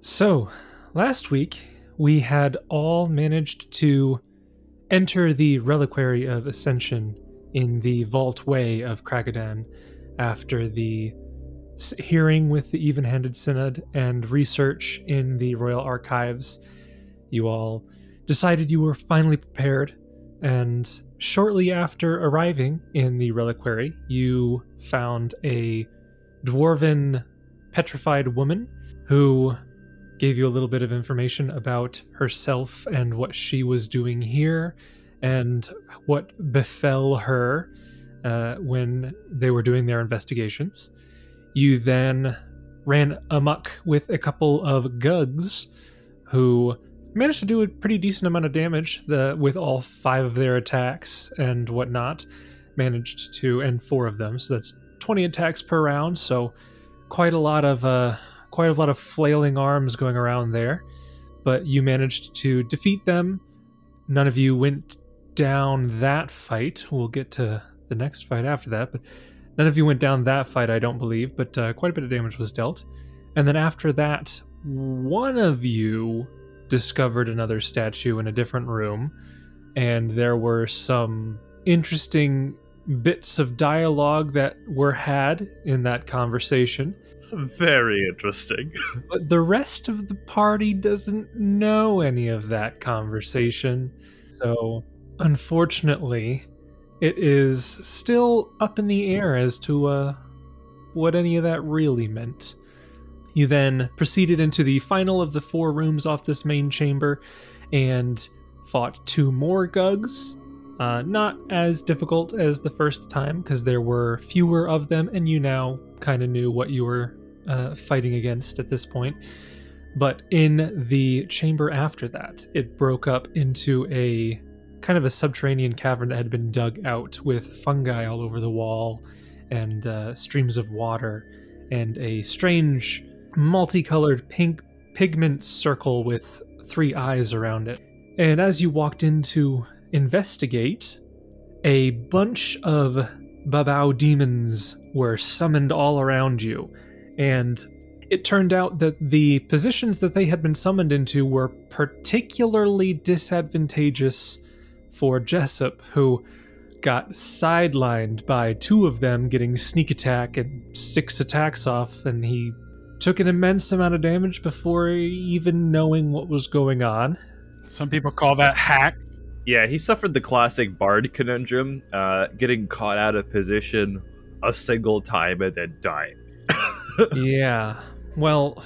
So, last week we had all managed to enter the Reliquary of Ascension in the Vault Way of Kragadan after the s- hearing with the Even Handed Synod and research in the Royal Archives. You all decided you were finally prepared, and shortly after arriving in the Reliquary, you found a dwarven petrified woman who gave you a little bit of information about herself and what she was doing here and what befell her uh, when they were doing their investigations. You then ran amok with a couple of gugs who managed to do a pretty decent amount of damage the, with all five of their attacks and whatnot. Managed to, and four of them, so that's 20 attacks per round, so quite a lot of. Uh, quite a lot of flailing arms going around there, but you managed to defeat them. None of you went down that fight. We'll get to the next fight after that, but none of you went down that fight, I don't believe, but uh, quite a bit of damage was dealt. And then after that, one of you discovered another statue in a different room, and there were some interesting bits of dialogue that were had in that conversation Very interesting. but the rest of the party doesn't know any of that conversation. So, unfortunately, it is still up in the air as to uh, what any of that really meant. You then proceeded into the final of the four rooms off this main chamber and fought two more Gugs. Uh, not as difficult as the first time because there were fewer of them, and you now kind of knew what you were uh, fighting against at this point. But in the chamber after that, it broke up into a kind of a subterranean cavern that had been dug out with fungi all over the wall and uh, streams of water and a strange multicolored pink pigment circle with three eyes around it. And as you walked in to investigate, a bunch of Babao demons were summoned all around you and it turned out that the positions that they had been summoned into were particularly disadvantageous for Jessup, who got sidelined by two of them getting sneak attack and six attacks off, and he took an immense amount of damage before even knowing what was going on. Some people call that hacked. Yeah, he suffered the classic bard conundrum, uh, getting caught out of position a single time and then dying. yeah. Well,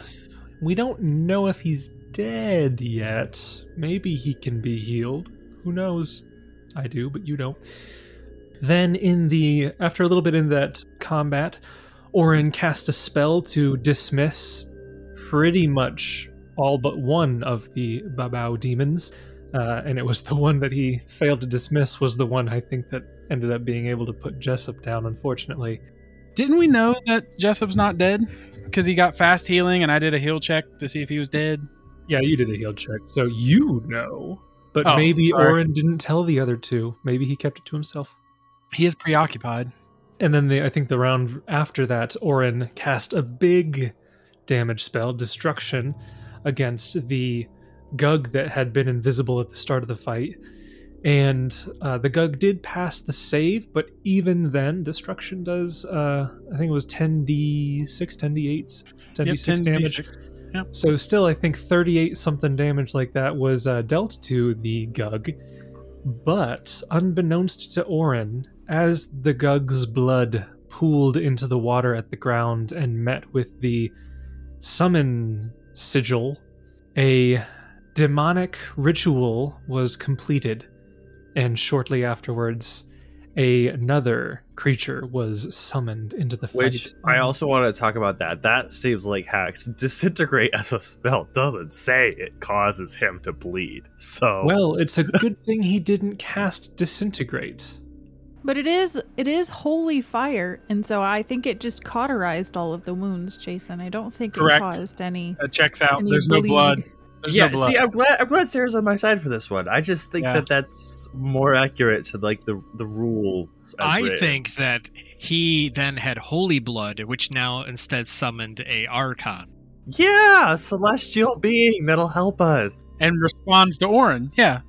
we don't know if he's dead yet. Maybe he can be healed. Who knows? I do, but you don't. Then in the after a little bit in that combat, Orin cast a spell to dismiss pretty much all but one of the Babao demons. Uh, and it was the one that he failed to dismiss was the one I think that ended up being able to put Jessup down, unfortunately. Didn't we know that Jessup's not dead? Because he got fast healing, and I did a heal check to see if he was dead. Yeah, you did a heal check, so you know. But Oh, maybe sorry. Orin didn't tell the other two. Maybe he kept it to himself. He is preoccupied. And then the, I think the round after that, Orin cast a big damage spell, destruction, against the Gug that had been invisible at the start of the fight. And uh, the Gug did pass the save, but even then, destruction does, uh, I think it was 10d6, 10d8, 10d6 damage. So still, I think 38 something damage like that was uh, dealt to the Gug. But unbeknownst to Orin, as the Gug's blood pooled into the water at the ground and met with the summon sigil, a demonic ritual was completed. And shortly afterwards, a, another creature was summoned into the fight. Which I also want to talk about that. That seems like hacks. Disintegrate as a spell doesn't say it causes him to bleed. So Well, it's a good thing he didn't cast disintegrate. But it is it is holy fire, and so I think it just cauterized all of the wounds, Jason. I don't think Correct. it caused any. That checks out. any There's no bleed. blood. There's yeah, no blood. see, I'm glad I'm glad Sarah's on my side for this one. I just think Yeah. that that's more accurate to like the the rules. as I written. think that he then had holy blood, which now instead summoned a archon. Yeah, celestial being that'll help us. and responds to Orin. Yeah.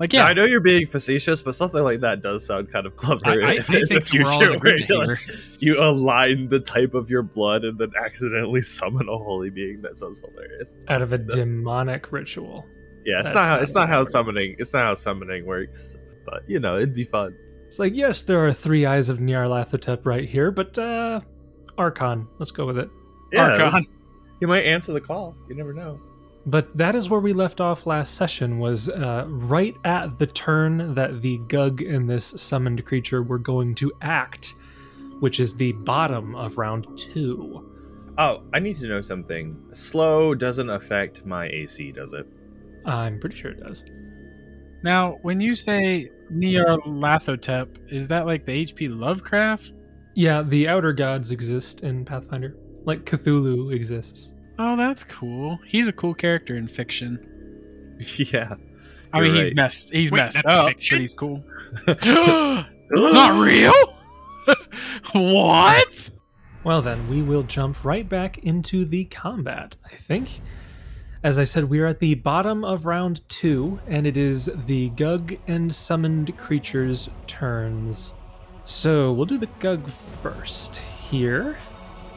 Like, yeah. Now, I know you're being facetious, but something like that does sound kind of I, clever I, I in think the we're all in future. Where agreement you're here. like, you align the type of your blood and then accidentally summon a holy being. That sounds hilarious. out of a demonic ritual. Yeah, it's That's not how not it's how not it how works. summoning it's not how summoning works, but you know it'd be fun. It's like, yes, there are three eyes of Nyarlathotep right here, but uh Archon, let's go with it. Oh, Yeah, Archon. it's- you might answer the call. You never know. But that is where we left off last session was uh, right at the turn that the Gug and this summoned creature were going to act, which is the bottom of round two. Oh, I need to know something. Slow doesn't affect my AC, does it? I'm pretty sure it does. now, when you say Nyarlathotep, is that like the H.P. Lovecraft? Yeah, the outer gods exist in Pathfinder, like Cthulhu exists. Oh, that's cool. He's a cool character in fiction. yeah. I mean, You're he's right. messed. He's Wait, messed that's up, fiction? but he's cool. Not real. what? Well, then, we will jump right back into the combat, I think. As I said, we are at the bottom of round two, and it is the Gug and summoned creatures' turns. So we'll do the Gug first here.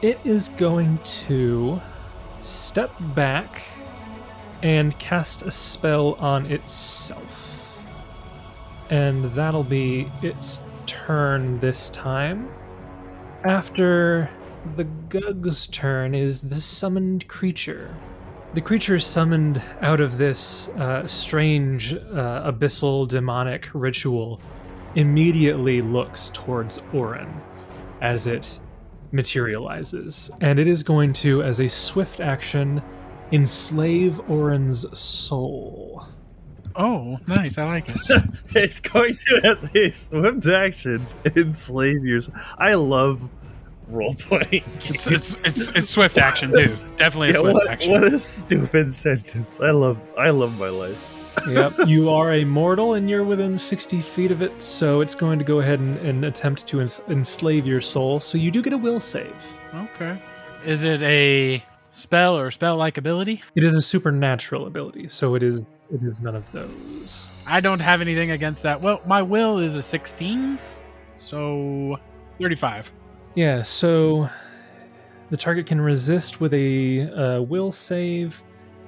It is going to step back and cast a spell on itself. And that'll be its turn this time. After the Gug's turn is the summoned creature. The creature summoned out of this uh, strange uh, abyssal demonic ritual immediately looks towards Orin as it materializes. And it is going to, as a swift action, enslave Orin's soul. Oh, nice. I like it. it's going to, as a swift action, enslave yourself. I love role playing. It's, it's, it's, it's swift action too. Definitely a Yeah, swift what, action. what a stupid sentence. I love I love my life. yep, you are a mortal and you're within 60 feet of it, so it's going to go ahead and, and attempt to ens- enslave your soul. So you do get a will save. Okay. Is it a spell or spell-like ability? It is a supernatural ability, so it is it is none of those. I don't have anything against that. Well, my will is a 16, so 35. Yeah, so the target can resist with a uh, will save,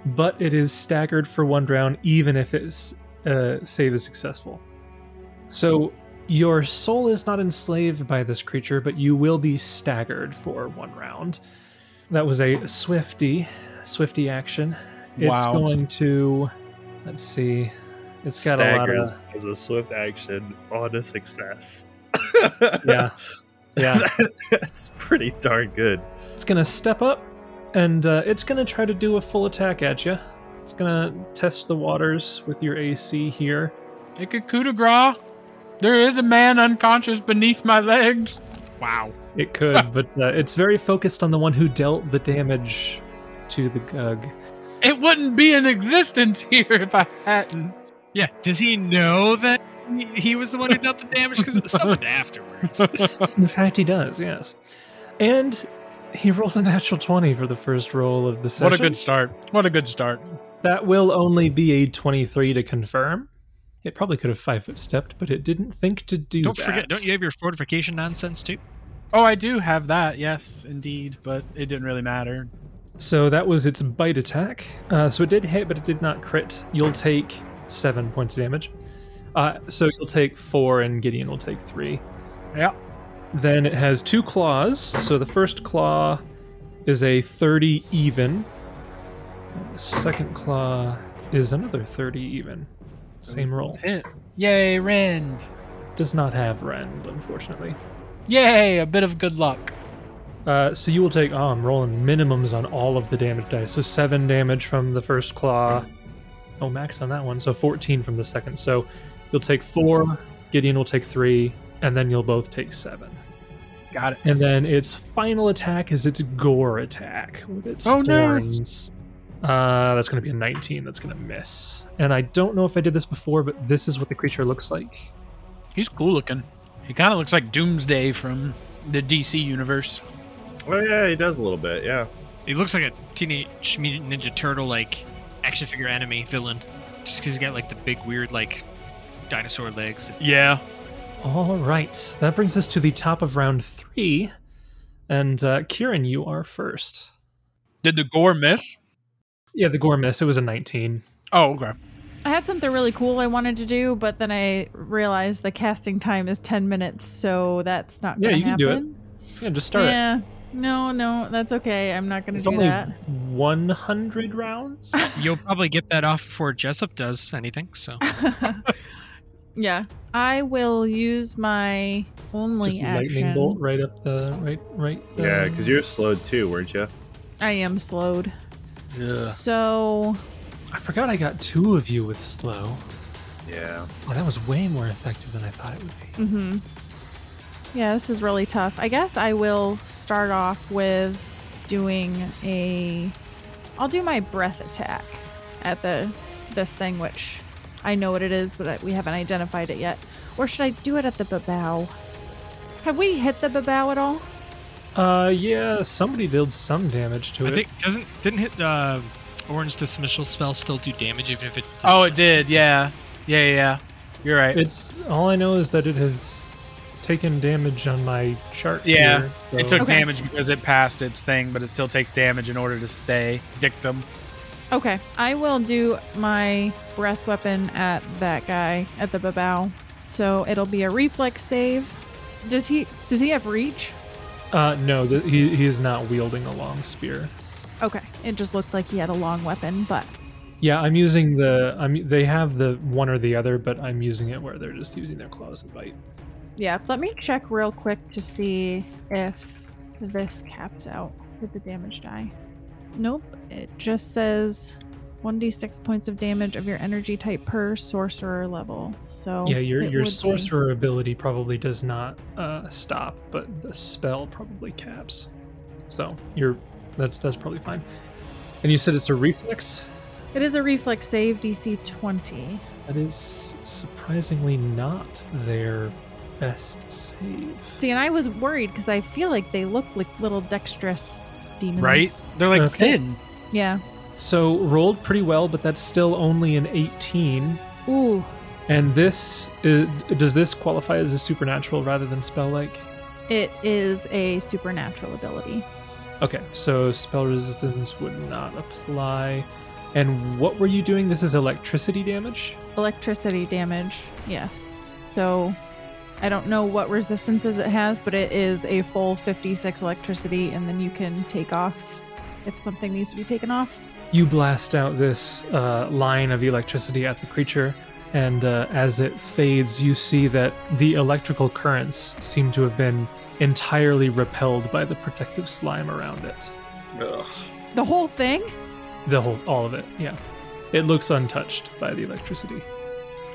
but it is staggered for one round, even if its uh, save is successful. So your soul is not enslaved by this creature, but you will be staggered for one round. That was a swifty, swifty action. It's Wow. going to, let's see, it's got a lot Staggers of as a swift action on a success. yeah, yeah. that's pretty darn good. It's gonna step up, and uh, it's gonna try to do a full attack at you. It's gonna test the waters with your AC here. It could coup de grace. There is a man unconscious beneath my legs. Wow. It could, but uh, it's very focused on the one who dealt the damage to the Gug. It wouldn't be in existence here if I hadn't. Yeah. Does he know that he- he was the one who dealt the damage? Because it was summoned afterwards. In fact, he does, yes. And he rolls a natural 20 for the first roll of the session. What a good start. What a good start. That will only be a 23 to confirm. It probably could have five foot stepped, but it didn't think to do don't that. forget. Don't you have your fortification nonsense too? Oh, I do have that, yes, indeed, but it didn't really matter. So that was its bite attack. Uh, so it did hit, but it did not crit. You'll take seven points of damage. Uh, so you'll take four, and Gideon will take three. Yeah. Then it has two claws. So the first claw is a 30 even. And the second claw is another 30 even. Same roll. It's hit. Yay, Rend. Does not have rend, unfortunately. Yay, a bit of good luck. Uh, so you will take. Oh, I'm rolling minimums on all of the damage dice. So seven damage from the first claw. Oh, max on that one. So 14 from the second. So you'll take four. Gideon will take three, and then you'll both take seven. Got it. And then its final attack is its gore attack with its Oh, no. horns. Uh, that's going to be a 19. That's going to miss. And I don't know if I did this before, but this is what the creature looks like. He's cool looking. He kind of looks like Doomsday from the DC universe. Oh yeah, he does a little bit. Yeah, He looks like a teenage mutant ninja turtle like action figure enemy villain, just because he's got like the big weird like dinosaur legs. Yeah. All right. That brings us to the top of round three. And uh, Kieran, you are first. Did the gore miss? Yeah, the gore miss. It was a 19. Oh, okay. I had something really cool I wanted to do, but then I realized the casting time is 10 minutes, so that's not Yeah, going to you can happen. do it. Yeah, just start it. yeah. No, no, that's okay. I'm not going to It's do only that. 100 rounds. You'll probably get that off before Jessup does anything. So yeah. I will use my only just lightning action. bolt right up the right, right. Yeah, um, because you were slowed too, weren't you? I am slowed. So, I forgot I got two of you with slow. Yeah. Oh, that was way more effective than I thought it would be. mhm. Mm-hmm. Yeah, this is really tough. I guess I will start off with doing a I'll do my breath attack at the this thing which I know what it is, but I- we haven't identified it yet. Or should I do it at the babao? Have we hit the babao at all? Uh, yeah, somebody did some damage to I it. think doesn't didn't hit uh, Orange Dismissal spell still do damage even if it. Oh, it did. Yeah. Yeah, yeah, yeah. You're right. it's all I know is that it has taken damage on my chart. Yeah, here, so- It took Okay. damage because it passed its thing, but it still takes damage in order to stay dictum. Okay, I will do my breath weapon at that guy at the babao. So it'll be a reflex save. Does he does he have reach? Uh, no, th- he, he is not wielding a long spear. Okay, it just looked like he had a long weapon, but Yeah, I'm using the. I'm. They have the one or the other, but I'm using it where they're just using their claws and bite. yeah. Let me check real quick to see if this caps out with the damage die. Nope, it just says 1d6 points of damage of your energy type per sorcerer level. So yeah, your Oh, it your would be- sorcerer ability probably does not uh, stop, but the spell probably caps. So you're. That's that's probably fine. And you said it's a reflex. It is a reflex save DC 20. That is surprisingly not their best save. See, and I was worried because I feel like they look like little dexterous demons. Right? They're like Okay. thin. Yeah. So rolled pretty well, but that's still only an 18. Ooh. And this uh, does this qualify as a supernatural rather than spell like? It is a supernatural ability. Okay, so spell resistance would not apply. And what were you doing? This is electricity damage. Electricity damage. Yes. So I don't know what resistances it has, but it is a full 56 electricity, and then you can take off if something needs to be taken off. You blast out this uh, line of electricity at the creature, and uh, as it fades, you see that the electrical currents seem to have been entirely repelled by the protective slime around it. Ugh. The whole thing? The whole, all of it, yeah. It looks untouched by the electricity.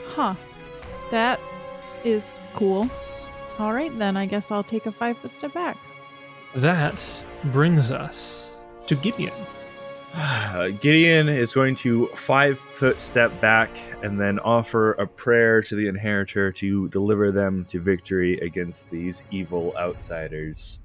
Huh. That is cool. All right, then I guess I'll take a five foot step back. That brings us to Gideon. Uh, Gideon is going to five foot step back and then offer a prayer to the inheritor to deliver them to victory against these evil outsiders,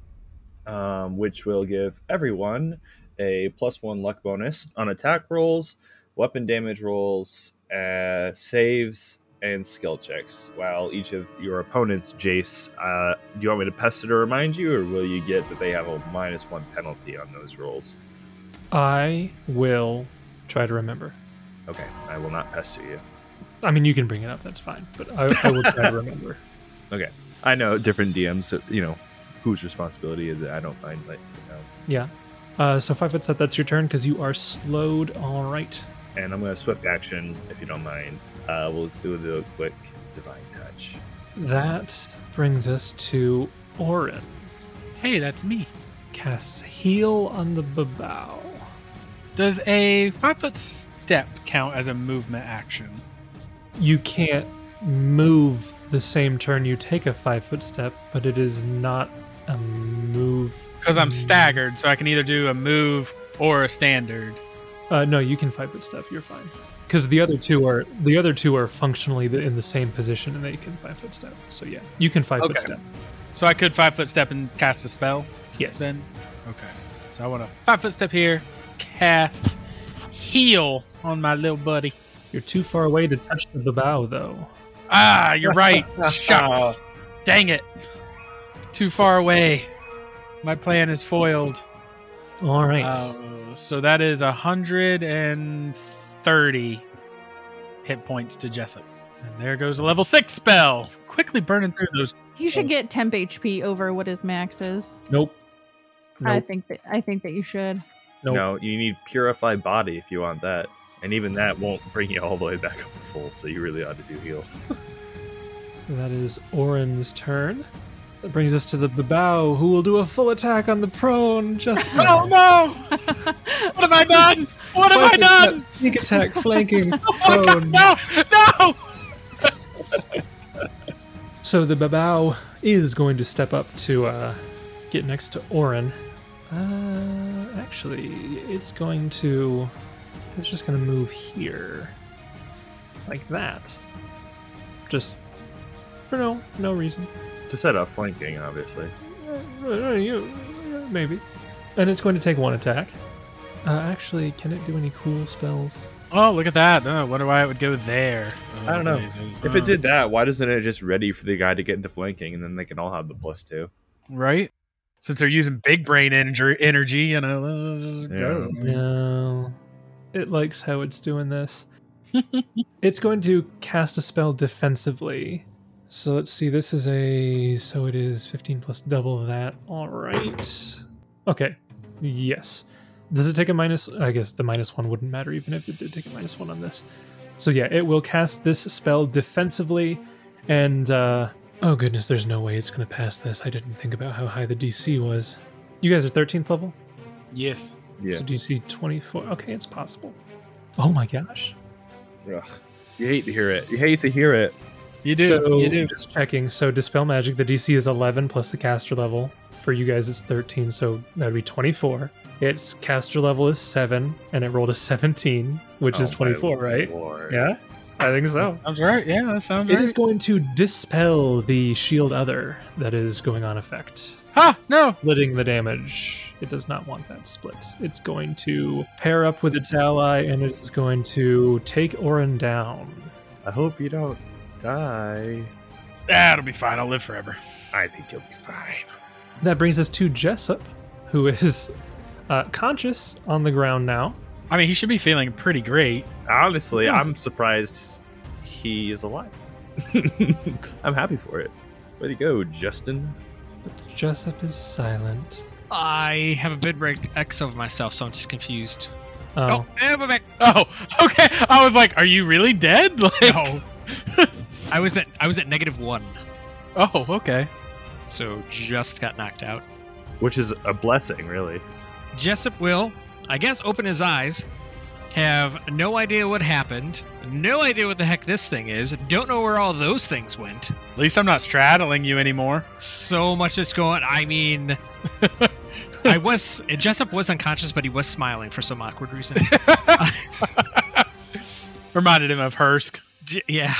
um, which will give everyone a plus one luck bonus on attack rolls, weapon damage rolls, uh, saves, and skill checks. While each of your opponents, Jace, uh, do you want me to pester to remind you, or will you get that they have a minus one penalty on those rolls? I will try to remember. Okay, I will not pester you. I mean, you can bring it up. That's fine. But I, I will try to remember. I know different DMs, that, you know, whose responsibility is it? I don't mind, like, you know. Yeah. Uh, so five foot set. That's your turn because you are slowed. All right. And I'm going to swift action, if you don't mind. Uh, we'll do the quick divine touch. That brings us to Orin. Hey, that's me. Casts heal on the babao. Does a five foot step count as a movement action? You can't move the same turn you take a five foot step, but it is not a move. Because I'm staggered, so I can either do a move or a standard. Uh, no, you can five foot step. You're fine. Because the other two are the other two are functionally the- in the same position, and they can five foot step. So yeah, you can five foot Okay. step. So I could five foot step and cast a spell Yes. then? Okay. So I want to five foot step here, cast heal on my little buddy. You're too far away to touch the bow, though. Ah, you're right. Shucks. Dang it. Too far away. My plan is foiled. All right. Uh, so that is 130 hit points to Jessup. And there goes a level 6 spell. Quickly burning through those. You should get temp HP over what his max is. nope. I Nope. think that I think that you should. Nope. No, you need purify body if you want that, and even that won't bring you all the way back up to full. So you really ought to do heal. That is Oren's turn. That brings us to the, the bow, who will do a full attack on the prone. Just Oh no! What have I done? What have I Flanking step, done? Sneak attack, flanking Oh, God, prone. no! No! So the Babao is going to step up to uh, get next to Orin. Uh, actually, it's going to. It's just going to move here. Like that. Just for no no reason. to set up flanking, obviously. Uh, you- Maybe. And it's going to take one attack. Uh, actually, can it do any cool spells? Oh, look at that. Oh, wonder why it would go there. I don't know. blazes. If Oh. Uh. it did that, why doesn't it just ready for the guy to get into flanking, and then they can all have the plus two? Right? Since they're using big brain energy, energy you know, let's go. No. It likes how it's doing this. it's going to cast a spell defensively. So let's see, this is a. So it is 15 plus double that. Alright. Okay. Yes. Does it take a minus? I guess the minus one wouldn't matter even if it did take a minus one on this. So yeah, it will cast this spell defensively. And, uh. Oh goodness, there's no way it's going to pass this. I didn't think about how high the DC was. You guys are 13th level? Yes. Yeah. So DC 24. Okay, it's possible. Oh my gosh. Ugh. You hate to hear it. You hate to hear it. You do. So you do. just checking. So dispel magic. The DC is 11 plus the caster level. For you guys, it's 13. So that'd be 24. Its caster level is seven, and it rolled a 17, which is Oh, my 24, right? lord. Yeah, I think so. Sounds right. Yeah, that sounds It right. is going to dispel the shield other that is going on effect. Ha! No! splitting the damage. It does not want that split. It's going to pair up with its ally and it is going to take Orin down. I hope you don't die. That'll be fine. I'll live forever. I think you'll be fine. That brings us to Jessup, who is uh, conscious on the ground now. I mean, he should be feeling pretty great. Honestly, I'm surprised he is alive. I'm happy for it. Way to go, Justin. But Jessup is silent. I have a bid rank X over myself, so I'm just confused. Oh, Oh, eh, my bad. Oh, okay. I was like, are you really dead? Like, no. I was at I was at negative one, oh, okay. so just got knocked out. Which is a blessing, really. Jessup will, I guess, open his eyes, have no idea what happened, no idea what the heck this thing is, don't know where all those things went. At least I'm not straddling you anymore. So much is going. I mean, I was Jessup was unconscious, but he was smiling for some awkward reason. Reminded him of Hursk. J- yeah.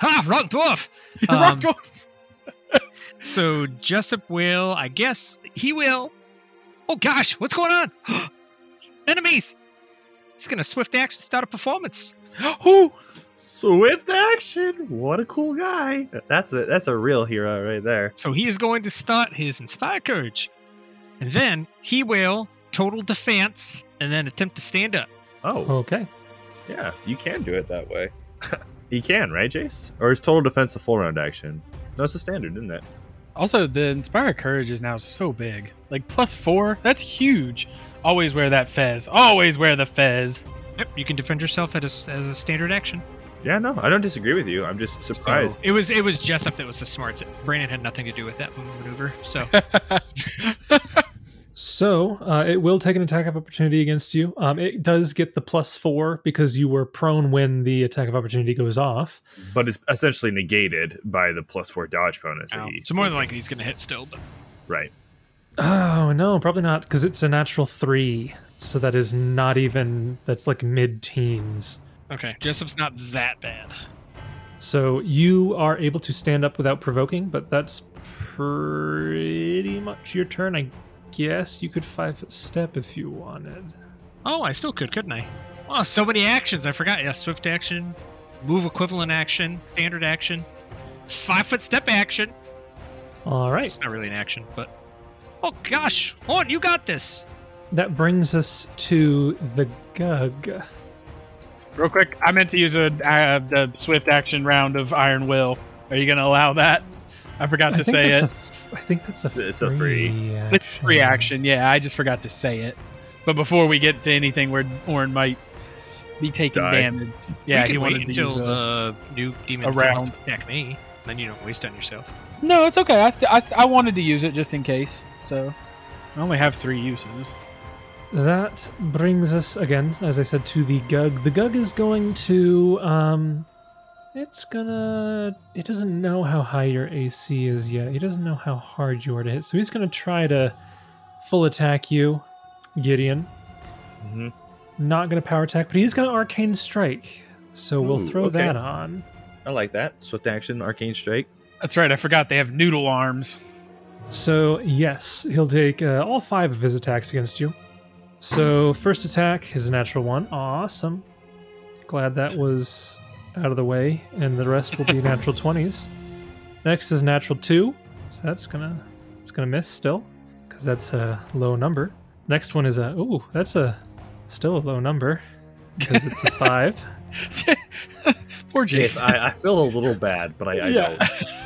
ha! Wrong dwarf. Rock Um, dwarf. So Jessup will, I guess he will. Oh gosh, what's going on? Enemies! He's gonna swift action start a performance. Who? Swift action! What a cool guy. That's a that's a real hero right there. So he is going to start his inspire courage, and then he will total defense, and then attempt to stand up. Oh, okay. yeah, you can do it that way. you can, right, Jace? Or is total defense a full round action? No, it's a standard, isn't it? Also, the Inspire Courage is now so big. Like, plus four? That's huge. Always wear that fez. Always wear the fez. Yep, you can defend yourself at a s as a standard action. Yeah, no, I don't disagree with you. I'm just surprised. So it was it was Jessup that was the smarts. Brandon had nothing to do with that maneuver. So So uh, it will take an attack of opportunity against you. Um, it does get the plus four because you were prone when the attack of opportunity goes off. but it's essentially negated by the plus four dodge bonus. That Ow. he, so more than likely he's gonna hit still. But right. Oh no, probably not, because it's a natural three. So that is not even that's like mid teens. okay, Jessup's not that bad. So you are able to stand up without provoking, but that's pretty much your turn, I guess you could five step if you wanted. Oh, I still could, couldn't I? Oh, so many actions. I forgot. Yeah, swift action, move equivalent action, standard action, five foot step action. All right. It's not really an action, but. Oh, gosh. Horn, you got this. That brings us to the Gug. Real quick, I meant to use a uh, the swift action round of Iron Will. Are you gonna allow that? I forgot to think say that's it. a f- I think that's a It's a free. action. It's free action. Yeah, I just forgot to say it. But before we get to anything where Orin might be taking Die. damage, yeah, we can he wanted wait to until use a- the new demon a tries to round. attack me. Then you don't waste on yourself. No, it's okay. I, st- I, st- I wanted to use it just in case. So I only have three uses. That brings us again, as I said, to the Gug. The Gug is going to um it's gonna it doesn't know how high your AC is yet. He doesn't know how hard you are to hit. So he's gonna try to full attack you, Gideon. hmm Not gonna power attack, but he's gonna arcane strike. So we'll Ooh, throw okay. that on. I like that. Swift action, arcane strike. That's right. I forgot they have noodle arms. So yes, he'll take uh, all five of his attacks against you. So first attack is a natural one. Awesome. Glad that was out of the way, and the rest will be natural twenties. Next is natural two, so that's gonna it's gonna miss still, because that's a low number. Next one is a ooh, that's a still a low number, because it's a five. Poor Yes, Jason. I, I feel a little bad, but I, I Yeah.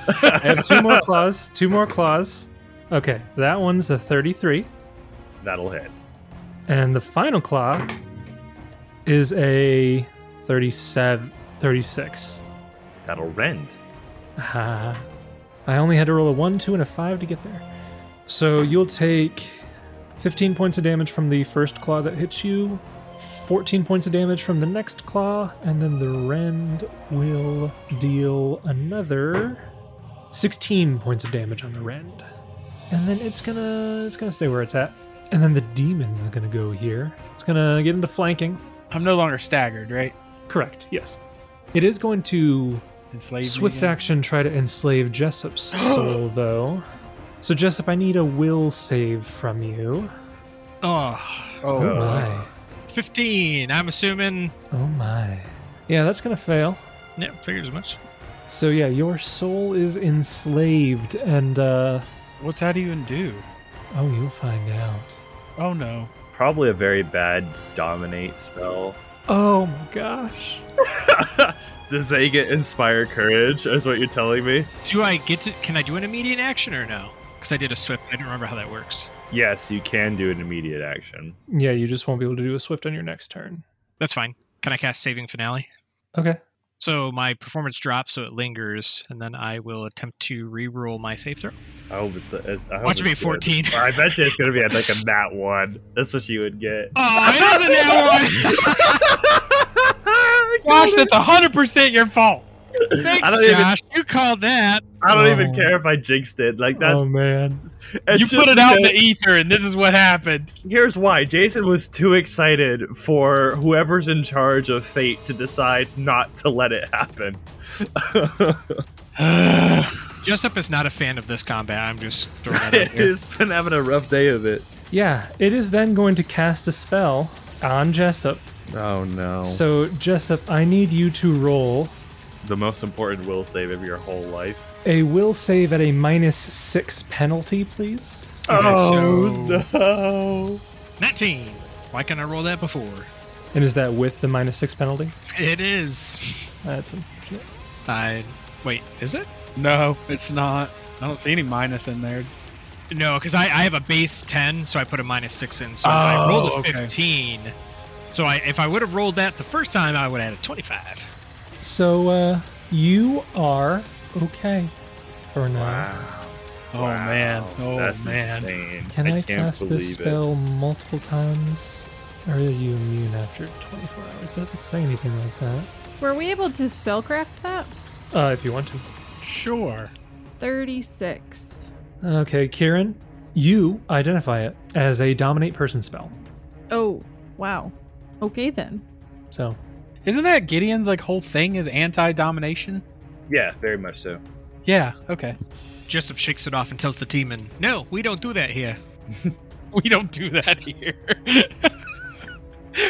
don't. I have two more claws. Two more claws. Okay, that one's a thirty-three. That'll hit. And the final claw is a 37, 36. That'll rend. Ah, I only had to roll a 1, 2, and a 5 to get there. So you'll take 15 points of damage from the first claw that hits you, 14 points of damage from the next claw, and then the rend will deal another 16 points of damage on the rend. And then it's gonna it's gonna stay where it's at. And then the demons is gonna go here. It's gonna get into flanking. I'm no longer staggered, right? Correct, yes. It is going to Enslaved. me Swift again. action try to enslave Jessup's soul, though. So Jessup, I need a will save from you. Oh, Oh, Oh. boy. my! 15. I'm assuming. Oh my! Yeah, that's gonna fail. Yeah, figured as much. So yeah, your soul is enslaved, and uh, what's that even do? oh, you'll find out. Oh no. Probably a very bad dominate spell. Oh my gosh! Does they get inspire courage? Is what you're telling me? Do I get to. Can I do an immediate action or no? Because I did a swift. I don't remember how that works. Yes, you can do an immediate action. Yeah, you just won't be able to do a swift on your next turn. That's fine. Can I cast Saving Finale? Okay. So my performance drops, so it lingers, and then I will attempt to re-roll my save throw. I hope it's. I hope Watch it be it's good. 14. Or I bet you it's gonna be at like a nat one. That's what you would get. Oh, it doesn't have one. Gosh, that's hundred percent your fault. Thanks, I don't even. Josh. You called that. I don't Oh. even care if I jinxed it. Like that. oh man! it's you put just it out in because- the ether, and this is what happened. Here's why Jason was too excited for whoever's in charge of fate to decide not to let it happen. Jessup is not a fan of this combat. I'm just throwing that out there. He's been having a rough day of it. Yeah, it is then going to cast a spell on Jessup. Oh no. So Jessup, I need you to roll the most important will save of your whole life. a will save at a minus six penalty, please. Okay, oh so- no. 19. Why can't I roll that before? And is that with the minus six penalty? It is. That's unfortunate. I wait. Is it? no, it's not. I don't see any minus in there. No, because I, I have a base 10, so I put a minus 6 in. So Oh, I rolled a okay. 15. So I, if I would have rolled that the first time, I would have had a 25. So uh, you are okay for now. Oh man. Oh That's man. insane. Can I, can't cast believe this it. spell multiple times? Or are you immune after 24 hours? It doesn't say anything like that. Were we able to spellcraft that? Uh, if you want to. Sure. 36. Okay, Kieran, you identify it as a dominate person spell. Oh, wow. Okay then. So Isn't that Gideon's like whole thing is anti-domination? Yeah, very much so. Yeah. Okay. Jessup shakes it off and tells the demon, No, we don't do that here. We don't do that here.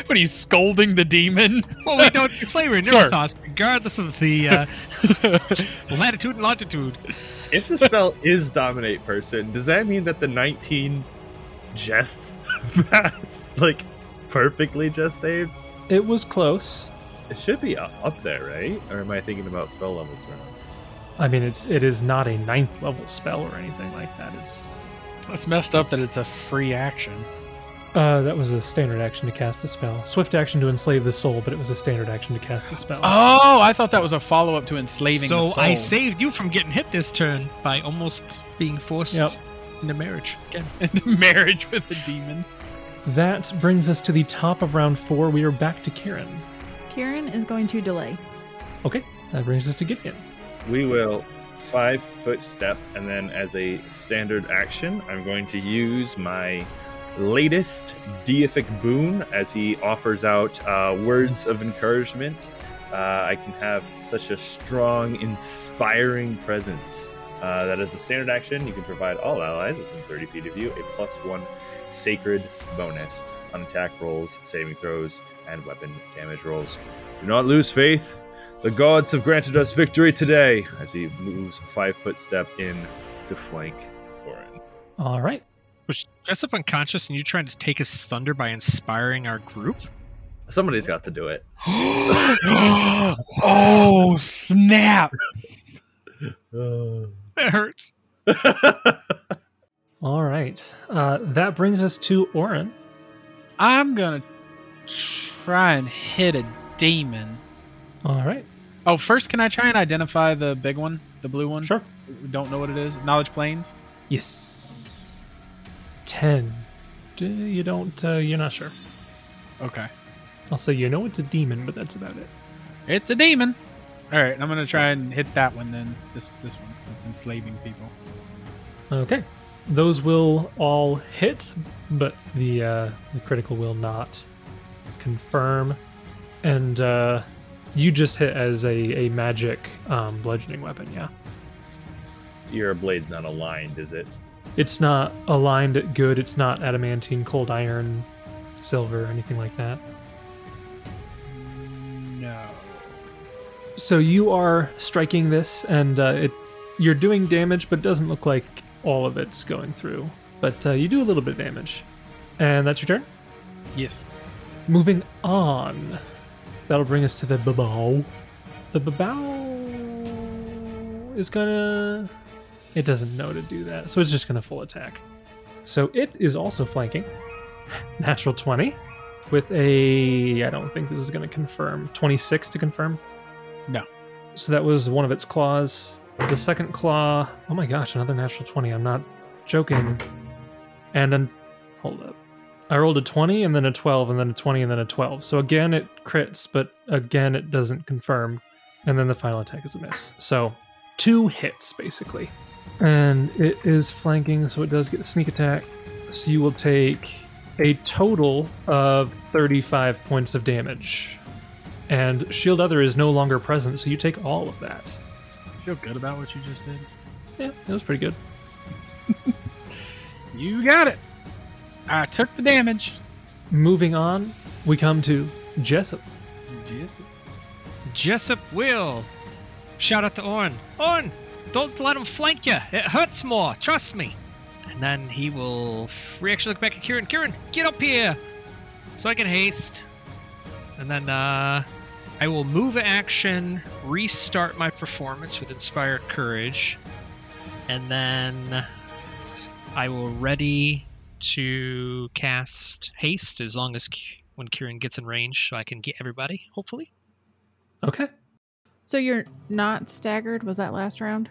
what are you scolding the demon? Well, we don't do slavery in Sure. Neverthos, regardless of the uh, latitude and longitude. If the spell is dominate person, does that mean that the 19 just passed? Like, perfectly just saved? It was close. It should be u- up there, right? Or am I thinking about spell levels wrong? I mean, it's it is not a ninth level spell or anything like that. It's That's messed up that it's a free action. uh, that was a standard action to cast the spell. Swift action to enslave the soul, but it was a standard action to cast the spell. Oh, I thought that was a follow up to enslaving. So the soul. I saved you from getting hit this turn by almost being forced Yep. into marriage again. into marriage with a demon. That brings us to the top of round four. We are back to Kieran. Kieran is going to delay. Okay, that brings us to Gideon. We will five foot step, and then as a standard action, I'm going to use my latest deific boon as he offers out uh, words of encouragement. Uh, I can have such a strong, inspiring presence. Uh, that is a standard action. You can provide all allies within 30 feet of you a plus one sacred bonus on attack rolls, saving throws, and weapon damage rolls. Do not lose faith. The gods have granted us victory today. As he moves five foot step in to flank Orin. All right. Was Jessup unconscious and you trying to take his thunder by inspiring our group? Somebody's got to do it. oh snap! That hurts. All right. Uh, that brings us to Orin. I'm gonna try and hit a demon. All right. Oh, first, can I try and identify the big one, the blue one? Sure. We Don't know what it is. Knowledge planes. Yes. Ten. D- You don't. Uh, you're not sure. Okay, I'll say you know it's a demon, but that's about it. it's a demon. All right, I'm gonna try and hit that one then. This this one that's enslaving people. Okay. Those will all hit, but the uh, the critical will not confirm. And uh, you just hit as a a magic um, bludgeoning weapon. Yeah. Your blade's not aligned, is it? It's not aligned at good. It's not adamantine, cold iron, silver, anything like that. No. So you are striking this, and uh, it you're doing damage, but it doesn't look like all of it's going through. But uh, you do a little bit of damage, and that's your turn. Yes. Moving on, that'll bring us to the babao. The babao is gonna. It doesn't know to do that, so it's just gonna full attack. So it is also flanking. Natural twenty, with a. I don't think this is gonna confirm. Twenty six to confirm. No. So that was one of its claws. The second claw. Oh my gosh, another natural twenty. I'm not joking. And then, hold up. I rolled a 20 and then a 12 and then a 20 and then a 12. So again, it crits, but again, it doesn't confirm. And then the final attack is a miss. So two hits, basically. And it is flanking, so it does get a sneak attack. So you will take a total of 35 points of damage. And Shield Other is no longer present, so you take all of that. Feel good about what you just did. Yeah, that was pretty good. You got it. I took the damage. Moving on, we come to Jessup. Yes. Jessup will. Shout out to Orn. Orn, don't let him flank you. It hurts more. Trust me. And then he will reaction look back at Kieran. Kieran, get up here. So I can haste. And then uh, I will move action, restart my performance with Inspire Courage. And then I will ready to cast haste as long as Ki- when Kieran gets in range, so I can get everybody, hopefully. Okay. So you're not staggered? Was that last round?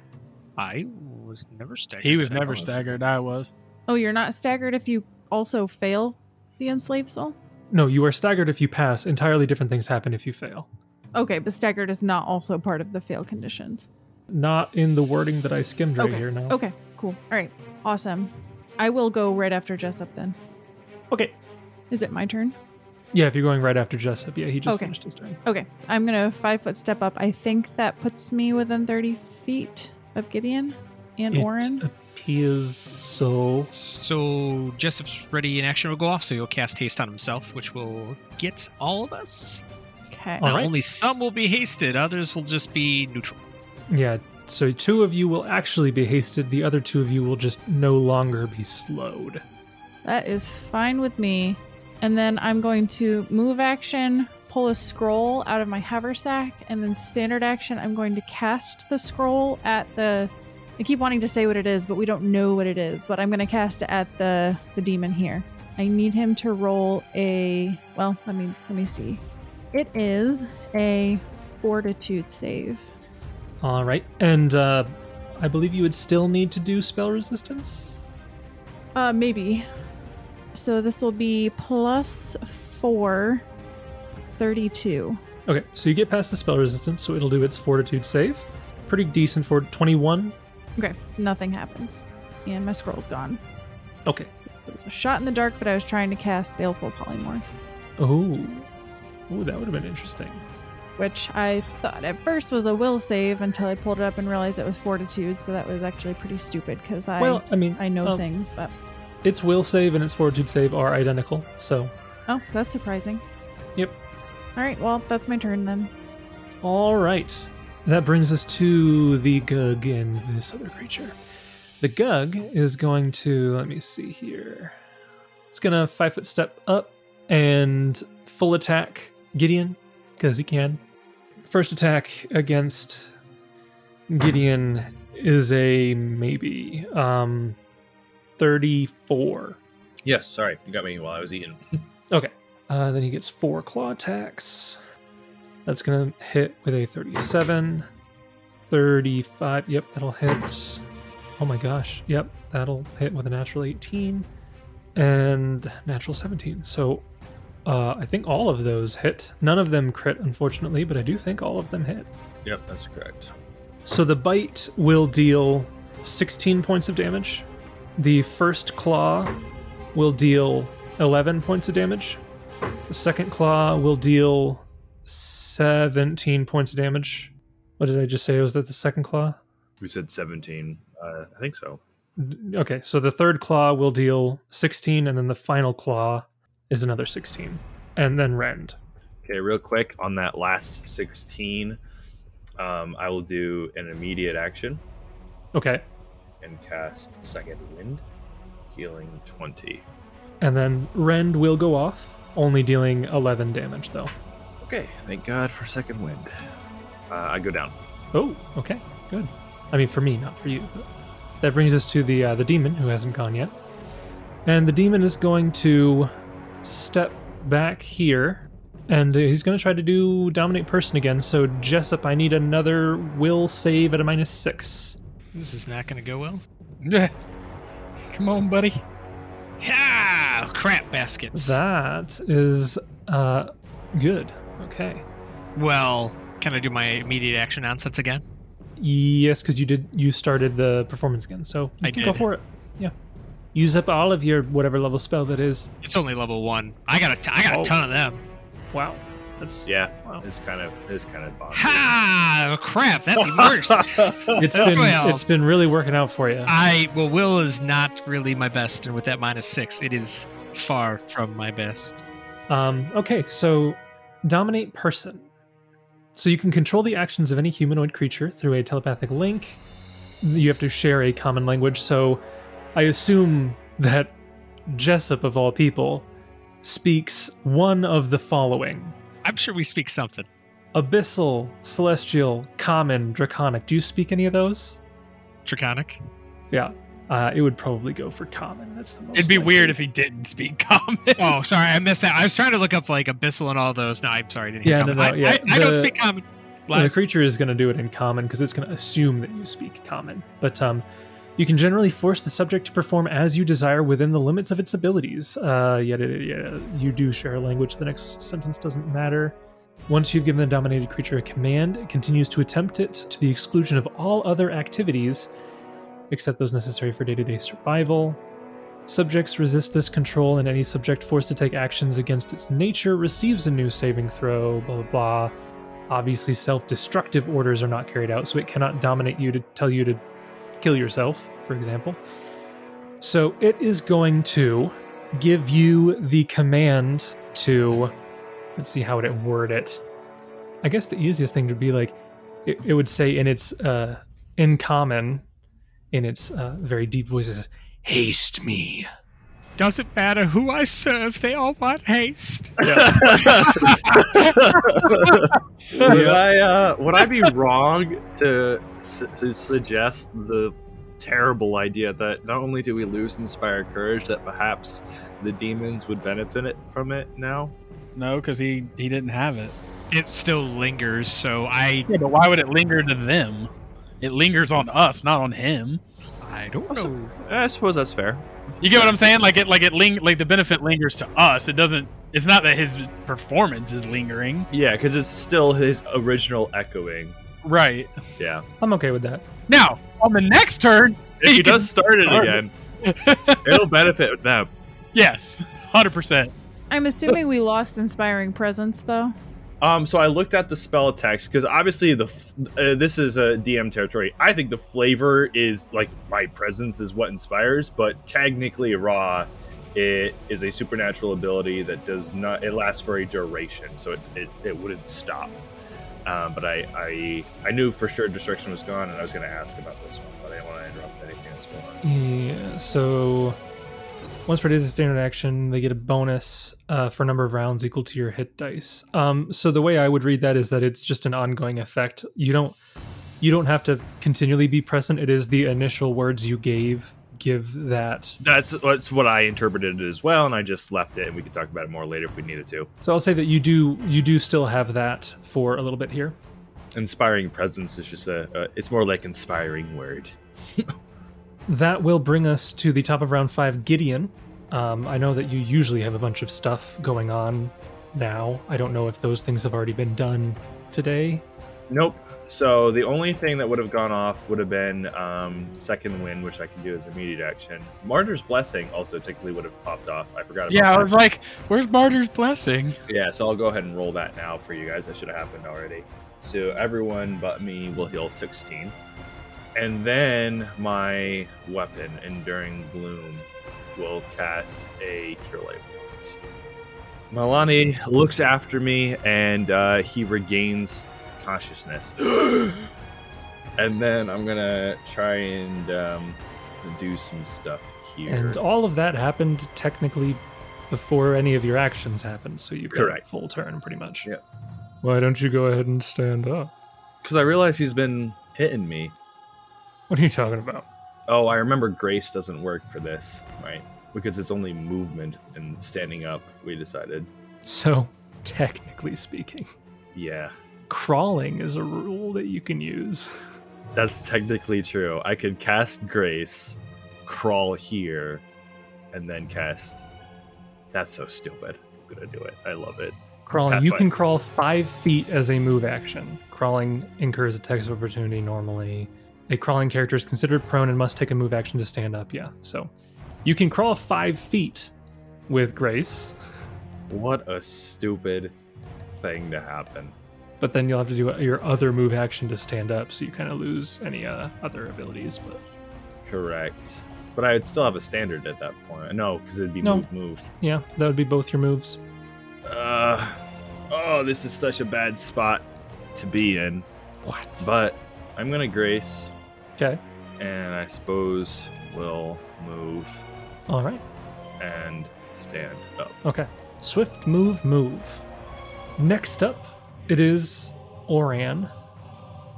I was never staggered. He was I never don't know. staggered. I was. Oh, you're not staggered if you also fail the enslaved soul? No, you are staggered if you pass. Entirely different things happen if you fail. Okay, but staggered is not also part of the fail conditions. Not in the wording that I skimmed right Okay. here. No. Okay, cool. All right, awesome. I will go right after Jessup then. Okay. Is it my turn? Yeah, if you're going right after Jessup, yeah, he just Okay. finished his turn. Okay, I'm gonna five foot step up. I think that puts me within 30 feet of Gideon and It Oren. Tia's soul. So Jessup's ready in action will go off, so he'll cast haste on himself, which will get all of us. Okay. All now, right. only some will be hasted, others will just be neutral. Yeah, so two of you will actually be hasted, the other two of you will just no longer be slowed. That is fine with me. And then I'm going to move action, pull a scroll out of my haversack, and then standard action, I'm going to cast the scroll at the. I keep wanting to say what it is, but we don't know what it is. But I'm going to cast it at the the demon here. I need him to roll a. Well, let me let me see. It is a fortitude save. All right, and uh, I believe you would still need to do spell resistance. Uh, maybe. So this will be plus four, 32. Okay, so you get past the spell resistance, so it'll do its fortitude save. Pretty decent for 21. Okay, nothing happens. And my scroll's gone. Okay. It was a shot in the dark, but I was trying to cast Baleful Polymorph, Oh, Ooh, that would have been interesting. which I thought at first was a will save until I pulled it up and realized it was Fortitude, so that was actually pretty stupid because I, well, I mean, I know um, things, but. Its will save and its fortitude save are identical, so Oh, that's surprising. Yep. All right, well, that's my turn then. All right. That brings us to the Gug and this other creature. The Gug is going to, let me see here. It's going to five foot step up and full attack Gideon, because he can. First attack against Gideon is a maybe um, 34. Yes, sorry, you got me while I was eating. Uh, then he gets four claw attacks. That's going to hit with a 37. 35. Yep, that'll hit. Oh my gosh. Yep, that'll hit with a natural 18 and natural 17. So uh, I think all of those hit. None of them crit, unfortunately, but I do think all of them hit. Yep, that's correct. So the bite will deal 16 points of damage. The first claw will deal 11 points of damage. The second claw will deal 17 points of damage. What did I just say? Was that the second claw? We said 17. Uh, I think so. Okay, so the third claw will deal 16, and then the final claw is another 16. And then rend. Okay, real quick on that last 16, um, I will do an immediate action Okay, and cast Second Wind, healing 20. and then rend will go off, only dealing 11 damage though. Okay, thank God for Second Wind. Uh, I go down. Oh, okay, good. I mean, for me, not for you. But that brings us to the uh, the demon who hasn't gone yet, and the demon is going to step back here, and he's going to try to do dominate person again. So Jessup, I need another will save at a minus six. This is not going to go well. Come on, buddy. Ah, crap baskets. That is uh good. Okay. Well, can I do my immediate action nonsense again? Yes, because you did you started the performance again, so you I can go did. for it. Yeah. Use up all of your whatever level spell that is. It's only level one. I got a, t- I got Oh. a ton of them. Wow. That's Yeah, wow. it's kind of it's kind of bonkers. Ha! Crap, that's immersed. It's been Well- it's been really working out for you. I well, will is not really my best, and with that minus six, it is far from my best. Um, okay, so dominate person. So you can control the actions of any humanoid creature through a telepathic link. You have to share a common language. So I assume that Jessup of all people speaks one of the following: I'm sure we speak something. abyssal, celestial, common, draconic. Do you speak any of those? Draconic. Uh, it would probably go for common. That's the most. It'd be likely. weird if he didn't speak common. Oh, sorry, I missed that. I was trying to look up like abyssal and all those. No, I'm sorry, I didn't. Yeah, no, hear common. no, I, yeah, I, I don't the- speak common. Well, the Lies. creature is going to do it in common because it's going to assume that you speak common. But um, you can generally force the subject to perform as you desire within the limits of its abilities. Uh, yada, yada, yada. You do share a language. The next sentence doesn't matter. Once you've given the dominated creature a command, it continues to attempt it to the exclusion of all other activities except those necessary for day to day survival. Subjects resist this control, and any subject forced to take actions against its nature receives a new saving throw, blah, blah, blah. Obviously, self destructive orders are not carried out, so it cannot dominate you to tell you to kill yourself, for example. So it is going to give you the command to, let's see how would it word it. I guess the easiest thing would be like, it, it would say in its, uh, in common, in its uh, very deep voices, haste me. Doesn't matter who I serve, they all want haste. Would I uh, would I be wrong to su- to suggest the terrible idea that not only do we lose inspire courage, that perhaps the demons would benefit it- from it now? No, because he he didn't have it. It still lingers, so I Yeah, but why would it linger to them? It lingers on us, not on him. I don't Also- know. Eh, I suppose that's fair. You get what I'm saying? Like it, like it ling, like the benefit lingers to us. It doesn't. It's not that his performance is lingering, Yeah, because it's still his original echoing. right? Yeah, I'm okay with that. Now on the next turn, if he You can does start it start again, it'll benefit them. yes, hundred percent. I'm assuming we lost inspiring presence though. Um, so I looked at the spell text because obviously the f- uh, this is a DM territory. I think the flavor is like my presence is what inspires, but technically raw, it is a supernatural ability that does not it lasts for a duration, so it it, it wouldn't stop. Um, but I, I I knew for sure destruction was gone, and I was going to ask about this one, but I didn't want to interrupt anything that's going on. Yeah, so once per day is a standard action, they get a bonus uh, for number of rounds equal to your hit dice. Um, so the way I would read that is that it's just an ongoing effect. You don't you don't have to continually be present. It is the initial words you gave give that. That's that's what I interpreted it as well, and I just left it, and we could talk about it more later if we needed to. So I'll say that you do you do still have that for a little bit here. Inspiring presence is just a, a it's more like inspiring word. That will bring us to the top of round five, Gideon. Um, I know that you usually have a bunch of stuff going on now. I don't know if those things have already been done today. Nope. So the only thing that would have gone off would have been um, second wind, which I can do as immediate action. Martyr's blessing also technically would have popped off. I forgot. About Yeah, I that. was like, "Where's Martyr's blessing?" yeah. So I'll go ahead and roll that now for you guys. That should have happened already. So everyone but me will heal 16, and then my weapon, Enduring Bloom, will cast a Cure Light Wounds. Milani looks after me, and uh, he regains consciousness. and then I'm gonna try and um, do some stuff here. And all of that happened technically before any of your actions happened, so you've got Correct. a full turn pretty much. Yep. Why don't you go ahead and stand up? Because I realize he's been hitting me. What are you talking about? Oh, I remember grace doesn't work for this, right? Because it's only movement and standing up, we decided. So, technically speaking, Yeah, crawling is a rule that you can use. that's technically true. I could cast grace, crawl here, and then cast. That's so stupid. I'm gonna do it. I love it. Crawling, you Pathfinder. can crawl five feet as a move action. Crawling incurs a text of opportunity normally. A crawling character is considered prone and must take a move action to stand up. Yeah, so you can crawl five feet with grace, What a stupid thing to happen. but then you'll have to do your other move action to stand up, so you kind of lose any uh, other abilities. But Correct. But I would still have a standard at that point. No, because it'd be No. move, move. yeah, that would be both your moves. Uh, oh, this is such a bad spot to be in. What? But I'm gonna grace, Okay, and I suppose we'll move all right, and stand up. okay. Swift move, move. Next up, it is Oran.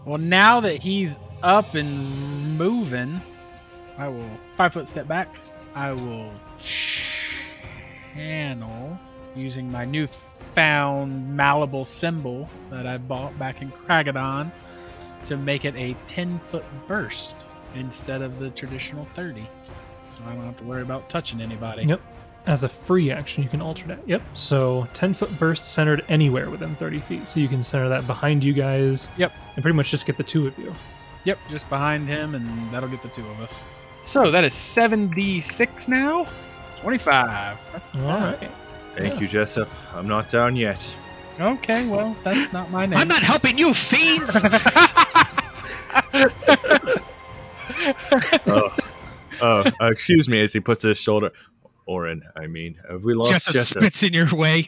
Well, now that he's up and moving, I will five foot step back. I will channel using my newfound malleable symbol that I bought back in Kragadon to make it a 10 foot burst instead of the traditional 30. So I don't have to worry about touching anybody. Yep. As a free action, you can alter that. Yep. So 10 foot burst centered anywhere within 30 feet. So you can center that behind you guys. Yep. And pretty much just get the two of you. Yep, just behind him, and that'll get the two of us. So that is 7d6 now? 25. That's All not right. Thank you, Jessup. I'm not down yet. Okay, well, that's not my name. I'm not helping you, fiends. oh, oh, uh, excuse me. As he puts his shoulder, Orin. I mean, have we lost Jessup Jessup? spits in your way.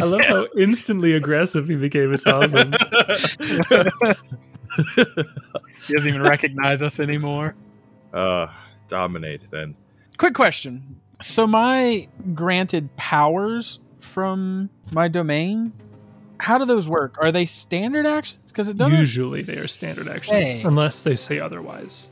I love how instantly aggressive he became. It's awesome. He doesn't even recognize us anymore. uh, dominate then. Quick question. So my granted powers from my domain, how do those work? Are they standard actions? Because it doesn't. Usually they are standard actions, Hey. unless they say otherwise.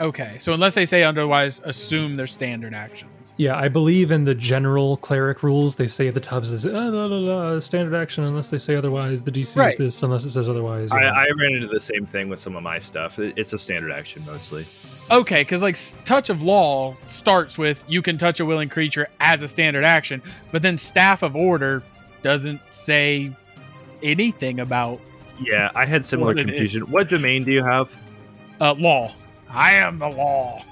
Okay, so unless they say otherwise, assume they're standard actions. Yeah, I believe in the general cleric rules. They say at the top says uh, la, la, la, standard action unless they say otherwise. The DC Right. is this unless it says otherwise. I, you know. I ran into the same thing with some of my stuff. It- It's a standard action mostly. Okay, because like s- touch of law starts with you can touch a willing creature as a standard action, but then staff of order doesn't say anything about Yeah, I had similar What it confusion. is. What domain do you have? uh, law. I am the law.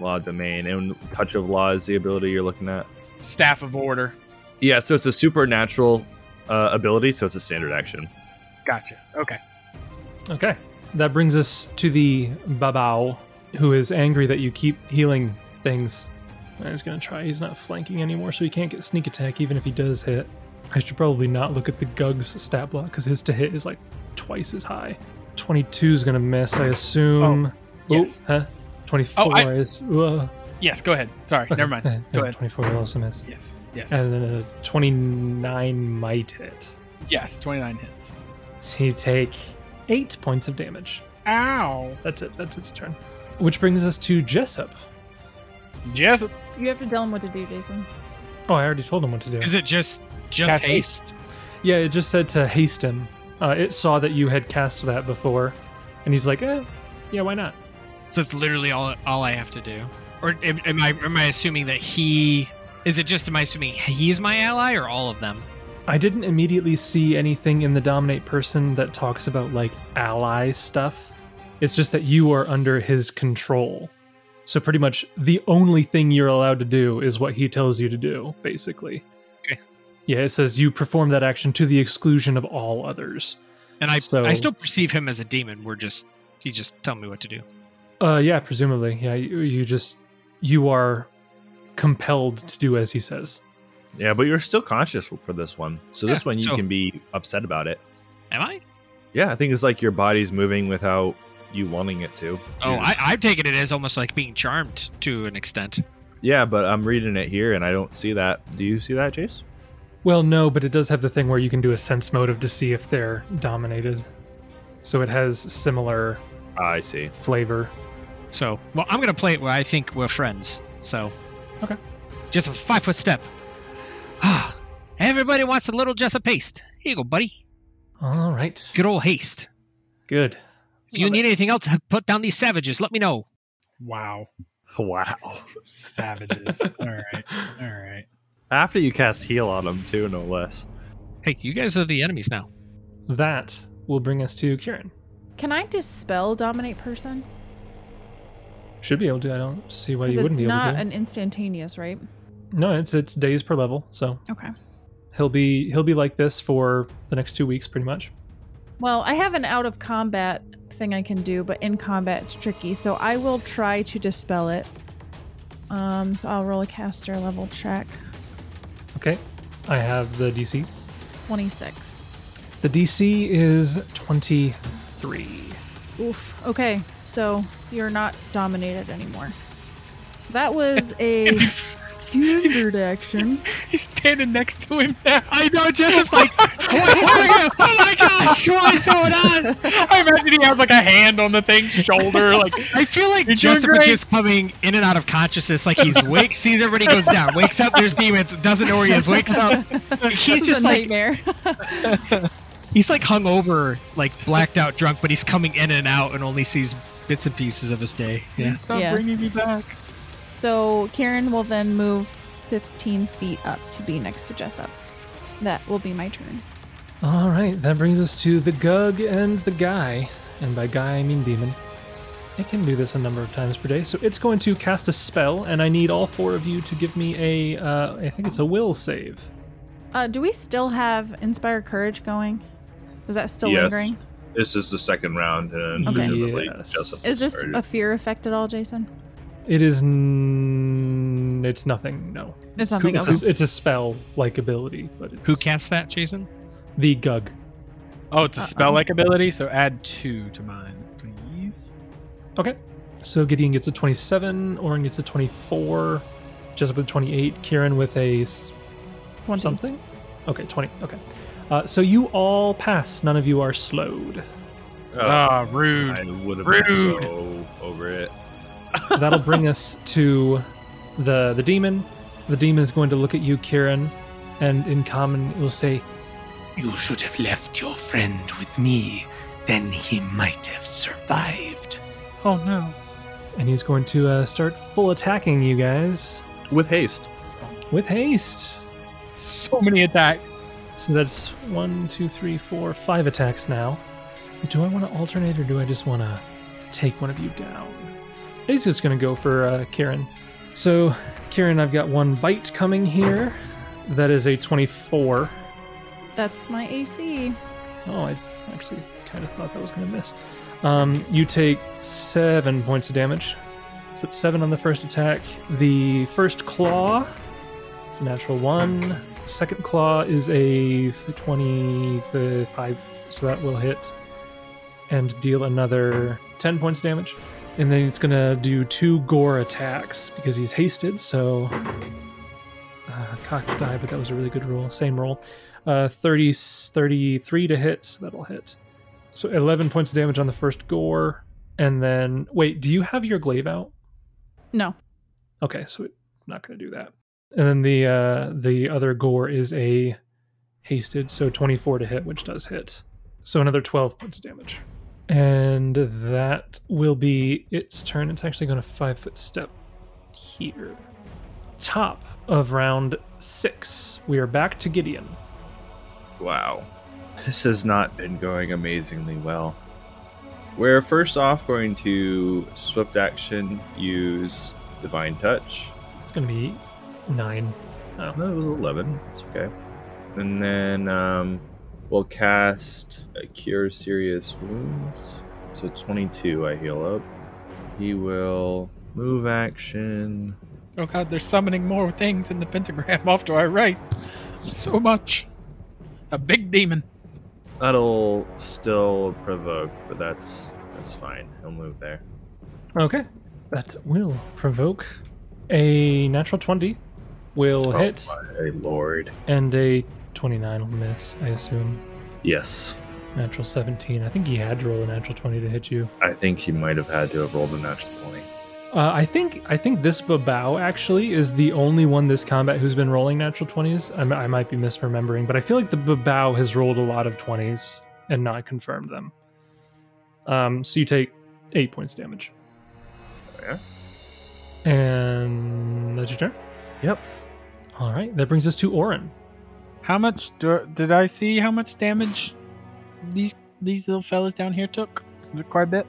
Law domain and touch of law is the ability you're looking at. Staff of order. Yeah, so it's a supernatural uh, ability, so it's a standard action. Gotcha. Okay. Okay. That brings us to the Babao, who is angry that you keep healing things. And he's going to try. He's not flanking anymore, so he can't get sneak attack even if he does hit. I should probably not look at the Gug's stat block because his to hit is like twice as high. 22 is going to miss, I assume. Oh, yes. Huh? 24 Oh, I- is. Uh, Yes. Go ahead. Sorry. Never mind. okay. Go ahead. 24 will also miss. Yes. Yes. And then a 29 might hit. yes. Twenty-nine hits. So you take 8 points of damage. Ow. That's it. That's its turn. Which brings us to Jessup. Jessup. You have to tell him what to do, Jason. Oh, I already told him what to do. Is it just just Cast haste? yeah, it just said to haste him. Uh, it saw that you had cast that before, and he's like, eh, yeah, why not? So that's literally all all I have to do. Or am, am I am I assuming that he is it just am I assuming he's my ally or all of them? I didn't immediately see anything in the dominate person that talks about like ally stuff. It's just that you are under his control. So pretty much the only thing you're allowed to do is what he tells you to do, basically. Okay. Yeah, it says you perform that action to the exclusion of all others. And I So- I still perceive him as a demon. We're just he's just telling me what to do. Uh, yeah, presumably. Yeah, you, you just you are compelled to do as he says. Yeah, but you're still conscious for this one. So this Yeah, one you so- can be upset about it. Am I? Yeah, I think it's like your body's moving without you wanting it to. Oh, You're I, just- I've taken it as almost like being charmed to an extent. Yeah, but I'm reading it here and I don't see that. Do you see that, Chase? Well, no, but it does have the thing where you can do a sense motive to see if they're dominated. So it has similar Ah, I see. flavor. So well, I'm gonna play it where I think we're friends. So Okay. just a five foot step. Ah, everybody wants a little Jessup haste. Here you go, buddy. All right. Good old haste. Good. If you Love need it. anything else, put down these savages. Let me know. Wow. Wow. Savages. all right. All right. After you cast heal on him too, no less. Hey, you guys are the enemies now. That will bring us to Kieran. Can I dispel dominate person? Oh, Should be able to. I don't see why you Because wouldn't it's be able not to. an instantaneous, right? no, it's it's days per level, so Okay. he'll be he'll be like this for the next two weeks, pretty much. Well, I have an out of combat thing I can do, but in combat it's tricky, so I will try to dispel it. Um, so I'll roll a caster level check. Okay. I have the DC. 26. The DC is twenty three. Oof. Okay, so you're not dominated anymore. So that was a standard action. He's standing next to him now. I know, Joseph's like, oh my gosh, what is going on? I imagine he has like a hand on the thing's shoulder, like I feel like You're doing Joseph is great. just coming in and out of consciousness. Like he's awake, sees everybody goes down, wakes up, there's demons, doesn't know where he is, wakes up. He's This is just a like, nightmare. he's like hungover, like blacked out drunk, but he's coming in and out and only sees bits and pieces of his day. Yeah. stop Yeah. bringing me back. So Karen will then move 15 feet up to be next to Jessup. That will be my turn. All right, that brings us to the Gug and the Guy. And by Guy, I mean Demon. It can do this a number of times per day, so it's going to cast a spell, and I need all four of you to give me a, uh, I think it's a will save. Uh, do we still have Inspire Courage going? Is that still Yes. lingering? This is the second round, and Okay. presumably Yes. Jessup Is this started. a fear effect at all, Jason? It is. N- it's nothing. No. It's nothing It's else. a, it's a spell like ability, but it's Who cast that, Jason? the Gug. Oh, it's a Uh-uh. spell like ability, so add two to mine, please. Okay. So Gideon gets a 27, Oren gets a 24, Jessup with 28, Kieran with a s- 20. something. Okay, 20. Okay. Uh, so you all pass. None of you are slowed. Uh, Oh, Ah, rude. I would have been Rude. so over it. That'll bring us to the the demon. The demon is going to look at you, Kieran, and in common it will say, You should have left your friend with me. Then he might have survived. Oh no. and he's going to uh, start full attacking you guys With haste. with haste. So many attacks. So that's one, two, three, four, five attacks now. Do I want to alternate or do I just want to take one of you down? Basically, it's going to go for uh, Kieran. So, Kieran, I've got one bite coming here. That is a 24. That's my AC. Oh, I actually kind of thought that was going to miss. Um, you take seven points of damage. So that's seven on the first attack. The first claw is a natural one. Second claw is a 25, so that will hit and deal another 10 points of damage. And then it's going to do two gore attacks because he's hasted, so. Uh, cocked die, but that was a really good roll. Same roll uh, 30, 33 to hit. So that'll hit. So 11 points of damage on the first gore. And then, wait, do you have your glaive out? No. Okay, so it- I'm not going to do that. And then the uh, the other gore is a hasted, so 24 to hit, which does hit. So another 12 points of damage. And that will be its turn. It's actually going to five foot step here. Top of round six. We are back to Gideon. Wow. This has not been going amazingly well. We're first off going to swift action use divine touch. It's gonna be nine. No, it was 11. It's okay. And then um, we'll cast uh, Cure Serious Wounds. So 22, I heal up. He will move action. Oh god, they're summoning more things in the pentagram off to our right. So much. A big demon. That'll still provoke, but that's that's fine. He'll move there. Okay. That will provoke a natural 20 will hit my lord. and a 29 will miss, I assume. Yes. Natural 17. I think he had to roll a natural 20 to hit you. I think he might have had to have rolled a natural 20. Uh, I think I think this Babao actually is the only one this combat who's been rolling natural 20s. I, m- I might be misremembering, but I feel like the Babao has rolled a lot of 20s and not confirmed them. Um, so you take eight points damage. Oh, yeah? And that's your turn? Yep. All right. That brings us to Orin. How much do, did I see how much damage these these little fellas down here took? Was it Quite a bit.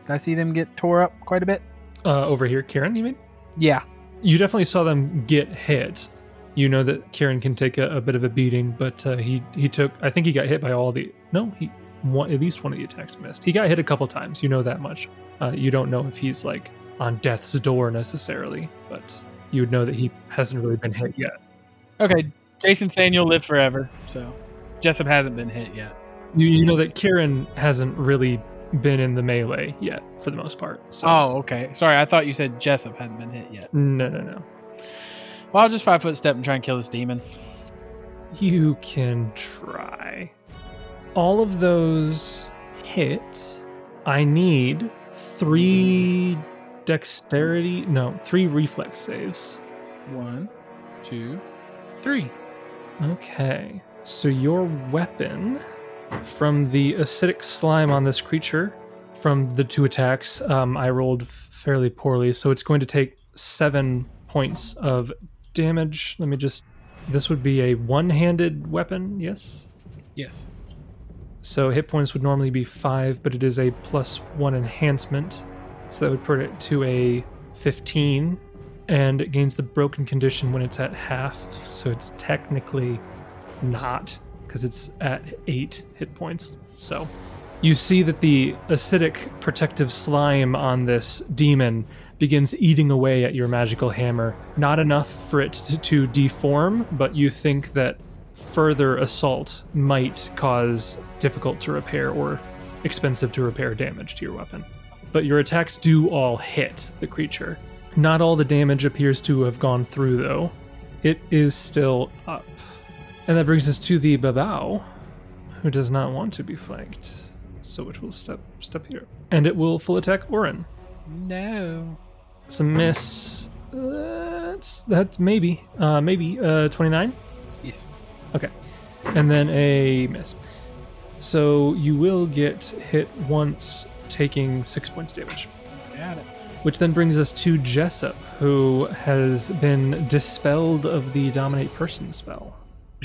Did I see them get tore up quite a bit? Uh, over here, Kieran, you mean? Yeah. You definitely saw them get hit. You know that Kieran can take a, a bit of a beating, but uh, he he took. I think he got hit by all the. No, he one, at least one of the attacks missed. He got hit a couple times. You know that much. Uh, you don't know if he's like on death's door necessarily, but you would know that he hasn't really been hit yet. Okay, Jason's saying you'll live forever, so Jessup hasn't been hit yet. You, you know that Kieran hasn't really been in the melee yet, for the most part. So. Oh, okay. Sorry, I thought you said Jessup hadn't been hit yet. No, no, no. Well, I'll just five foot step and try and kill this demon. You can try. All of those hit. I need three dexterity. No, three reflex saves. One, two, three. Okay. So your weapon from the acidic slime on this creature from the two attacks, um, I rolled fairly poorly. So it's going to take seven points of damage. Let me just. This would be a one handed weapon, yes? Yes. So hit points would normally be five, but it is a plus one enhancement. So that would put it to a 15. And it gains the broken condition when it's at half. So it's technically not, because it's at eight hit points. So You see that the acidic protective slime on this demon begins eating away at your magical hammer. Not enough for it to, to deform, but you think that further assault might cause difficult to repair or expensive to repair damage to your weapon. But your attacks do all hit the creature. Not all the damage appears to have gone through, though. It is still up. And that brings us to the Babao, who does not want to be flanked. So it will step step here. And it will full attack Orin. No. It's a miss. That's that's maybe. Uh maybe uh 29. Yes. And then a miss. So you will get hit once, taking six points damage. Got it. Which then brings us to Jessup, who has been dispelled of the dominate person spell.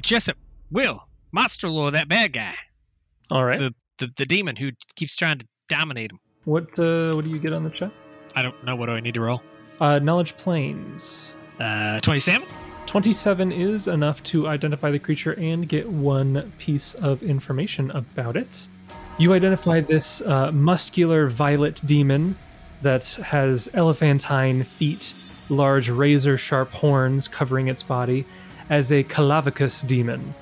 Jessup, Will, Monster Lore, that bad guy, All right. the, the demon who keeps trying to dominate him. What uh, what do you get on the check? I don't know what do I need to roll. Uh, knowledge planes. Uh, 27? 27 is enough to identify the creature and get one piece of information about it. You identify this uh, muscular violet demon that has elephantine feet, large razor sharp horns covering its body, as a Calavicus demon.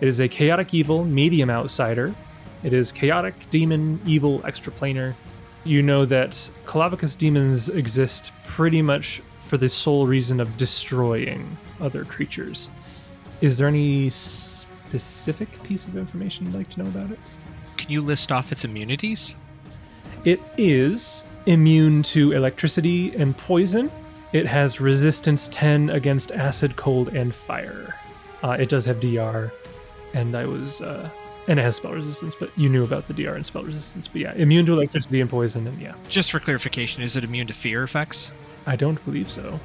It is a chaotic evil medium outsider. It is chaotic, demon, evil, extraplanar. You know that Calavicus demons exist pretty much for the sole reason of destroying other creatures. Is there any specific piece of information you'd like to know about it? Can you list off its immunities? It is immune to electricity and poison. It has resistance 10 against acid, cold, and fire. Uh, it does have DR, and I was, uh, and it has spell resistance, but you knew about the DR and spell resistance. But yeah, immune to electricity and poison, and yeah, Just for clarification, is it immune to fear effects? I don't believe so.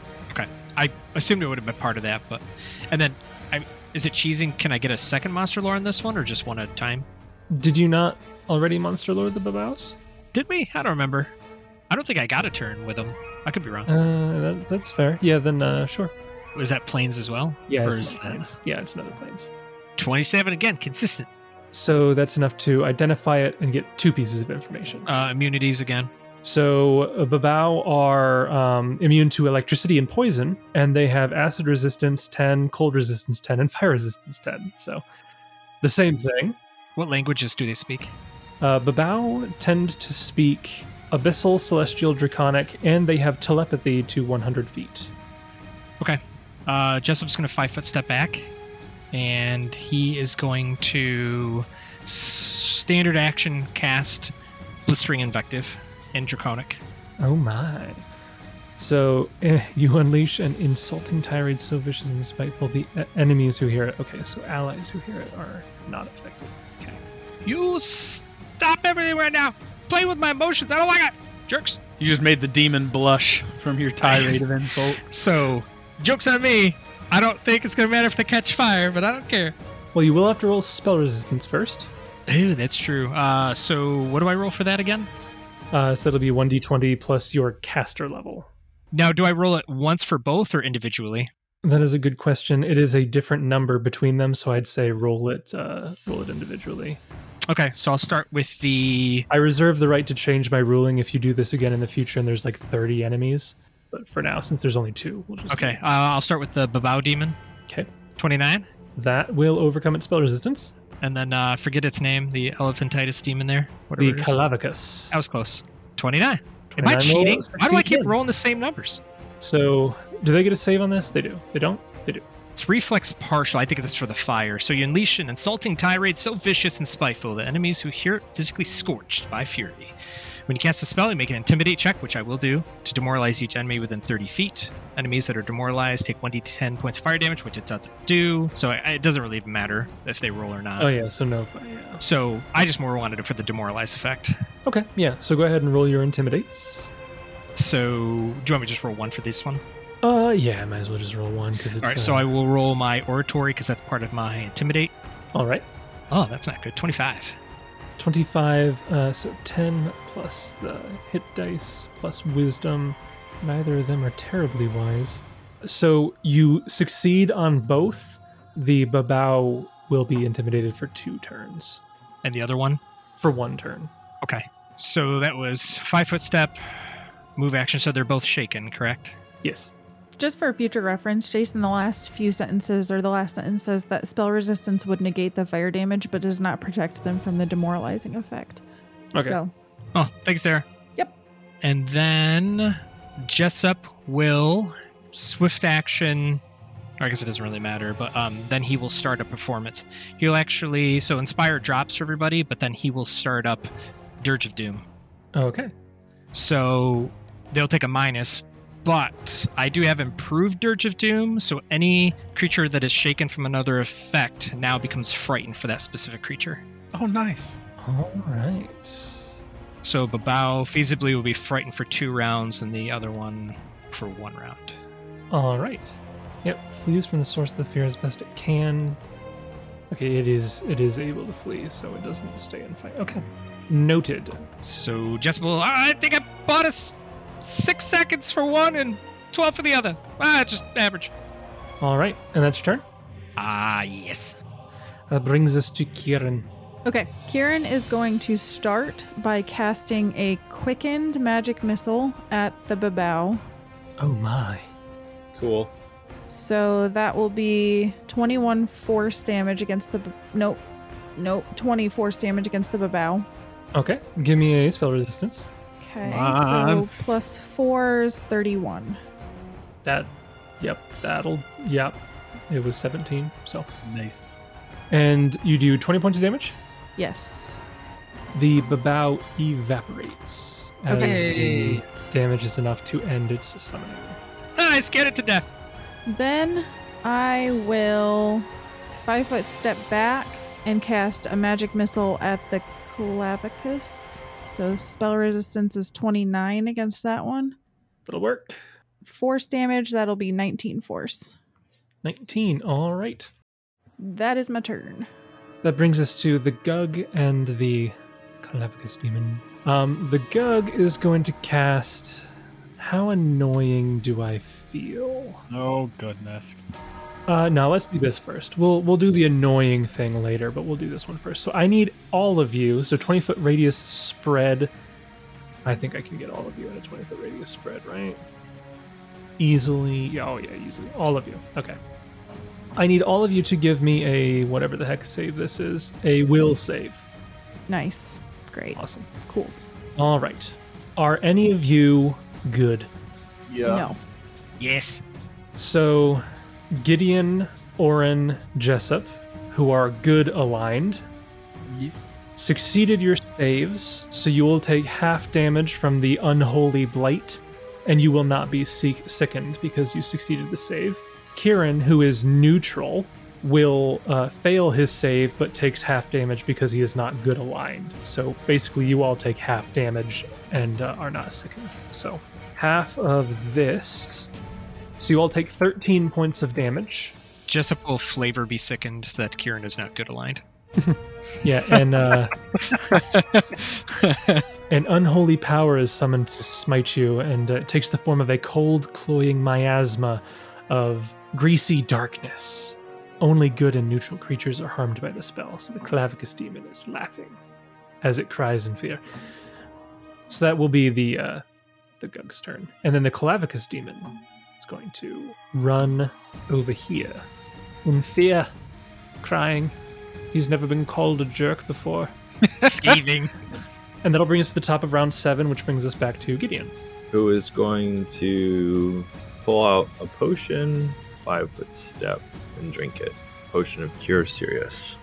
I assumed it would have been part of that, but. And then, I, is it cheesing? Can I get a second Monster Lore on this one, or just one at a time? Did you not already monster lord the Babaos? Did we? I don't remember. I don't think I got a turn with him. I could be wrong. Uh, that, that's fair. Yeah, then uh, sure. Was that planes as well? Yeah, Or it's is another that planes. Yeah, it's another planes. 27 again, consistent. So that's enough to identify it and get two pieces of information. Uh, immunities again. So uh, Babao are um, immune to electricity and poison, and they have acid resistance 10, cold resistance 10, and fire resistance 10. So the same thing. What languages do they speak? Uh, Babao tend to speak abyssal, celestial, draconic, and they have telepathy to 100 feet. Uh, Jessup's going to five foot step back, and he is going to s- standard action cast blistering invective and draconic. Oh my. So eh, you unleash an insulting tirade so vicious and spiteful the e- enemies who hear it. Okay, so allies who hear it are not affected. You stop everything right now! Play with my emotions. I don't like it, jerks. You just made the demon blush from your tirade of insult. So, jokes on me. I don't think it's gonna matter if they catch fire, but I don't care. Well, you will have to roll spell resistance first. Ooh, that's true. Uh, so what do I roll for that again? Uh, so it'll be 1d20 plus your caster level. Now, do I roll it once for both or individually? That is a good question. It is a different number between them, so I'd say roll it, uh, roll it individually. Okay, so I'll start with the I reserve the right to change my ruling if you do this again in the future and there's like 30 enemies. But for now, since there's only two, we'll just Okay, uh, I'll start with the Babao demon. Okay. 29. that will overcome its spell resistance. And then uh, forget its name, the Elephantitis demon there. Whatever The it is. Calavicus. That was close. 29. Am 29 I will cheating? Why do I succeed keep again. rolling the same numbers? So, do they get a save on this? They do. They don't. They do. It's reflex partial. I think this is for the fire. So you unleash an insulting tirade so vicious and spiteful that enemies who hear it physically scorched by fury. When you cast a spell, you make an intimidate check, which I will do, to demoralize each enemy within 30 feet. Enemies that are demoralized take 1d10 points of fire damage, which it doesn't do. So I- it doesn't really matter if they roll or not. Oh yeah. So no. fi- Yeah. So I just more wanted it for the demoralize effect. Okay. Yeah. So go ahead and roll your intimidates. So do you want me to just roll one for this one? Uh, yeah. I might as well just roll one because it's. All right, uh, so I will roll my oratory because that's part of my intimidate. All right. Oh, that's not good. 25. 25, uh, so 10 plus the hit dice plus wisdom. Neither of them are terribly wise. So you succeed on both. The Babao will be intimidated for two turns. And the other one? for one turn. Okay. So that was five foot step, move action. So they're both shaken, correct? Yes. Just for future reference, Jason, the last few sentences or the last sentence says that spell resistance would negate the fire damage but does not protect them from the demoralizing effect. Okay. So, Oh, thanks, Sarah. Yep. And then Jessup will swift action. Or I guess it doesn't really matter, but um, then he will start a performance. He'll actually so inspire drops for everybody, but then he will start up Dirge of Doom. Okay. So they'll take a minus, but I do have improved Dirge of Doom, so any creature that is shaken from another effect now becomes frightened for that specific creature. Oh, nice. All right. So Babao feasibly will be frightened for two rounds and the other one for one round. All right. Yep. Flees from the source of the fear as best it can. Okay. It is. It is able to flee, so it doesn't stay and fight. Okay. Noted. So Jessica will, I I think I bought us six seconds for one and 12 for the other. Ah, just average. All right. And that's your turn. Ah, yes. That brings us to Kieran. okay. Kieran is going to start by casting a quickened magic missile at the Babao. Oh my. Cool. So that will be 21 force damage against the. B- Nope. Nope. 20 force damage against the Babao. Okay. Give me a spell resistance. Okay. Wow. So plus four is 31. That. Yep. That'll. Yep. It was 17. So. Nice. And you do 20 points of damage. Yes. The babao evaporates as Okay. the damage is enough to end its summoning. Ah, I scared it to death. Then I will five foot step back and cast a magic missile at the Clavicus. So spell resistance is 29 against that one. That'll work. Force damage, that'll be 19 force. 19. All right. That is my turn. That brings us to the Gug and the Calavicus Demon. Um, the Gug is going to cast. How annoying do I feel? Oh, goodness. Uh, no, let's do this first. We'll we'll do the annoying thing later, but we'll do this one first. So I need all of you. So twenty foot radius spread. I think I can get all of you in a twenty foot radius spread, right? Easily. Yeah, Oh yeah, easily. All of you. Okay. I need all of you to give me a whatever the heck save this is. A will save. Nice. Great. Awesome. Cool. All right. Are any of you good? No. Yes. So, Gideon, Oren, Jessup, who are good aligned, Yes. succeeded your saves, so you will take half damage from the unholy blight, and you will not be seek- sickened because you succeeded the save. Kieran, who is neutral, will uh, fail his save but takes half damage because he is not good aligned. So basically, you all take half damage and uh, are not sickened. So half of this. So you all take 13 points of damage. Jessup will flavor be sickened that Kieran is not good aligned. Yeah, and uh, An unholy power is summoned to smite you, and uh, it takes the form of a cold, cloying miasma of greasy darkness. Only good and neutral creatures are harmed by the spell, so the Clavicus demon is laughing as it cries in fear. So that will be the uh, the Gug's turn, and then the Clavicus demon is going to run over here in fear, crying. He's never been called a jerk before. Scathing. And that'll bring us to the top of round seven, which brings us back to Gideon. Who is going to pull out a potion, five foot step, and drink it? Potion of Cure Serious.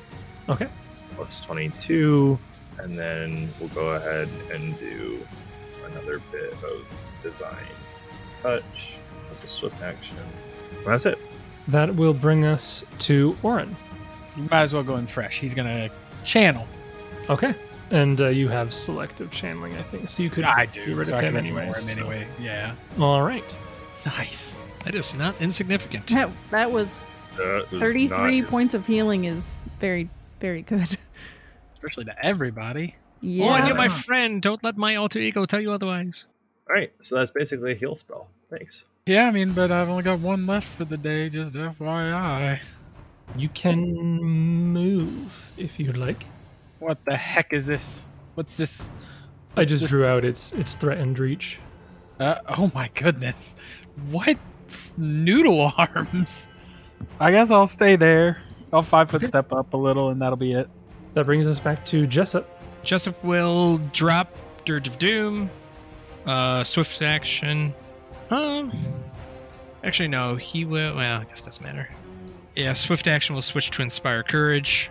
Okay. Plus 22. And then we'll go ahead and do another bit of Divine Touch. That's a swift action. And that's it. That will bring us to Oren. You might as well go in fresh. He's going to channel. Okay. And uh, you have selective channeling, I think, so you could. I get do. rid So of I him can anyway, ignore him so- anyway. Yeah. All right. Nice. that is not insignificant. That, that was Uh, That was 33 not- points of healing is very, very good. Especially to everybody. Yeah. Oh, and you're my friend. Don't let my alter ego tell you otherwise. All right. So that's basically a heal spell. Thanks. Yeah, I mean, but I've only got one left for the day, just FYI. You can move if you'd like. What the heck is this? What's this? I just Just- drew out its its threatened reach. Uh, oh my goodness. What noodle arms? I guess I'll stay there. I'll five foot step up a little and that'll be it. That brings us back to Jessup. Jessup will drop Dirge of Doom, uh, swift action. Um, actually, no, he will. Well, I guess it doesn't matter. Yeah, swift action will switch to Inspire Courage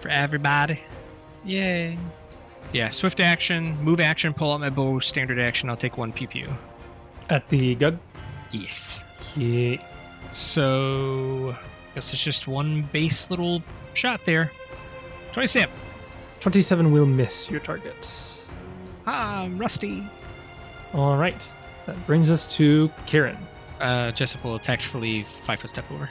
for everybody. Yay. Yeah, swift action, move action, pull out my bow, standard action. I'll take one PPU. At the gun. Yes. Yeah. So, I guess it's just one base little shot there. 27. 27 will miss your target. Ah, I'm rusty. All right. That brings us to Kieran. Uh, Jessup will tactfully five foot step over.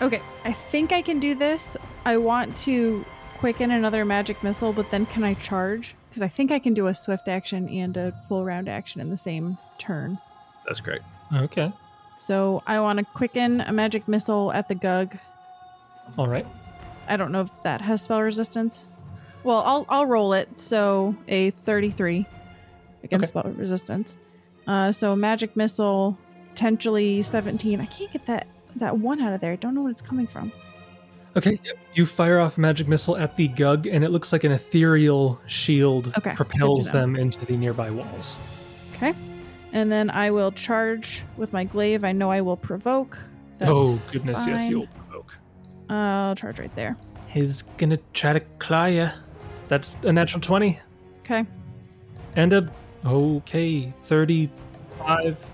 Okay, I think I can do this. I want to quicken another magic missile, but then can I charge? Because I think I can do a swift action and a full round action in the same turn. That's great. Okay. So I want to quicken a magic missile at the Gug. All right. I don't know if that has spell resistance. Well, I'll I'll roll it. So a thirty-three against spell resistance. Uh, so magic missile, potentially seventeen. I can't get that that one out of there. I don't know what it's coming from. Okay. Yep. You fire off magic missile at the Gug, and it looks like an ethereal shield Okay, propels good to know. them into the nearby walls. Okay, and then I will charge with my glaive. I know I will provoke. That's oh goodness! Yes, fine. you'll provoke. Uh, I'll charge right there. He's gonna try to claw ya. That's a natural twenty Okay. and a okay thirty-five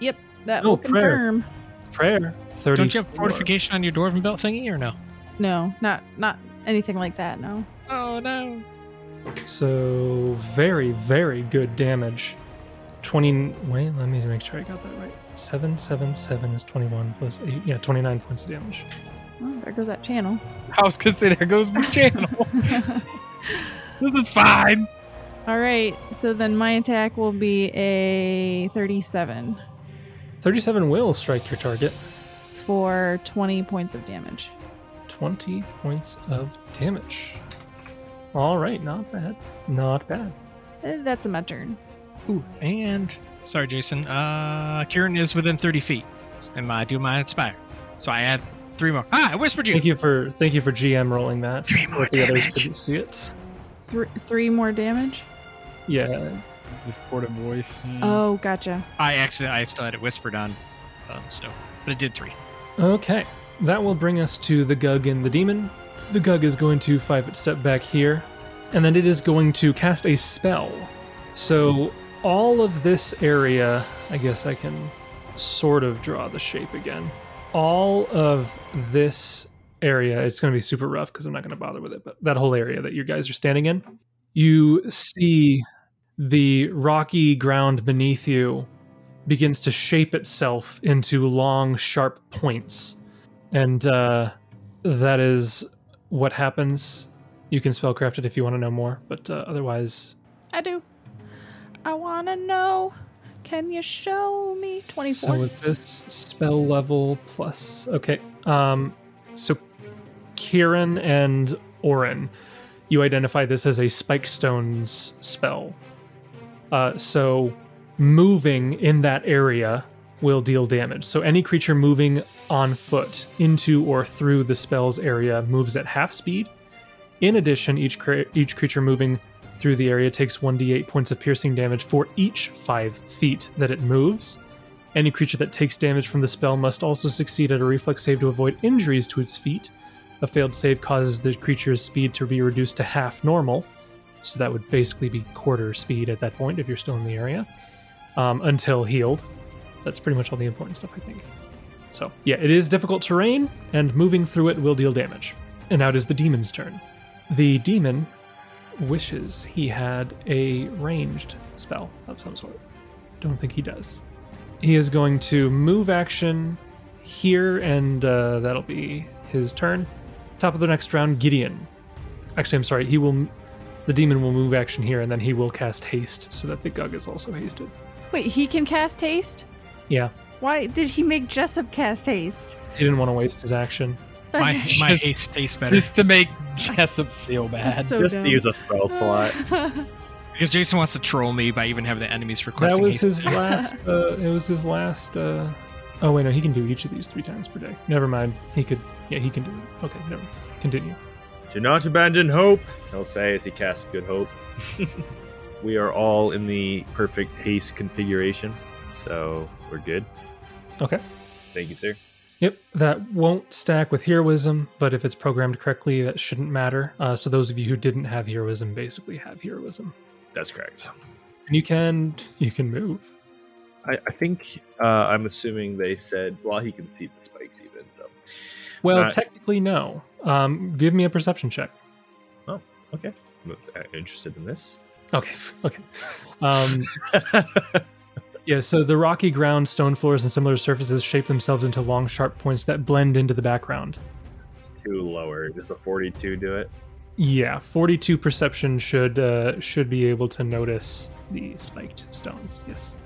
Yep, that Oh, will prayer. confirm. prayer. Thirty. Don't you have fortification on your dwarven belt thingy or no? No, not not anything like that. No. Oh no. So very, very good damage. Twenty. Wait, let me make sure I got that right. Seven, seven, seven is twenty-one plus eight. Yeah, twenty-nine points of damage. Well, Oh, there goes that channel. I was gonna say there goes my channel. this is fine. All right, so then my attack will be a 37 Thirty-seven will strike your target. for 20 points of damage. Twenty points of damage. All right, not bad. Not bad. Eh, That's my turn. Ooh, and sorry, Jason. Uh, Kieran is within 30 feet, and I do my inspire. So I add three more. Ah, I whispered you. Thank you for thank you for GM rolling that. Three so more that the others damage. couldn't see it. Three, three more damage? Yeah. Discordant voice. Mm. yeah. Oh, gotcha. I accident. I still had it whispered on, um, so but it did three. Okay. That will bring us to the Gug and the Demon. The Gug is going to five foot step back here, and then it is going to cast a spell. So all of this area, I guess I can sort of draw the shape again. All of this area, it's going to be super rough because I'm not going to bother with it, but that whole area that you guys are standing in, you see the rocky ground beneath you begins to shape itself into long, sharp points. And uh, that is what happens. You can spellcraft it if you want to know more, but uh, otherwise, I do. I want to know. Can you show me 24? so with this spell level plus, okay. Um, so Kieran and Orin, you identify this as a spike stones spell. Uh, so moving in that area will deal damage. So any creature moving on foot into or through the spell's area moves at half speed. In addition, each cre- each creature moving through the area takes 1d8 points of piercing damage for each 5 feet that it moves. Any creature that takes damage from the spell must also succeed at a reflex save to avoid injuries to its feet. A failed save causes the creature's speed to be reduced to half normal, so that would basically be quarter speed at that point if you're still in the area, um, until healed. That's pretty much all the important stuff, I think. So, yeah, it is difficult terrain, and moving through it will deal damage. And now it is the demon's turn. The demon wishes he had a ranged spell of some sort. Don't think he does. He is going to move action here, and uh, that'll be his turn. Top of the next round, Gideon. Actually, I'm sorry. He will. The demon will move action here, and then he will cast haste so that the Gug is also hasted. Wait, he can cast haste? Yeah, Why did he make Jessup cast haste? he didn't want to waste his action. That My, is my Just- haste tastes better. Just to make Jessup feel bad. so Just to dumb. use a spell slot. Because Jason wants to troll me by even having the enemies That requesting was his haste. last. Uh, it was his last. Uh, oh wait, no, he can do each of these three times per day. Never mind. He could. Yeah, he can do it. Okay, never. mind. Continue. Do not abandon hope, he'll say as he casts Good Hope. we are all in the perfect haste configuration, so we're good. Okay. Thank you, sir. Yep, that won't stack with heroism, but if it's programmed correctly, that shouldn't matter. Uh, so those of you who didn't have heroism basically have heroism, That's correct. and you can you can move. I, I think uh, I'm assuming they said, well, he can see the spikes even, so. Well, Not- technically no. Um, give me a perception check. I'm uh, interested in this. Okay, okay. Um, Yeah, so the rocky ground, stone floors, and similar surfaces shape themselves into long, sharp points that blend into the background. it's too lower. Does a 42 do it? Yeah, 42 perception should uh, should be able to notice the spiked stones. Yes.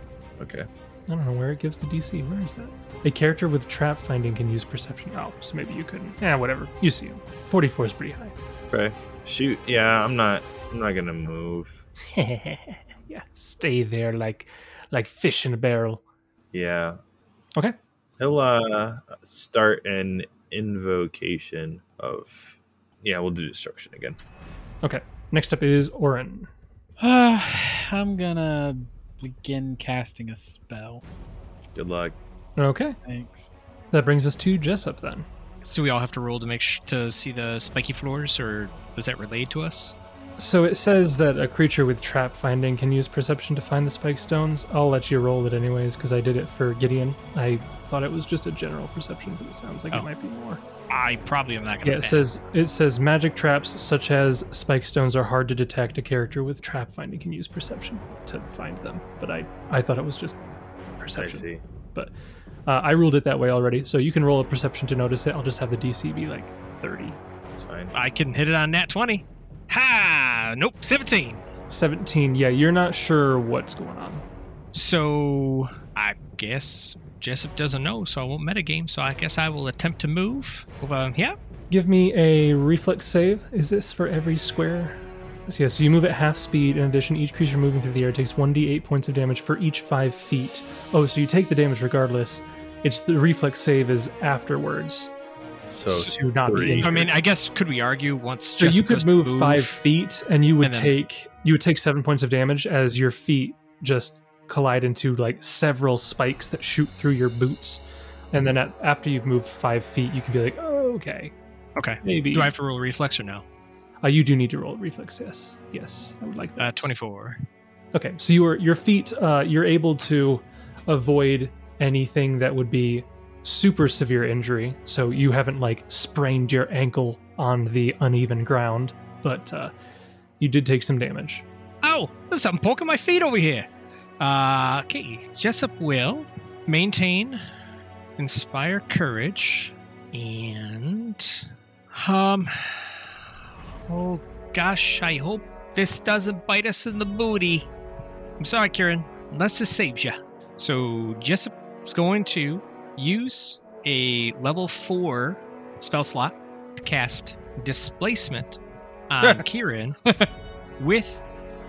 Okay. I don't know where it gives the DC. Where is that? A character with trap finding can use perception. Oh, so maybe you couldn't. Yeah, whatever. You see him. 44 is pretty high. Okay. Shoot. Yeah, I'm not. I'm not gonna move. yeah, stay there like like fish in a barrel. Yeah. Okay. He'll uh, start an invocation of. Yeah, we'll do destruction again. Next up is Orin. Uh, I'm gonna begin casting a spell. Good luck. Okay. Thanks. That brings us to Jessup then. So we all have to roll to make sh- to see the spiky floors, or does that relate to us? So it says that a creature with trap finding can use perception to find the spike stones. I'll let you roll it anyways because I did it for Gideon. I thought it was just a general perception, but it sounds like Oh. it might be more. I probably am not gonna. Yeah, it bet. says it says magic traps such as spike stones are hard to detect. A character with trap finding can use perception to find them, but I I thought it was just I perception. see. Uh, I ruled it that way already, so you can roll a perception to notice it. I'll just have the DC be like thirty. It's fine. I can hit it on nat twenty. Ha! Nope, seventeen. 17 yeah you're not sure what's going on So I guess Jessup doesn't know, so I won't metagame. So I guess I will attempt to move over here. Give me a reflex save. Is this for every square? So, yeah, so you move at half speed. In addition, each creature moving through the air takes 1d8 points of damage for each 5 feet. Oh, so you take the damage regardless. It's the reflex save is afterwards. So So Uh, you're not three. being- I mean, I guess could we argue once? So Jessup you goes could to move, 5 feet and you would and then- take you would take 7 points of damage as your feet just collide into like several spikes that shoot through your boots. And then at, after you've moved 5 feet, you can be like, "Oh, okay. Okay. Maybe." Do I have to roll reflex or no? Uh, you do need to roll reflex. Yes, yes, I would like that. Uh, twenty-four. Okay, so your your feet, uh, you're able to avoid anything that would be super severe injury. So you haven't like sprained your ankle on the uneven ground, but uh, you did take some damage. Ow! Oh, There's something poking my feet over here. Uh, okay, Jessup will maintain, inspire courage, and um, oh gosh, I hope this doesn't bite us in the booty. I'm sorry, Kieran. Unless this saves ya. So Jessup's going to use a level four spell slot to cast displacement on Kieran with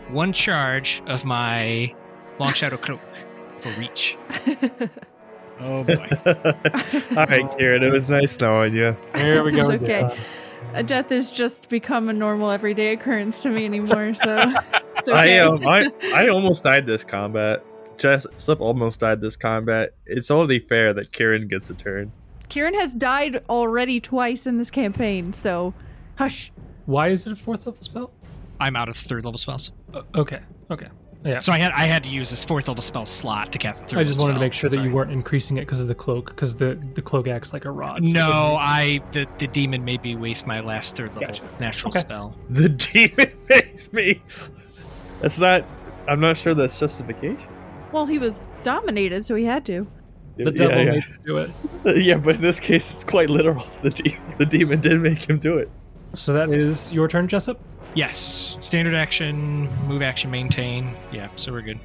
one charge of my long shadow cloak for reach. Oh boy. All right, Kieran. It was nice knowing you. Here we It's okay. Uh, death has just become a normal everyday occurrence to me anymore, so it's okay. I um, I I almost died this combat. Jessup almost died this combat. It's only fair that Kieran gets a turn. Kieran has died already twice in this campaign, so hush. Why is it a fourth level spell? I'm out of third level spells, Uh, okay, okay. Yeah. so I had I had to use this fourth level spell slot to cast. a Third I just level wanted to spell. make sure that Sorry. you weren't increasing it because of the cloak, because the the cloak acts like a rod. so it No, I the, the demon made me waste my last third level Gotcha. natural Okay. spell. The demon made me. That's not. I'm not sure that's justification. Well, he was dominated, so he had to. doesn't- the devil yeah, made you do it. yeah. yeah, but in this case, it's quite literal. The, de- the demon did make him do it. So that is your turn, Jessup. Yes, standard action, move action, maintain. Yeah, so we're good.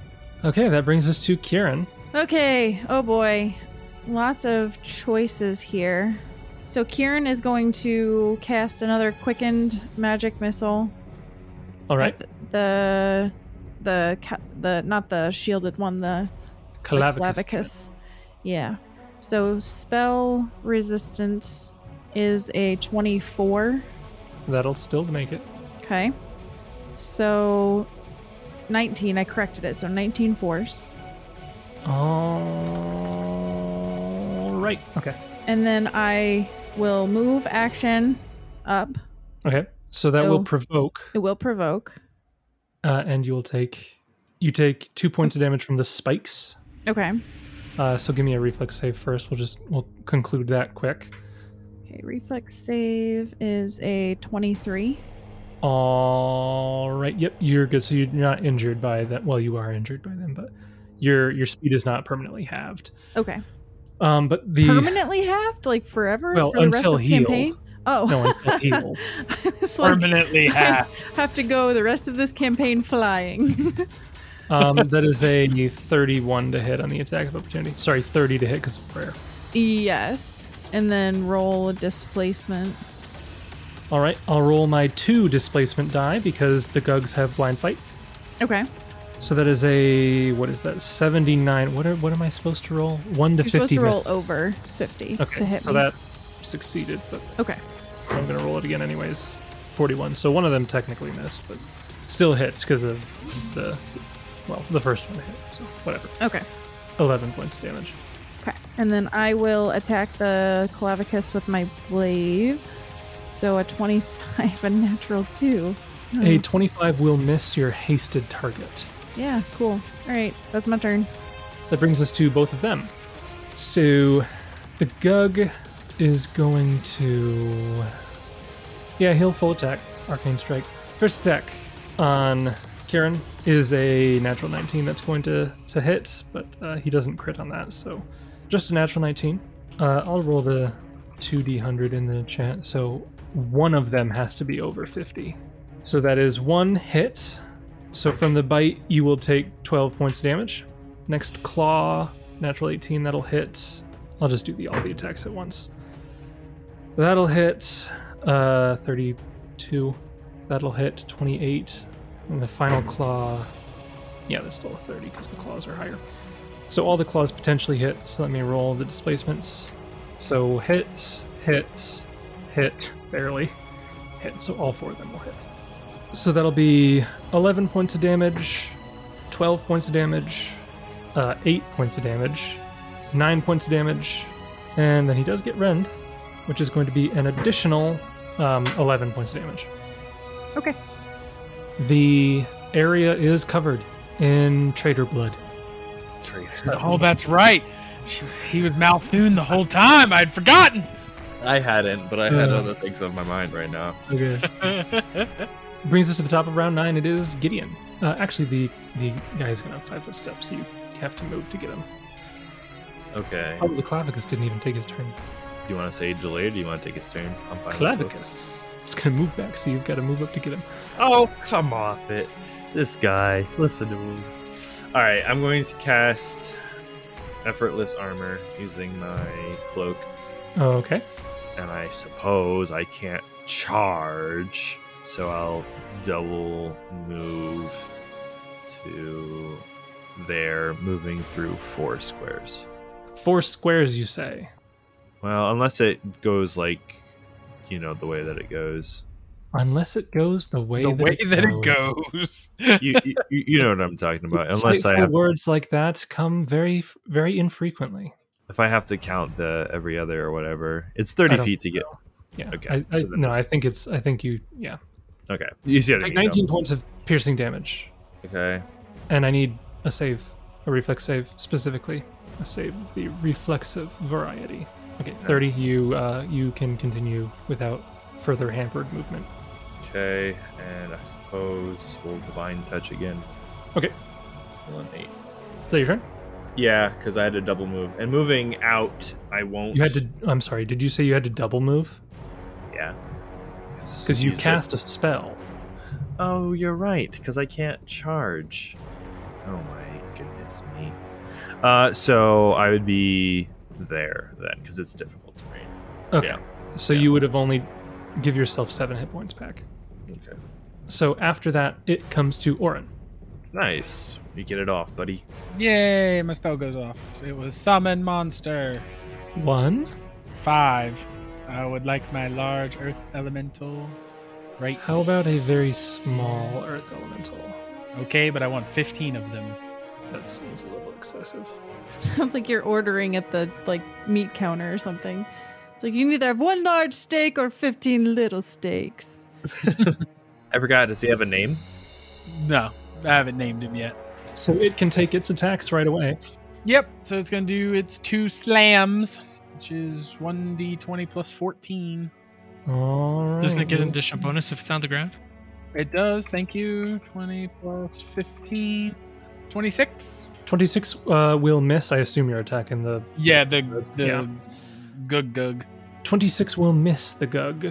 Okay, that brings us to Kieran. Okay, oh boy. Lots of choices here. So Kieran is going to cast another quickened magic missile. All at right, th- The, the ca- the not the shielded one. The the Calavicus. clavicus. Yeah. So spell resistance is a twenty-four. That'll still make it. Okay. So 19, I corrected it. So 19 force. Oh. All right. Okay. And then I will move action up. Okay. So that will So- provoke, It will provoke. uh, and you will take you take two points of damage from the spikes. Okay. Uh, so give me a reflex save first. We'll just we'll conclude that quick. Okay, reflex save is a 23. All right. Yep, you're good. So you're not injured by that. Well, you are injured by them, but your your speed is not permanently halved. Okay. Um, but the Permanently halved? Like forever? well for the rest until of the healed. campaign? Oh. No, until healed. I was like, Permanently half. have to go the rest of this campaign flying. Um, that is a 31 to hit on the attack of opportunity. Sorry, 30 to hit because of prayer. yes. And then roll a displacement. All right, I'll roll my two displacement die because the Gugs have blind fight. Okay. So that is a what is that? 79. What are what am I supposed to roll? One to 50. You're supposed to roll misses. over 50 Okay, to hit so me. that succeeded, but okay. I'm gonna roll it again anyways. 41. So one of them technically missed, but still hits because of the well, the first one hit. So whatever. Okay. 11 points of damage. Okay. And then I will attack the Clavicus with my blade. So a 25, a natural 2. Oh, A 25 will miss your hasted target. yeah, cool. All right, that's my turn. That brings us to both of them. So the Gug is going to. Yeah, he'll full attack, Arcane Strike. First attack on Kieran is a natural 19 that's going to, to hit, but uh, he doesn't crit on that, so just a natural 19. Uh, I'll roll the 2d100 in the chat, so one of them has to be over 50. So that is one hit. So from the bite, you will take 12 points of damage. Next claw, natural 18, that'll hit. I'll just do the all the attacks at once. That'll hit uh 32. That'll hit 28. And the final claw. Yeah, that's still a 30 because the claws are higher. So all the claws potentially hit, so let me roll the displacements. So hit, hit, hit, barely. Hit, so all four of them will hit. So that'll be 11 points of damage, 12 points of damage, uh, 8 points of damage, 9 points of damage, and then he does get rend, which is going to be an additional um, 11 points of damage. Okay. The area is covered in traitor blood. Oh, that's right. She, he was Malthune the whole time. I'd forgotten. I hadn't, but I had Uh. other things on my mind right now. Okay. Brings us to the top of round nine. It is Gideon. Uh, actually, the the guy is going to have five foot step, so you have to move to get him. Okay. Oh, the Clavicus didn't even take his turn. Do you want to say delay or do you want to take his turn? I'm fine. with both. Clavicus is going to move back, so you've got to move up to get him. Oh, come off it. This guy. Listen to him. All right, I'm going to cast effortless armor using my cloak, Okay. and I suppose I can't charge, so I'll double move to there, moving through four squares. Four squares, you say. Well, unless it goes like, you know, the way that it goes. Unless it goes the way, The that, way it that it goes. You, you, you know what I'm talking about. Unless I Insightful have, words like that come very, very infrequently. if I have to count the every other or whatever, it's I 30 don't feet to get. Yeah. Okay, I, I, so then no, it's- I think it's. I think you. Yeah. Okay, you see what I Take mean, though. 19 points of piercing damage. Okay. and I need a save, a reflex save specifically, a save of the reflexive variety. Okay, thirty. You uh, you can continue without further hampered movement. Okay, and I suppose we'll divine touch again. Okay. One eight. Is that your turn? Yeah, because I had to double move, and moving out, I won't. You had to. I'm sorry. Did you say you had to double move? Yeah. Because you Use it. cast a spell. Oh, you're right. Because I can't charge. Oh my goodness me. Uh, so I would be there then, because it's difficult terrain. Okay. Yeah. So you would have only give yourself seven hit points back. Okay. So after that, it comes to Orin. Nice. You get it off, buddy. Yay, my spell goes off. It was summon monster. One. Five. I would like my large earth elemental. Right. How about a very small earth elemental? Okay, but I want 15 of them. That seems a little excessive. Sounds like you're ordering at the like meat counter or something. It's like you can either have one large steak or fifteen little steaks. I forgot. Does he have a name? No, I haven't named him yet. So it can take its attacks right away. Yep, so it's going to do its two slams, which is 1d20 plus 14. All right. Doesn't it get an let's- additional bonus if it's on the ground? It does, thank you. 20 plus 15. 26? 26 uh, will miss. I assume you're attacking the. Yeah, the, the Yeah. gug gug. 26 will miss the Gug.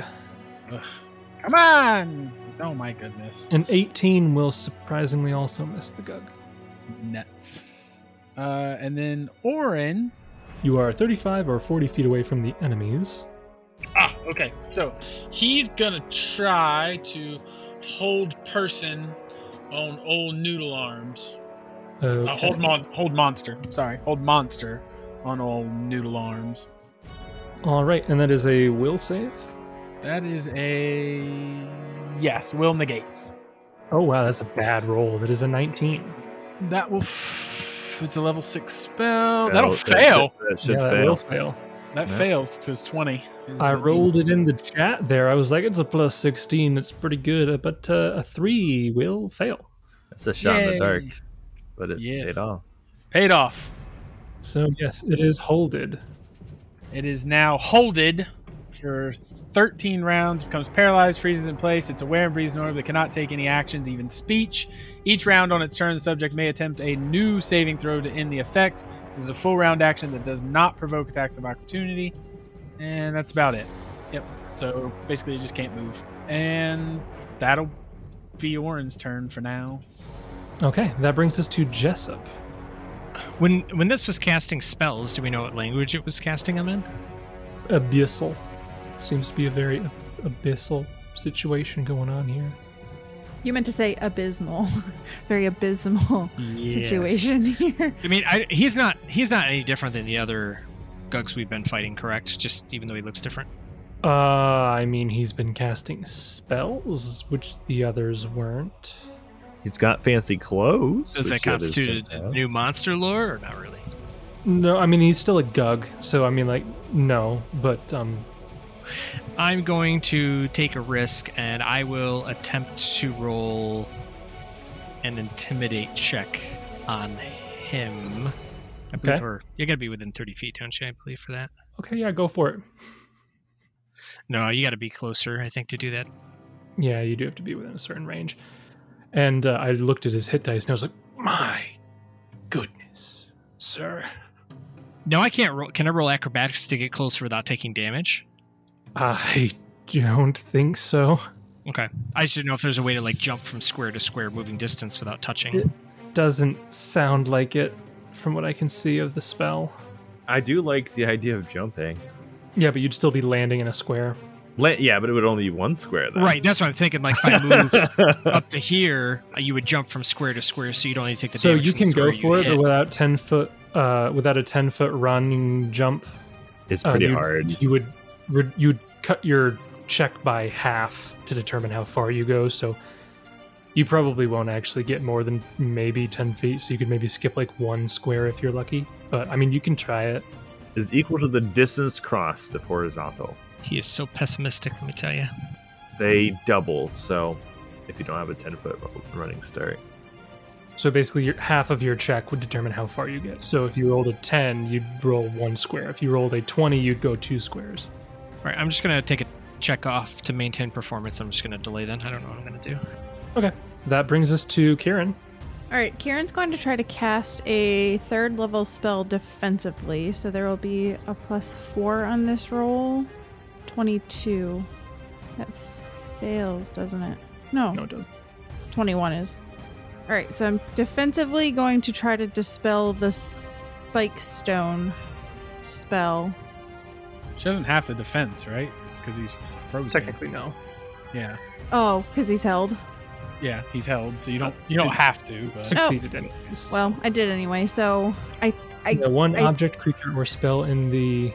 Ugh. Come on! Oh my goodness. And 18 will surprisingly also miss the Gug. Nuts. Uh, and then Orin. You are 35 or 40 feet away from the enemies. Ah, okay. So he's gonna try to hold person on old noodle arms. Okay. Uh, hold mon- hold monster. Sorry, hold monster on old noodle arms. All right, and that is a will save. That is a yes. Will negates. Oh wow, that's a bad roll. That is a 19. That will. F- it's a level six spell. Oh, No, That'll that fail. should- That should yeah, that fail. will fail. That Yeah. fails because twenty. is I the rolled it in the chat there. I was like, it's a plus 16. It's pretty good, but uh, a three will fail. It's a shot in Yay. the dark, but it Yes. paid off. paid off. So yes, it is holded. It is now holded for 13 rounds, becomes paralyzed, freezes in place. It's aware and breathes normal, but cannot take any actions, even speech. Each round on its turn, the subject may attempt a new saving throw to end the effect. This is a full round action that does not provoke attacks of opportunity. And that's about it. Yep. So basically, you just can't move. And that'll be Orin's turn for now. Okay, that brings us to Jessup. When when this was casting spells, do we know what language it was casting them in? Abyssal seems to be a very ab- abyssal situation going on here. You meant to say abysmal, very abysmal situation here. I mean, I, he's not he's not any different than the other Gugs we've been fighting, correct? Just even though he looks different. Uh, I mean, he's been casting spells, which the others weren't. He's got fancy clothes. Does which that the others constitute don't a have. new monster lore or not really? No, I mean he's still a gug, so I mean like no, but um I'm going to take a risk and I will attempt to roll an intimidate check on him. I believe Okay. we're- you got to be within 30 feet, don't you? I believe for that. okay, yeah, go for it. No, you got to be closer, I think, to do that. Yeah, you do have to be within a certain range. And uh, I looked at his hit dice and I was like, "My goodness, sir." No, I can't roll. Can I roll acrobatics to get closer without taking damage? I don't think so. I just didn't know if there's a way to like jump from square to square, moving distance without touching. Yeah. Doesn't sound like it from what I can see of the spell. I do like the idea of jumping. Yeah, but you'd still be landing in a square. Le- yeah, but it would only be one square. Then. Right, Mm. that's what I'm thinking. Like if I move up to here, uh, you would jump from square to square, so you don't need to take the So damage. you from can the square go for it, hit. but without ten foot, uh, without a ten foot running jump, it's Uh, pretty you- hard. you would re- you'd cut your check by half to determine how far you go so you probably won't actually get more than maybe 10 feet so you could maybe skip like one square if you're lucky but i mean you can try it Is equal to the distance crossed of horizontal. He is so pessimistic, let me tell you. They Mm-hmm. double, so if you don't have a ten foot running start, so basically your, half of your check would determine how far you get so if you rolled a 10 you'd roll one square if you rolled a 20 you'd go two squares All right, I'm just gonna take a check off to maintain performance. I'm just gonna delay then. I don't know what I'm gonna do. that brings us to kieran All right, Kieran's going to try to cast a third level spell defensively, so there will be a plus four on this roll. 22. That fails, doesn't it? No, no it doesn't 21 is. All right, so I'm defensively going to try to dispel the spike stone spell. She doesn't have the defense, right? because he's frozen. Technically, no. Yeah, Oh, because he's held. yeah, he's held, so you don't you don't have to. But Succeeded anyways. Well, I did anyway, so I I The one I- object, creature, or spell in the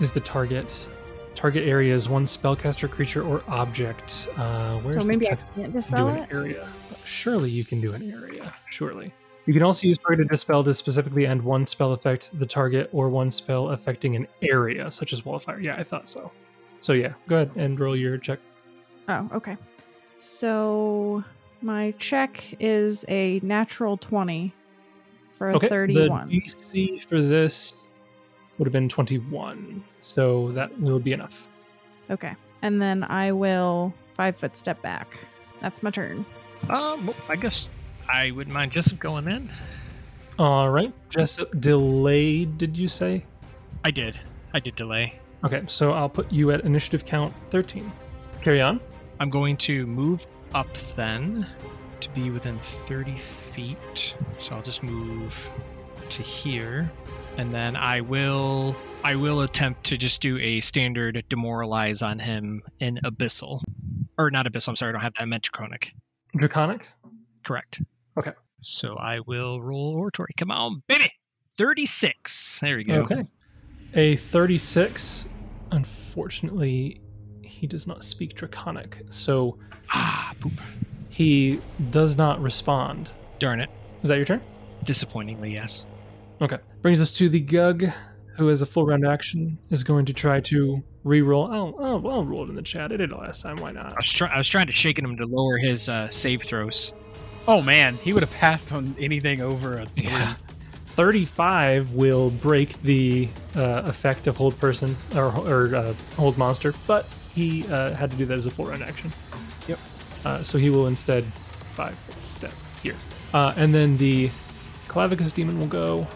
is the target. Target area is one spellcaster, creature, or object. Uh, where's so the maybe I text? can't You can dispel do an it. area. Surely you can do an area. Surely. You can also use targeted dispel to specifically end one spell affect the target or one spell affecting an area, such as wall of fire. Yeah, I thought so. So yeah, go ahead and roll your check. Oh, okay. So my check is a natural twenty for a thirty-one. The DC for this would have been twenty-one, so that will be enough. Okay, and then I will five foot step back. That's my turn. Um, well, I guess I wouldn't mind Jessup going in. All right, Jessup delayed. Did you say? I did. I did delay. Okay, so I'll put you at initiative count thirteen. Carry on. I'm going to move up then to be within 30 feet. So I'll just move to here. And then I will I will attempt to just do a standard demoralize on him in abyssal. Or not abyssal, I'm sorry, I don't have that I meant draconic. Draconic. Correct. Okay. So I will roll oratory. Come on, baby. 36. There we go. Okay. A 36. Unfortunately, he does not speak Draconic, so Ah, poop. he does not respond. Darn it. Is that your turn? Disappointingly, yes. Okay. Brings us to the Gug, who has a full round action, is going to try to re-roll. Oh, oh I'll roll it in the chat. I did it last time. Why I not? was, try- I was trying to shake him to lower his uh, save throws. oh man, he would have passed on anything over a three. 35 will break the uh, effect of hold person or, or uh, hold monster, but he uh, had to do that as a full round action. Yep. Uh, so he will instead five foot step here. Uh, and then the Clavicus demon will go.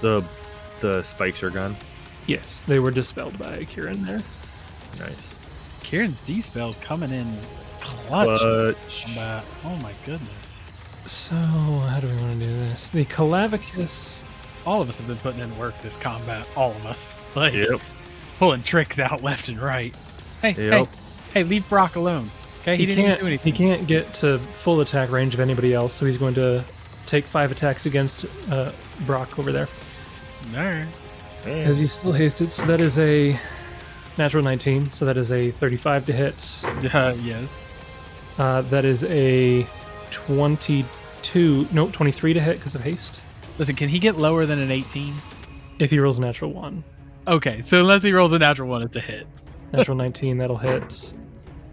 The the spikes are gone. Yes, they were dispelled by Kieran there. Nice. Kieran's D spells coming in clutch. Clutch. Uh, oh my goodness. So, how do we want to do this? The Calavicus All of us have been putting in work this combat. All of us. Like Yep. pulling tricks out left and right. Hey, Yep. hey, hey, leave Brock alone. Okay, he, he, didn't can't even do he anything. can't get to full attack range of anybody else so he's going to take five attacks against uh, brock over there Alright. because he's still hasted so that is a natural 19 so that is a 35 to hit Uh, yes. uh, that is a 22 no 23 to hit because of haste Listen, can he get lower than an 18? if he rolls a natural 1 Okay, so unless he rolls a natural one, it's a hit. natural 19 that'll hit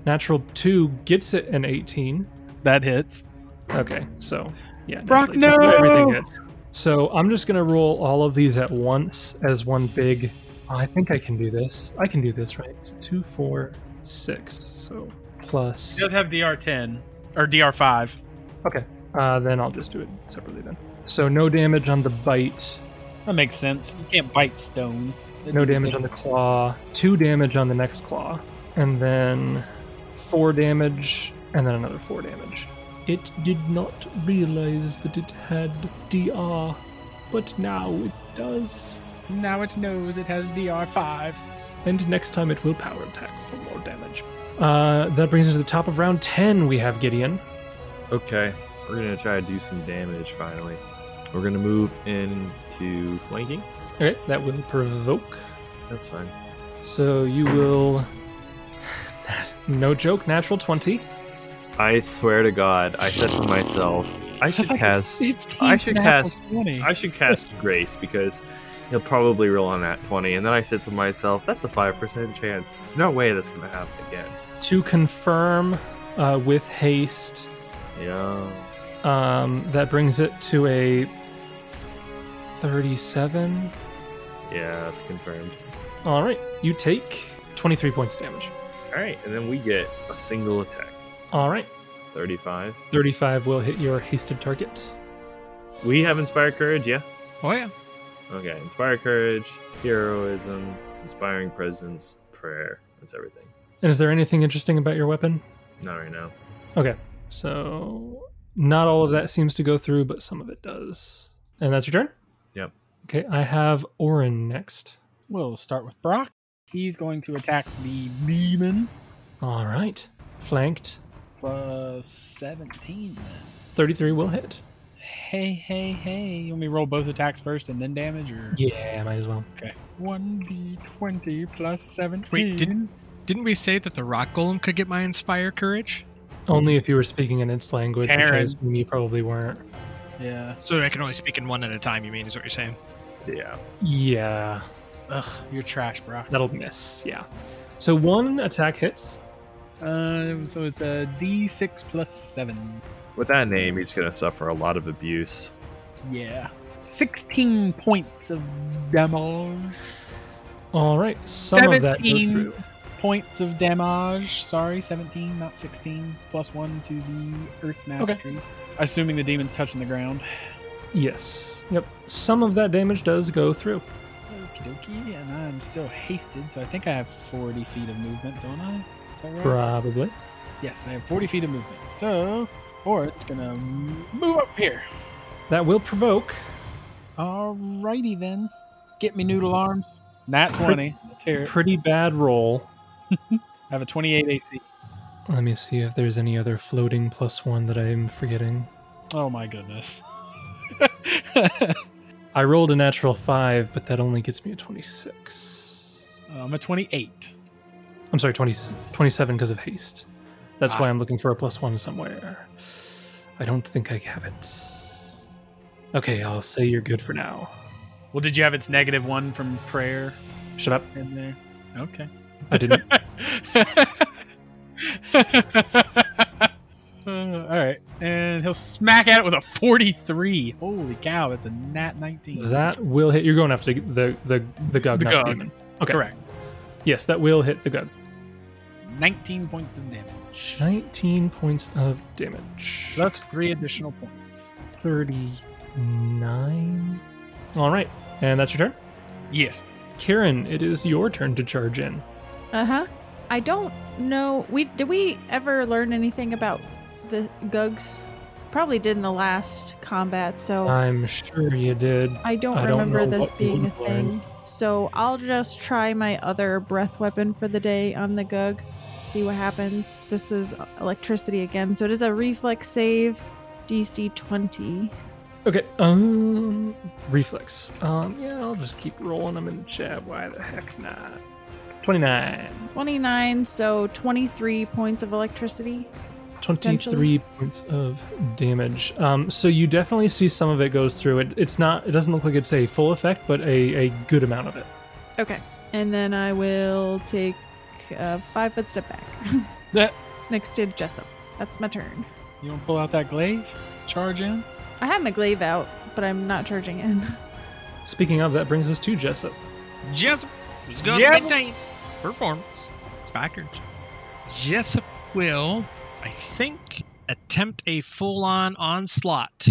natural 2 gets it an 18 That hits. Okay, so yeah, Brock, definitely took no! everything hits. So I'm just gonna roll all of these at once as one big. Oh, I think I can do this. I can do this, right? So two, four, six. So He plus. does have DR 10 or DR 5. Okay, uh, then I'll just do it separately then. So no damage on the bite, That makes sense. You can't bite stone. no damage on the claw, two damage on the next claw, and then four damage, and then another four damage. It did not realize that it had DR, but now it does. Now it knows it has DR 5. And next time it will power attack for more damage. Uh, that brings us to the top of round 10. We have Gideon. Okay, we're gonna try to do some damage finally. We're gonna move into flanking. Okay, that will provoke. That's fine. So you will. No joke, natural 20. I swear to God, I said to myself, I should cast. I should cast. 20. I should cast grace because he'll probably roll on that twenty. And then I said to myself, that's a five percent chance. No way that's gonna happen again. To confirm uh, with haste, Yeah. um, that brings it to a 37. Yeah, that's confirmed. All right, you take 23 points of damage. All right, and then we get a single attack. All right, Thirty-five. 35 will hit your hasted target. We have inspired courage, yeah. Oh, yeah. Okay, inspire courage, heroism, inspiring presence, prayer. That's everything. And is there anything interesting about your weapon? Not right now. So not all of that seems to go through, but some of it does. And that's your turn? Yep. Okay, I have Orin next. We'll start with Brock. He's going to attack the demon. All right. Flanked. Plus 17. then. 33 will hit. Hey, hey, hey. You want me to roll both attacks first and then damage? or Yeah, might as well. Okay. 1d20 plus 17. Wait, did- Didn't we say that the rock golem could get my inspire courage? Only if you were speaking in its language, which I Terran. assume you probably weren't. Yeah. So I can only speak in one at a time. You mean is what you're saying? Yeah. Yeah, Ugh, you're trash, bro. that'll miss. Yeah. So one attack hits. Um, so it's a d6 plus 7. With that name, he's going to suffer a lot of abuse. Yeah. 16 points of damage. All right. Some of that go 17 through. points of damage. Sorry, 17, not 16. Plus 1 to the Earth Mastery. Assuming the demon's touching the ground. Yes. Yep. Some of that damage does go through. Okie dokie, and I'm still hasted, so I think I have 40 feet of movement, don't I? Is that right? Probably. Yes, I have 40 feet of movement. So, or it's gonna move up here. That will provoke. Alrighty then. Get me noodle arms. Nat 20. Let's hear it. Pretty bad roll. I have a 28 AC. Let me see if there's any other floating plus one that I'm forgetting. Oh my goodness. I rolled a natural five, but that only gets me a 26. I'm Um, a 28. I'm sorry, 20, 27 because of haste. That's why Ah. I'm looking for a plus one somewhere. I don't think I have it. Okay, I'll say you're good for now. Well, did you have its negative one from prayer Shut up. in there? Okay. I didn't. all right, and he'll smack at it with a 43. Holy cow, that's a nat 19. that will hit. You're going after the the the gug, The not the gug. demon. Okay. correct. Yes, that will hit the gug. 19 points of damage. 19 points of damage. That's three additional points. 39. All right, and that's your turn. Yes. Kieran, it is your turn to charge in. Uh huh. I don't know. We did we ever learn anything about the Gugs? Probably did in the last combat, Oh. so I'm sure you did. I don't Uh, I don't remember know this what we being a would've thing. learned. So I'll just try my other breath weapon for the day on the Gug. See what happens. This is electricity again, so it is a reflex save, DC 20. Okay. Um, reflex. Um, yeah, I'll just keep rolling them in the chat. Why the heck not? Twenty-nine. 29, so 23 points of electricity. Twenty-three points of damage. Um, so you definitely see some of it goes through. It, it's not. It doesn't look like it's a full effect, but a, a good amount of it. Okay. And then I will take a five foot step back. Yeah. Next to Jessup. That's my turn. You want to pull out that glaive? Charge in? I have my glaive out, but I'm not charging in. Speaking of, that brings us to Jessup. Jessup is going Jessup. to maintain performance. It's backwards. Jessup will, I think, attempt a full-on onslaught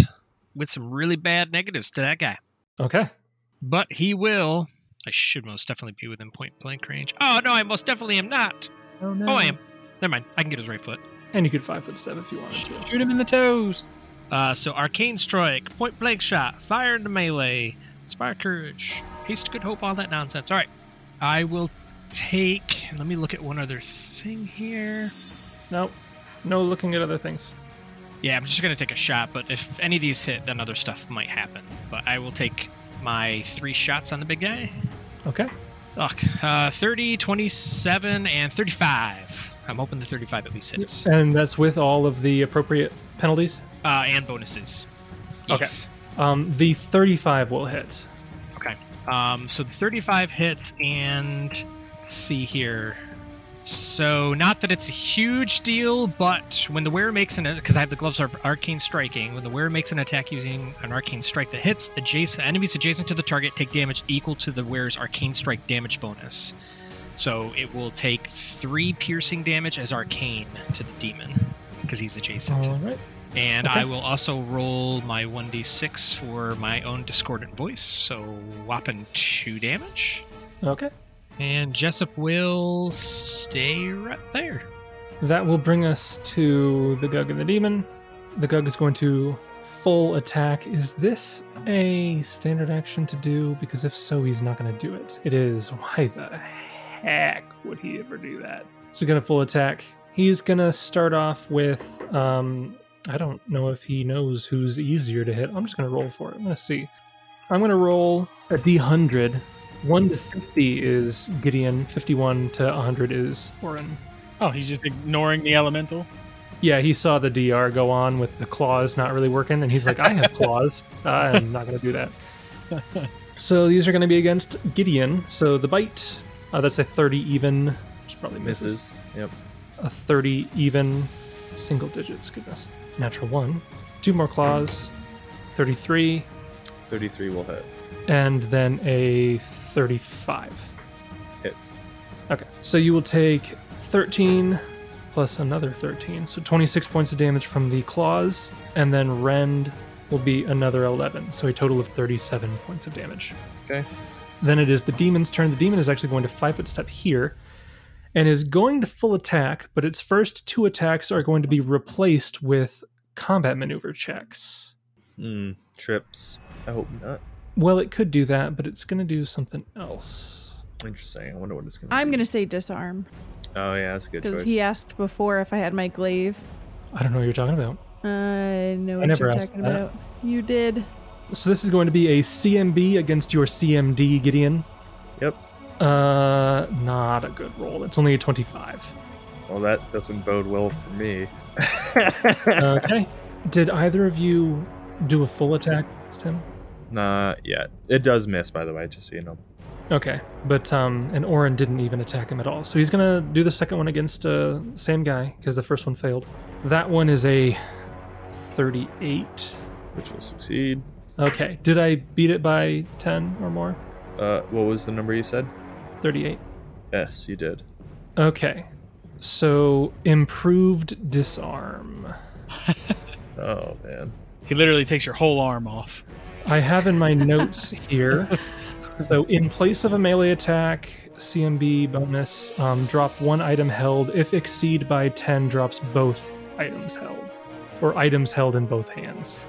with some really bad negatives to that guy. Okay. But he will. I should most definitely be within point blank range. Oh no, I most definitely am not. Oh no. Oh, I am. Never mind. I can get his right foot. And you could five foot step if you wanted to. Shoot him in the toes. Uh, so arcane strike, point blank shot, fire into melee, inspire courage, haste, good hope, all that nonsense. All right, I will take. Let me look at one other thing here. No, no looking at other things. Yeah, I'm just gonna take a shot, but if any of these hit, then other stuff might happen. But I will take my three shots on the big guy. Okay. Look, uh, 30, 27, and 35. I'm hoping the 35 at least hits. And that's with all of the appropriate penalties. Uh, and bonuses. Okay. Yes. Um, the thirty-five will hit. Um, so the 35 hits, and let's see here. So not that it's a huge deal, but when the wearer makes an because I have the gloves are arcane striking. When the wearer makes an attack using an arcane strike that hits adjacent enemies adjacent to the target take damage equal to the wearer's arcane strike damage bonus. So it will take three piercing damage as arcane to the demon because he's adjacent. All right. And Okay. I will also roll my 1d6 for my own discordant voice, so whopping 2 damage. Okay. And Jessup will stay right there. That will bring us to the Gug and the Demon. The Gug is going to full attack. Is this a standard action to do? Because if so, he's not going to do it. It is. Why the heck would he ever do that? So gonna full attack. He's gonna start off with um I don't know if he knows who's easier to hit. I'm just gonna roll for it. I'm gonna see. I'm gonna roll a D hundred. One to fifty is Gideon, fifty-one to hundred is Orin. Oh, he's just ignoring the elemental. Yeah, he saw the DR go on with the claws not really working, and he's like, I have claws. I'm not gonna do that. So these are gonna be against Gideon. So the bite, uh, that's a thirty even, which probably misses Misses. Yep. a 30 even single digits. Goodness. Natural one. Two more claws, 33, 33 will hit. and then a 35. Hits. Okay. So you will take 13 plus another 13. So 26 points of damage from the claws, and then rend will be another 11. So a total of 37 points of damage. Okay. Then it is the demon's turn. The demon is actually going to five foot step here and is going to full attack, but its first two attacks are going to be replaced with combat maneuver checks. Hmm. Trips. I hope not. Well, it could do that, but it's going to do something else. Interesting. I wonder what it's gonna. I'm be. gonna say disarm Oh yeah, that's a good because choice. he asked before if I had my glaive. I don't know what you're talking about. I know what never you're asked talking that. about. You did. So this is going to be a CMB against your CMD, Gideon. Yep. Uh, not a good roll. It's only a 25. Well, that doesn't bode well for me. okay. Did either of you do a full attack against him? Not yet. It does miss, by the way, just so you know. Okay, but um, and Orin didn't even attack him at all. So he's gonna do the second one against uh, same guy because the first one failed. That one is a thirty-eight. Which will succeed. Okay, did I beat it by ten or more? Uh, what was the number you said? Thirty-eight. Yes, you did. Okay, so improved disarm. Oh man. He literally takes your whole arm off. I have in my notes here. So, in place of a melee attack, CMB bonus, um, drop one item held. If exceed by 10, drops both items held, or items held in both hands.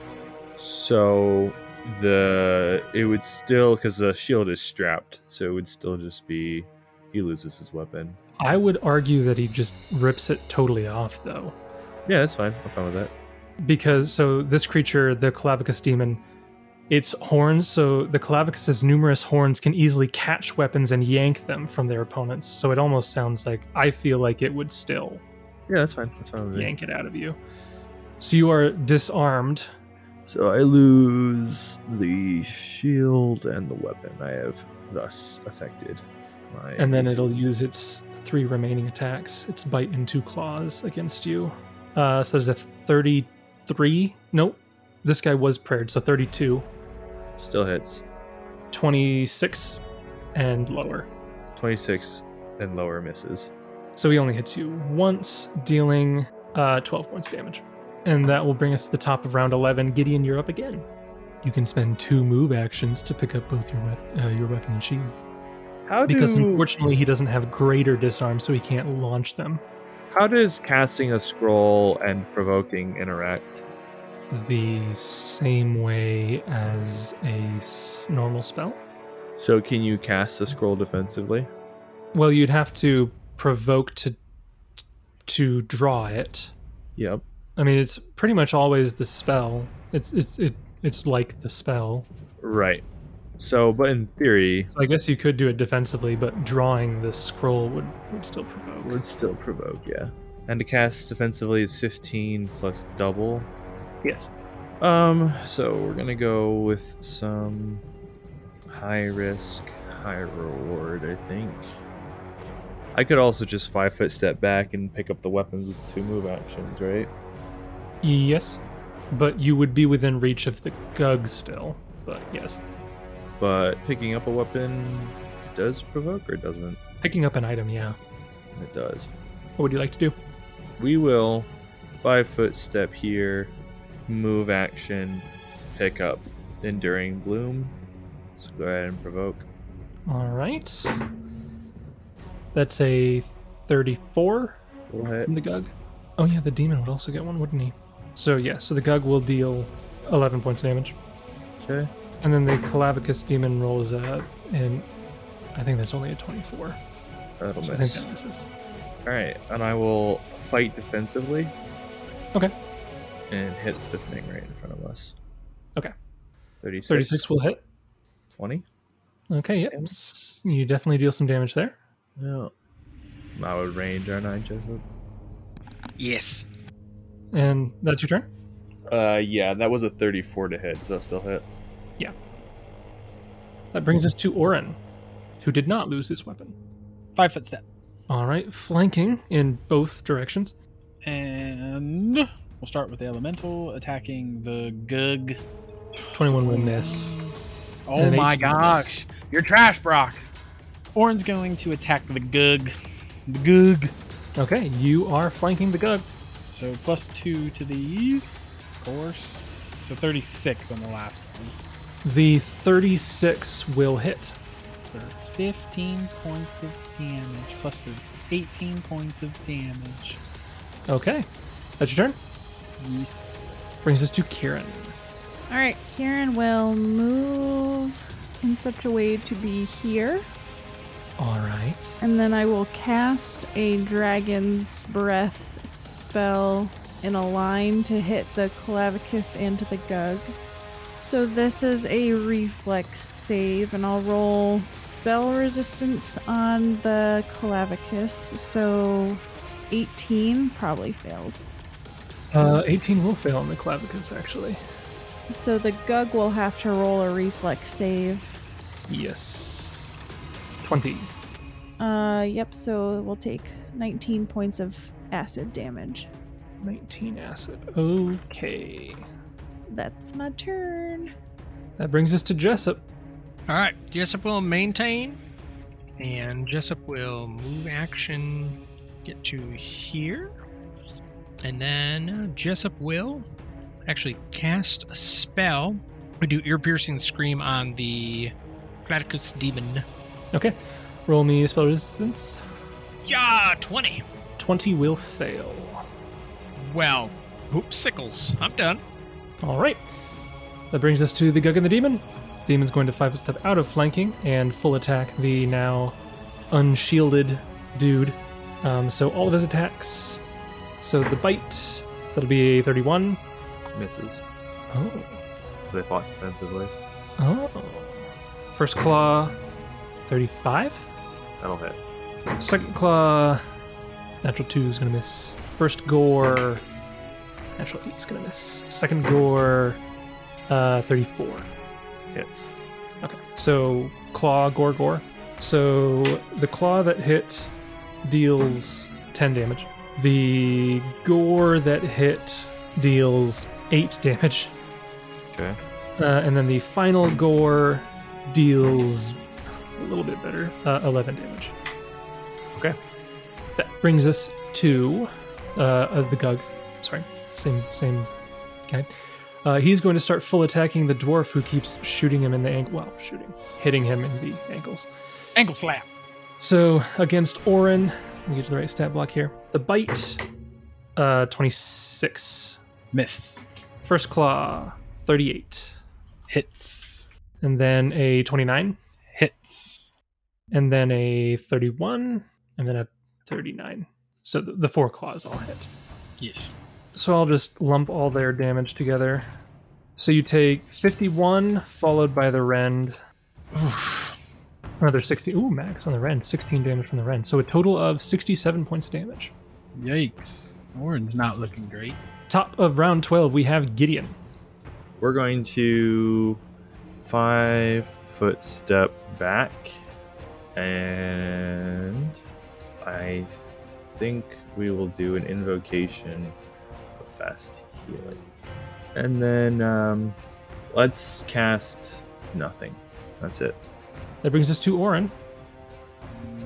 So the it would still because the shield is strapped, so it would still just be he loses his weapon. I would argue that he just rips it totally off, though. Yeah, that's fine. I'm fine with that. because so this creature, the Calavicus demon, its horns, so the Calavicus's numerous horns can easily catch weapons and yank them from their opponents. So it almost sounds like I feel like it would still Yeah, that's fine. That's fine with me. yank it out of you. So you are disarmed. So I lose the shield and the weapon I have thus affected. My and then AC. it'll use its three remaining attacks its bite and two claws against you uh, so there's a 33 nope this guy was prayed so 32 still hits 26 and lower 26 and lower misses. so he only hits you once dealing uh, 12 points of damage and that will bring us to the top of round 11 gideon you're up again you can spend two move actions to pick up both your, wep- uh, your weapon and shield How because do unfortunately he doesn't have greater disarm so he can't launch them how does casting a scroll and provoking interact? the same way as a s- normal spell. So can you cast a scroll defensively? Well, you'd have to provoke to to draw it. Yep. I mean, it's pretty much always the spell. It's it's it, it's like the spell. Right. So, but in theory, So I guess you could do it defensively, but drawing the scroll would would still provoke. would still provoke, yeah. And to cast defensively is 15 plus double. Yes. Um, so we're gonna go with some high risk, high reward, I think. I could also just five foot step back and pick up the weapons with two move actions, right? Yes. But you would be within reach of the gug still. But yes, But picking up a weapon does provoke or doesn't? picking up an item, yeah. It does. What would you like to do? We will five foot step here, move action, pick up Enduring Bloom. So go ahead and provoke. All right. That's a 34. We'll hit. from the Gug. Oh yeah, the demon would also get one, wouldn't he? So yeah, so the Gug will deal 11 points of damage, Okay. and then the Calabacus demon rolls a, and I think that's only a 24. That'll So I miss. think that misses. All right, and I will fight defensively. Okay. And hit the thing right in front of us. Okay. 36. 36 will hit. 20? Okay, yep. S- You definitely deal some damage there. Yeah. I would range, aren't I, Jessup? Yes. And that's your turn? Uh, yeah, that was a 34 to hit, so that still hit. That brings us to Orin, who did not lose his weapon. Five foot step. All right, flanking in both directions. And we'll start with the elemental attacking the gug. 21 will miss. Oh And an my 18 will miss. gosh. You're trash, Brock. Orin's going to attack the gug. The gug. Okay, you are flanking the gug. So plus two to these, of course. So 36 on the last one The 36 will hit. for 15 points of damage, plus the 18 points of damage. Okay, that's your turn. Yes. Brings us to Kieran. All right, Kieran will move in such a way to be here, All right. and then I will cast a dragon's breath spell in a line to hit the clavicus and to the gug. So this is a reflex save, and I'll roll spell resistance on the clavicus. So 18 probably fails. Uh, 18 will fail on the clavicus, actually. So the gug will have to roll a reflex save. Yes. 20. Uh, yep. So we'll take 19 points of acid damage. 19 acid. Okay. That's my turn. That brings us to Jessup. All right. Jessup will maintain, and Jessup will move action, get to here, and then Jessup will actually cast a spell. We do ear piercing scream on the Gladicus demon. Okay. Roll me spell resistance. Yeah, twenty. 20 will fail. Well, poop sickles. I'm done. All right. That brings us to the Gug and the Demon. Demon's going to five step out of flanking and full attack the now unshielded dude. Um, so all of his attacks. So the bite, that'll be a 31. Misses. Oh. Because I fought defensively. Oh. First claw, 35. That'll hit. Second claw, natural two is gonna miss. First gore, natural eight is gonna miss. Second gore, uh, thirty-four. Hits. Okay, so claw, gore, gore. So the claw that hit deals ten damage. The gore that hit deals eight damage, Okay. uh, and then the final gore deals a little bit better, uh, eleven damage. Okay. That brings us to uh, uh, the Gug. Sorry, same same guy. Uh, he's going to start full attacking the dwarf who keeps shooting him in the ankle. Well, shooting, hitting him in the ankles. Ankle slap. So against Orin, let me get to the right stat block here. The bite, uh, twenty six. Miss. First claw, thirty eight, Hits. and then a twenty nine, Hits. and then a thirty one, and then a thirty nine. So the, the four claws all hit. Yes. So I'll just lump all their damage together. So you take 51, followed by the rend. Oof. Another 60. Ooh, max on the rend. 16 damage from the rend. So a total of 67 points of damage. Yikes. Orin's not looking great. Top of round 12, we have Gideon. We're going to five foot step back, and I think we will do an invocation of fast healing, and then um, let's cast nothing. That's it. That brings us to Orin.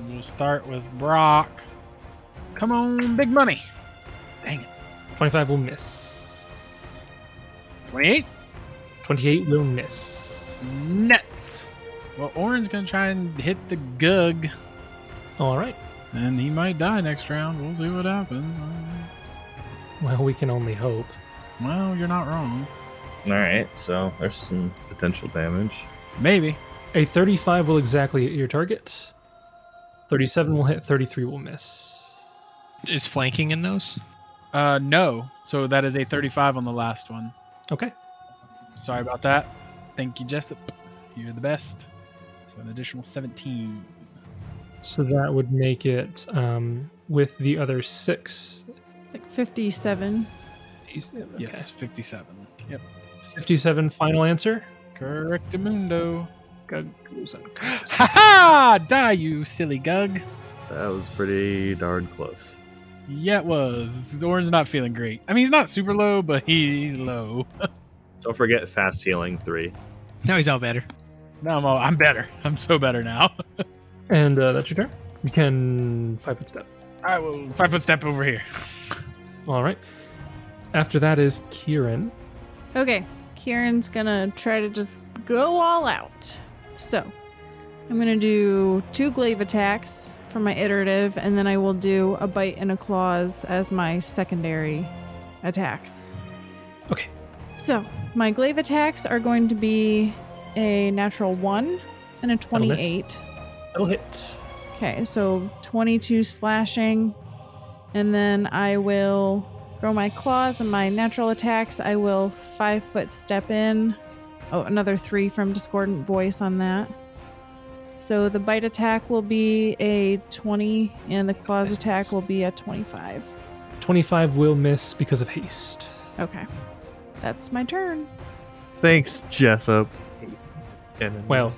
We'll start with Brock. Come on, big money. Dang it. 25 will miss. 28. 28 will miss. Nuts. Well, Orin's gonna try and hit the gug, All right. and he might die next round. We'll see what happens. Uh, Well, we can only hope. Well, you're not wrong. All right, so there's some potential damage. Maybe. A 35 will exactly hit your target. 37 will hit, 33 will miss. Is flanking in those? Uh, no. So that is a 35 on the last one. Okay. Sorry about that. Thank you, Jessup. You're the best. So an additional 17. So that would make it um, with the other six. Like 57. Yes, 57. Yep. 57 final answer. Correctamundo. Gug goes unconscious. Ha ha! Die, you silly gug. That was pretty darn close. Yeah, it was. Zorn's not feeling great. I mean, he's not super low, but he's low. Don't forget fast healing three. Now he's all better. Now I'm all, I'm better. I'm so better now. And uh, that's your turn. You can five foot step. I will five foot step over here. All right. After that is Kieran. Okay, Kieran's gonna try to just go all out. So, I'm gonna do two glaive attacks for my iterative, and then I will do a bite and a claws as my secondary attacks. Okay. So, my glaive attacks are going to be a natural one and a 28. That'll hit. Okay, so 22 slashing. And then I will grow my claws and my natural attacks. I will five foot step in. Oh, another three from Discordant Voice on that. So the bite attack will be a 20, and the claws attack will be a 25. 25 will miss because of haste. Okay. That's my turn. Thanks, Jessup. And then Well,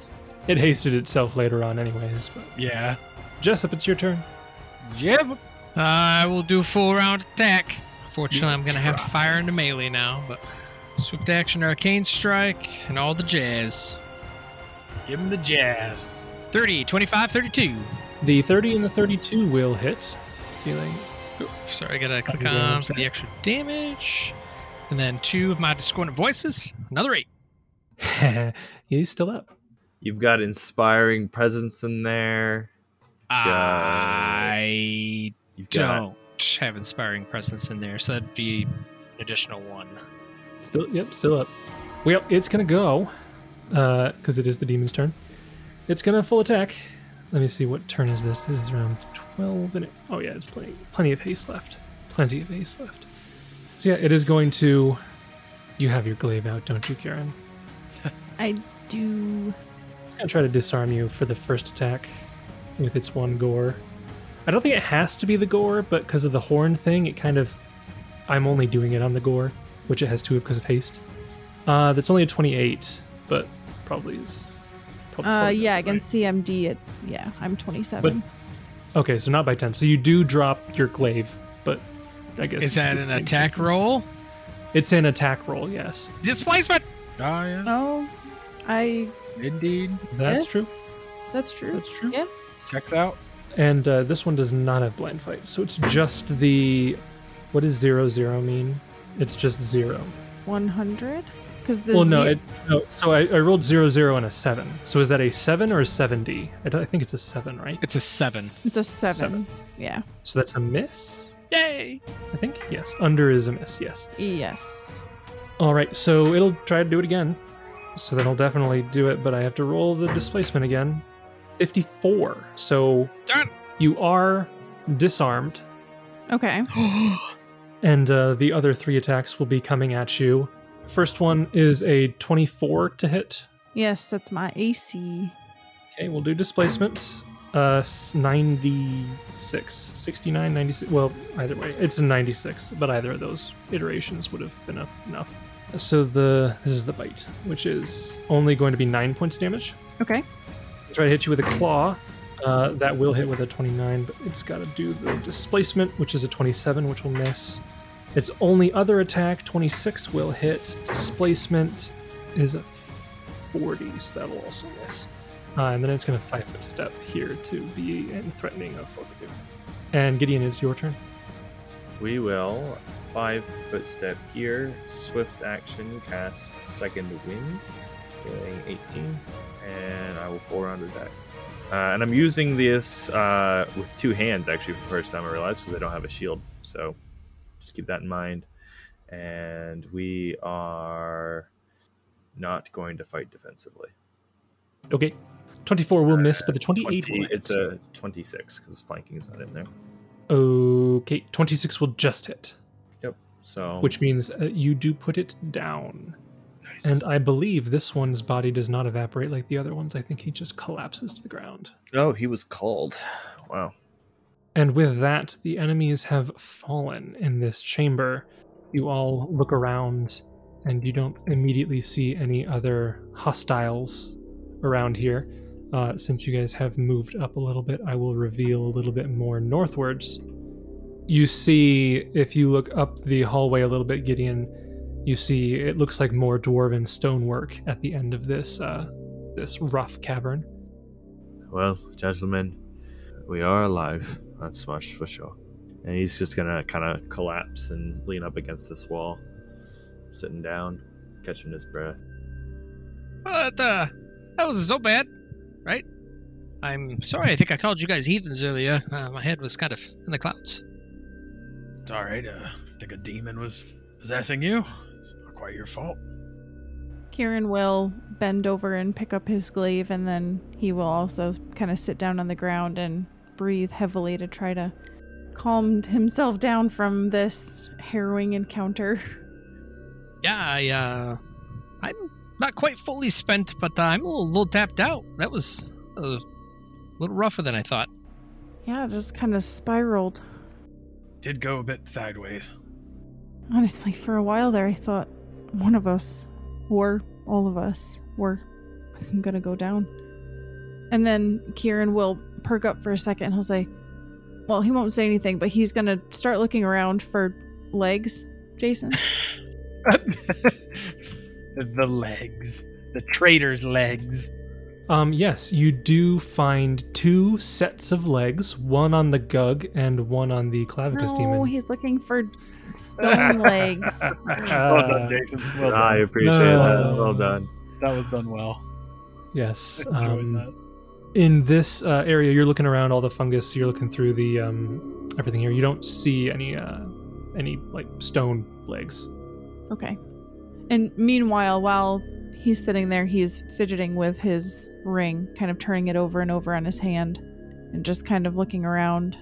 it hasted itself later on, anyways. But Yeah. Jessup, it's your turn. Jazz. Uh, I will do a full round attack. Fortunately, I'm going to have to fire into melee now, but swift action, arcane strike, and all the jazz. Give him the jazz. 30, 25, 32. The 30 and the 32 will hit. Dealing. Oop, sorry, I got to click Second round on for the extra damage. And then two of my discordant voices. Another eight. He's still up. You've got inspiring presence in there. I You've got don't have inspiring presence in there, so that'd be an additional one. Still, yep, still up. Well, it's gonna go, because it is the demon's turn. It's gonna full attack. Let me see what turn is this. It is around twelve, and it, oh yeah, it's plenty, plenty of haste left. Plenty of haste left. So yeah, it is going to. You have your glaive out, don't you, Karen? I do. It's gonna try to disarm you for the first attack with its one gore. I don't think it has to be the gore, but because of the horn thing, it kind of. I'm only doing it on the gore, which it has two of because of haste. Uh, that's only a 28, but probably is. prob- Uh, probably yeah, doesn't, right? against CMD, it, yeah, I'm 27. Okay, so not by 10. So you do drop your glaive, but I guess. it's Is that the an same attack thing. roll? It's an attack roll, yes. Displacement! Ah, yes. oh, I Indeed. That's true. guess That's true. That's true. Yeah. Checks out. And uh, this one does not have blind fight, so it's just the. What does zero zero mean? It's just zero. 100? Because the well, no, ze- it, no. So I, I rolled zero zero and a seven. So is that a seven or a seventy? I, don't- I think it's a seven, right? It's a seven. it's a seven. seven. Yeah. So that's a miss. Yay! I think yes. Under is a miss. Yes. Yes. All right. So it'll try to do it again. So that'll definitely do it, but I have to roll the displacement again. Fifty-four. So Darn. you are disarmed. Okay. and uh, the other three attacks will be coming at you. First one is a 24 to hit. Yes, that's my AC. Okay, we'll do displacement. Uh, s- 96, 69, 96. Well, either way, it's a 96, but either of those iterations would have been up enough. So the this is the bite, which is only going to be nine points of damage. Okay. Try to hit you with a claw. Uh, that will hit with a 29, but it's got to do the displacement, which is a 27, which will miss. Its only other attack, 26, will hit. Displacement is a 40, so that'll also miss. Uh, and then it's going to five foot step here to be and threatening of both of you. And Gideon, it's your turn. it. We will five footstep here, swift action, cast second wind, healing 18, and I will full round attack. Uh, and I'm using this uh, with two hands actually for the first time I realized because I don't have a shield, so just keep that in mind. And we are not going to fight defensively. Okay. 24 will miss, but the 28 20, will it's hit. a 26 because flanking is not in there. Okay, 26 will just hit, So which means uh, you do put it down. nice. And I believe this one's body does not evaporate like the other ones. I think he just collapses to the ground. oh, he was called. Wow. And with that, the enemies have fallen in this chamber. You all look around and you don't immediately see any other hostiles around here. Uh, since you guys have moved up a little bit, I will reveal a little bit more northwards. You see, if you look up the hallway a little bit, Gideon, you see it looks like more dwarven stonework at the end of this uh, this rough cavern. Well, gentlemen, we are alive. That's much for sure. And he's just gonna kind of collapse and lean up against this wall, sitting down, catching his breath. But uh, that was so bad, right? I'm sorry. I think I called you guys heathens earlier. Uh, my head was kind of in the clouds. It's all right. Uh, I think a demon was possessing you. It's not quite your fault. Kieran will bend over and pick up his glaive, and then he will also kind of sit down on the ground and breathe heavily to try to calm himself down from this harrowing encounter. Yeah, I, uh, I'm not quite fully spent, but uh, I'm a little, little tapped out. That was a little rougher than I thought. Yeah, it just kind of spiraled. Did go a bit sideways. Honestly, for a while there, I thought one of us, or all of us, were gonna go down. And then Kieran will perk up for a second and he'll say, Well, he won't say anything, but he's gonna start looking around for legs, Jason. the legs. The traitor's legs. Um, yes, you do find two sets of legs, one on the Gug and one on the Clavicus no, demon. he's looking for stone legs. well done, Oh, Jason. Well Ah, I done. appreciate No. that. Well done. That was done well. Yes. Enjoyed um, that. in this uh, area, you're looking around all the fungus. You're looking through the um, everything here. You don't see any uh, any like stone legs. Okay. And meanwhile, while he's sitting there, he's fidgeting with his ring, kind of turning it over and over on his hand and just kind of looking around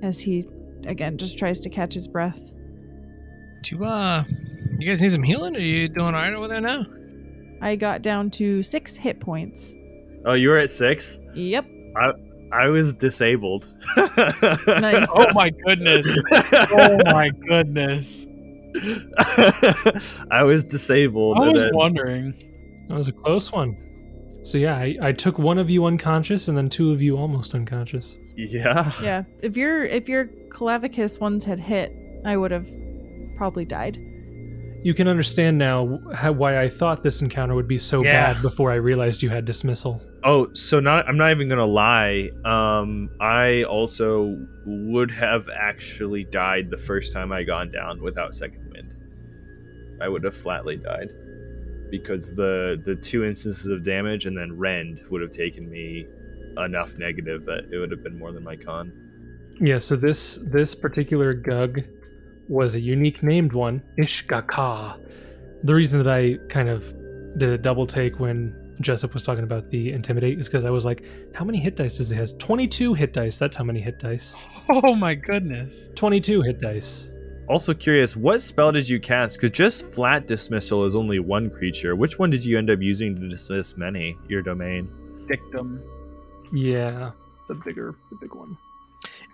as he, again, just tries to catch his breath. Do you, uh, you guys need some healing? Are you doing all right over there now? I got down to six hit points. Oh, you were at six. Yep. I was disabled. Nice. Oh my goodness. Oh my goodness. I was disabled. I and was then- wondering. That was a close one. So yeah, I, I took one of you unconscious and then two of you almost unconscious. yeah. yeah. If your if your clavicus ones had hit, I would have probably died. You can understand now how, why I thought this encounter would be so Yeah. bad before I realized you had dismissal. Oh, so not I'm not even gonna lie. Um, I also would have actually died the first time I gone down without second wind. I would have flatly died because the the two instances of damage and then rend would have taken me enough negative that it would have been more than my con. Yeah, so this this particular gug was a unique named one, Ishgaka. The reason that I kind of did a double take when Jessup was talking about the intimidate is because I was like, how many hit dice does it has? 22 hit dice. That's how many hit dice. Oh my goodness. 22 hit dice. Also curious, what spell did you cast? Because just flat dismissal is only one creature. Which one did you end up using to dismiss many? Your domain. Dictum. Yeah, the bigger the big one.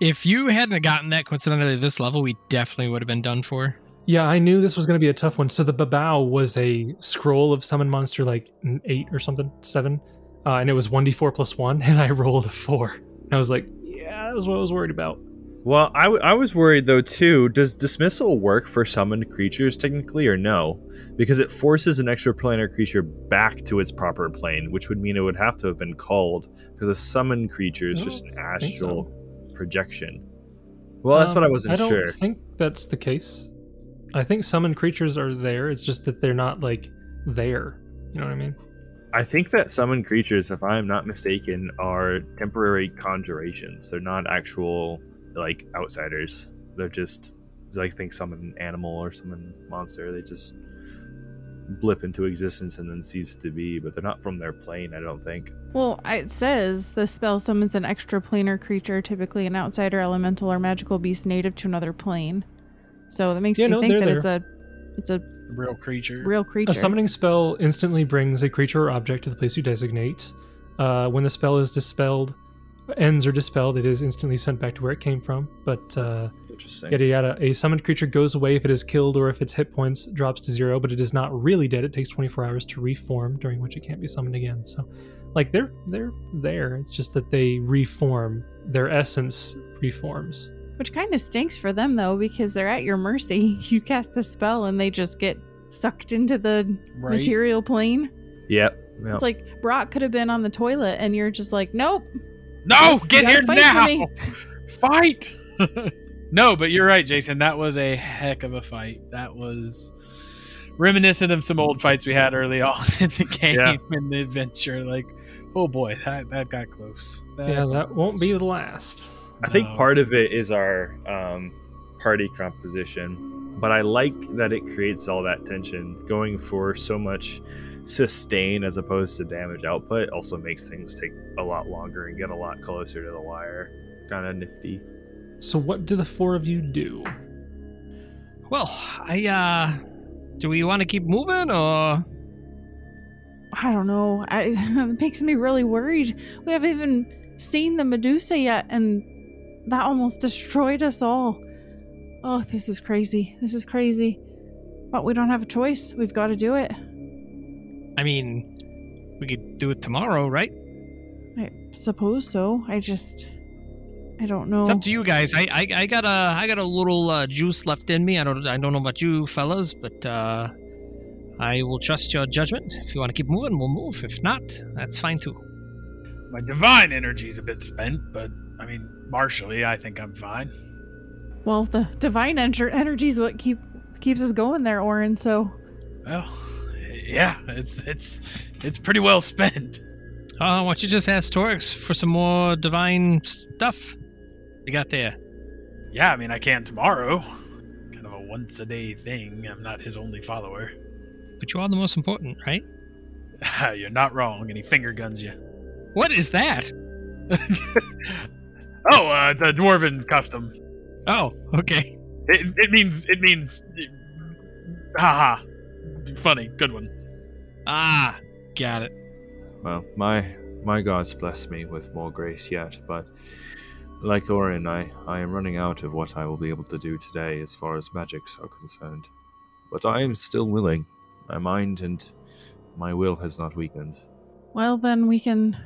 If you hadn't gotten that coincidentally at this level, we definitely would have been done for. Yeah, I knew this was going to be a tough one. So the babao was a scroll of summon monster like an 8 or something, 7. Uh, and it was 1d4 plus 1 and I rolled a 4. I was like, yeah, that was what I was worried about. Well, I, w- I was worried though too. Does dismissal work for summoned creatures technically or no? Because it forces an extraplanar creature back to its proper plane, which would mean it would have to have been called because a summoned creature is I just an I think so. astral projection. Well, that's what I Um, wasn't I don't sure. think that's the case. I think summoned creatures are there. It's just that they're not like there. You know what I mean? I think that summoned creatures, if I am not mistaken, are temporary conjurations. They're not actual like outsiders. They're just like think summon an animal or summon monster. They just blip into existence and then cease to be, but they're not from their plane, I don't think. Well, I- it says the spell summons an extraplanar creature, typically an outsider elemental or magical beast native to another plane. So that makes Yeah, me no, think that they're it's a it's a Real creature. real creature. A summoning spell instantly brings a creature or object to the place you designate. Uh, when the spell is dispelled, ends or dispelled, it is instantly sent back to where it came from. But uh, Interesting. yada yada, a summoned creature goes away if it is killed or if its hit points drops to zero, but it is not really dead. It takes 24 hours to reform, during which it can't be summoned again. So, like they're they're there. It's just that they reform. Their essence reforms. Which kind of stinks for them though, because they're at your mercy. You cast the spell and they just get sucked into the right? material plane. Yep. yep. It's like Brock could have been on the toilet, and you're just like, nope. No, Oh, get gotta here fight now. for me. Fight. no, but you're right, Jason. That was a heck of a fight. That was reminiscent of some old fights we had early on in the game Yeah. in the adventure. Like, oh boy, that that got close. Yeah, got that won't close. be the last. I think No. part of it is our um, party composition, but I like that it creates all that tension. Going for so much sustain as opposed to damage output also makes things take a lot longer and get a lot closer to the wire. Kind of nifty. So, what do the four of you do? Well, I uh do we want to keep moving or I don't know. I, it makes me really worried. We haven't even seen the Medusa yet, and that almost destroyed us all. Oh, this is crazy. This is crazy. But we don't have a choice. We've got to do it. I mean we could do it tomorrow, right? I suppose so. I just, I don't know. It's up to you guys. I, I I got a I got a little uh, juice left in me. I don't I don't know about you fellas, but uh I will trust your judgment. If you want to keep moving, we'll move. If not, that's fine too. My divine energy's a bit spent, but I mean, martially, I think I'm fine. Well, the divine ener- energy is what keep keeps us going there, Orin. So Well, yeah, it's it's it's pretty well spent. Uh, why don't you just ask Torix for some more divine stuff we got there? Yeah, I mean, I can tomorrow. Kind of a once a day thing. I'm not his only follower. But you are the most important, right? You're not wrong. And he finger guns you. What is that? Oh, uh, the dwarven custom. Oh, okay. It, it means it means. Haha. Funny. Good one. Ah, got it. Well, my my gods bless me with more grace yet, but like Orin, I, I am running out of what I will be able to do today as far as magics are concerned. But I am still willing. My mind and my will has not weakened. Well, then we can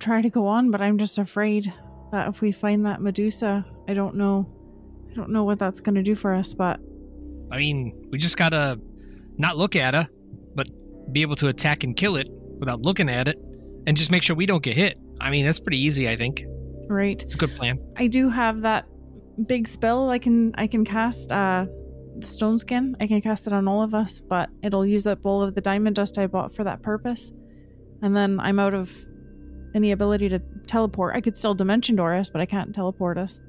try to go on, but I'm just afraid that if we find that Medusa, I don't know. I don't know what that's going to do for us, but I mean, we just gotta not look at her, but be able to attack and kill it without looking at it, and just make sure we don't get hit. I mean, that's pretty easy, I think. right. It's a good plan. I do have that big spell I can I can cast uh the stone skin. I can cast it on all of us, but it'll use up all of the diamond dust I bought for that purpose. And then I'm out of any ability to teleport. I could still dimension door us, but I can't teleport us.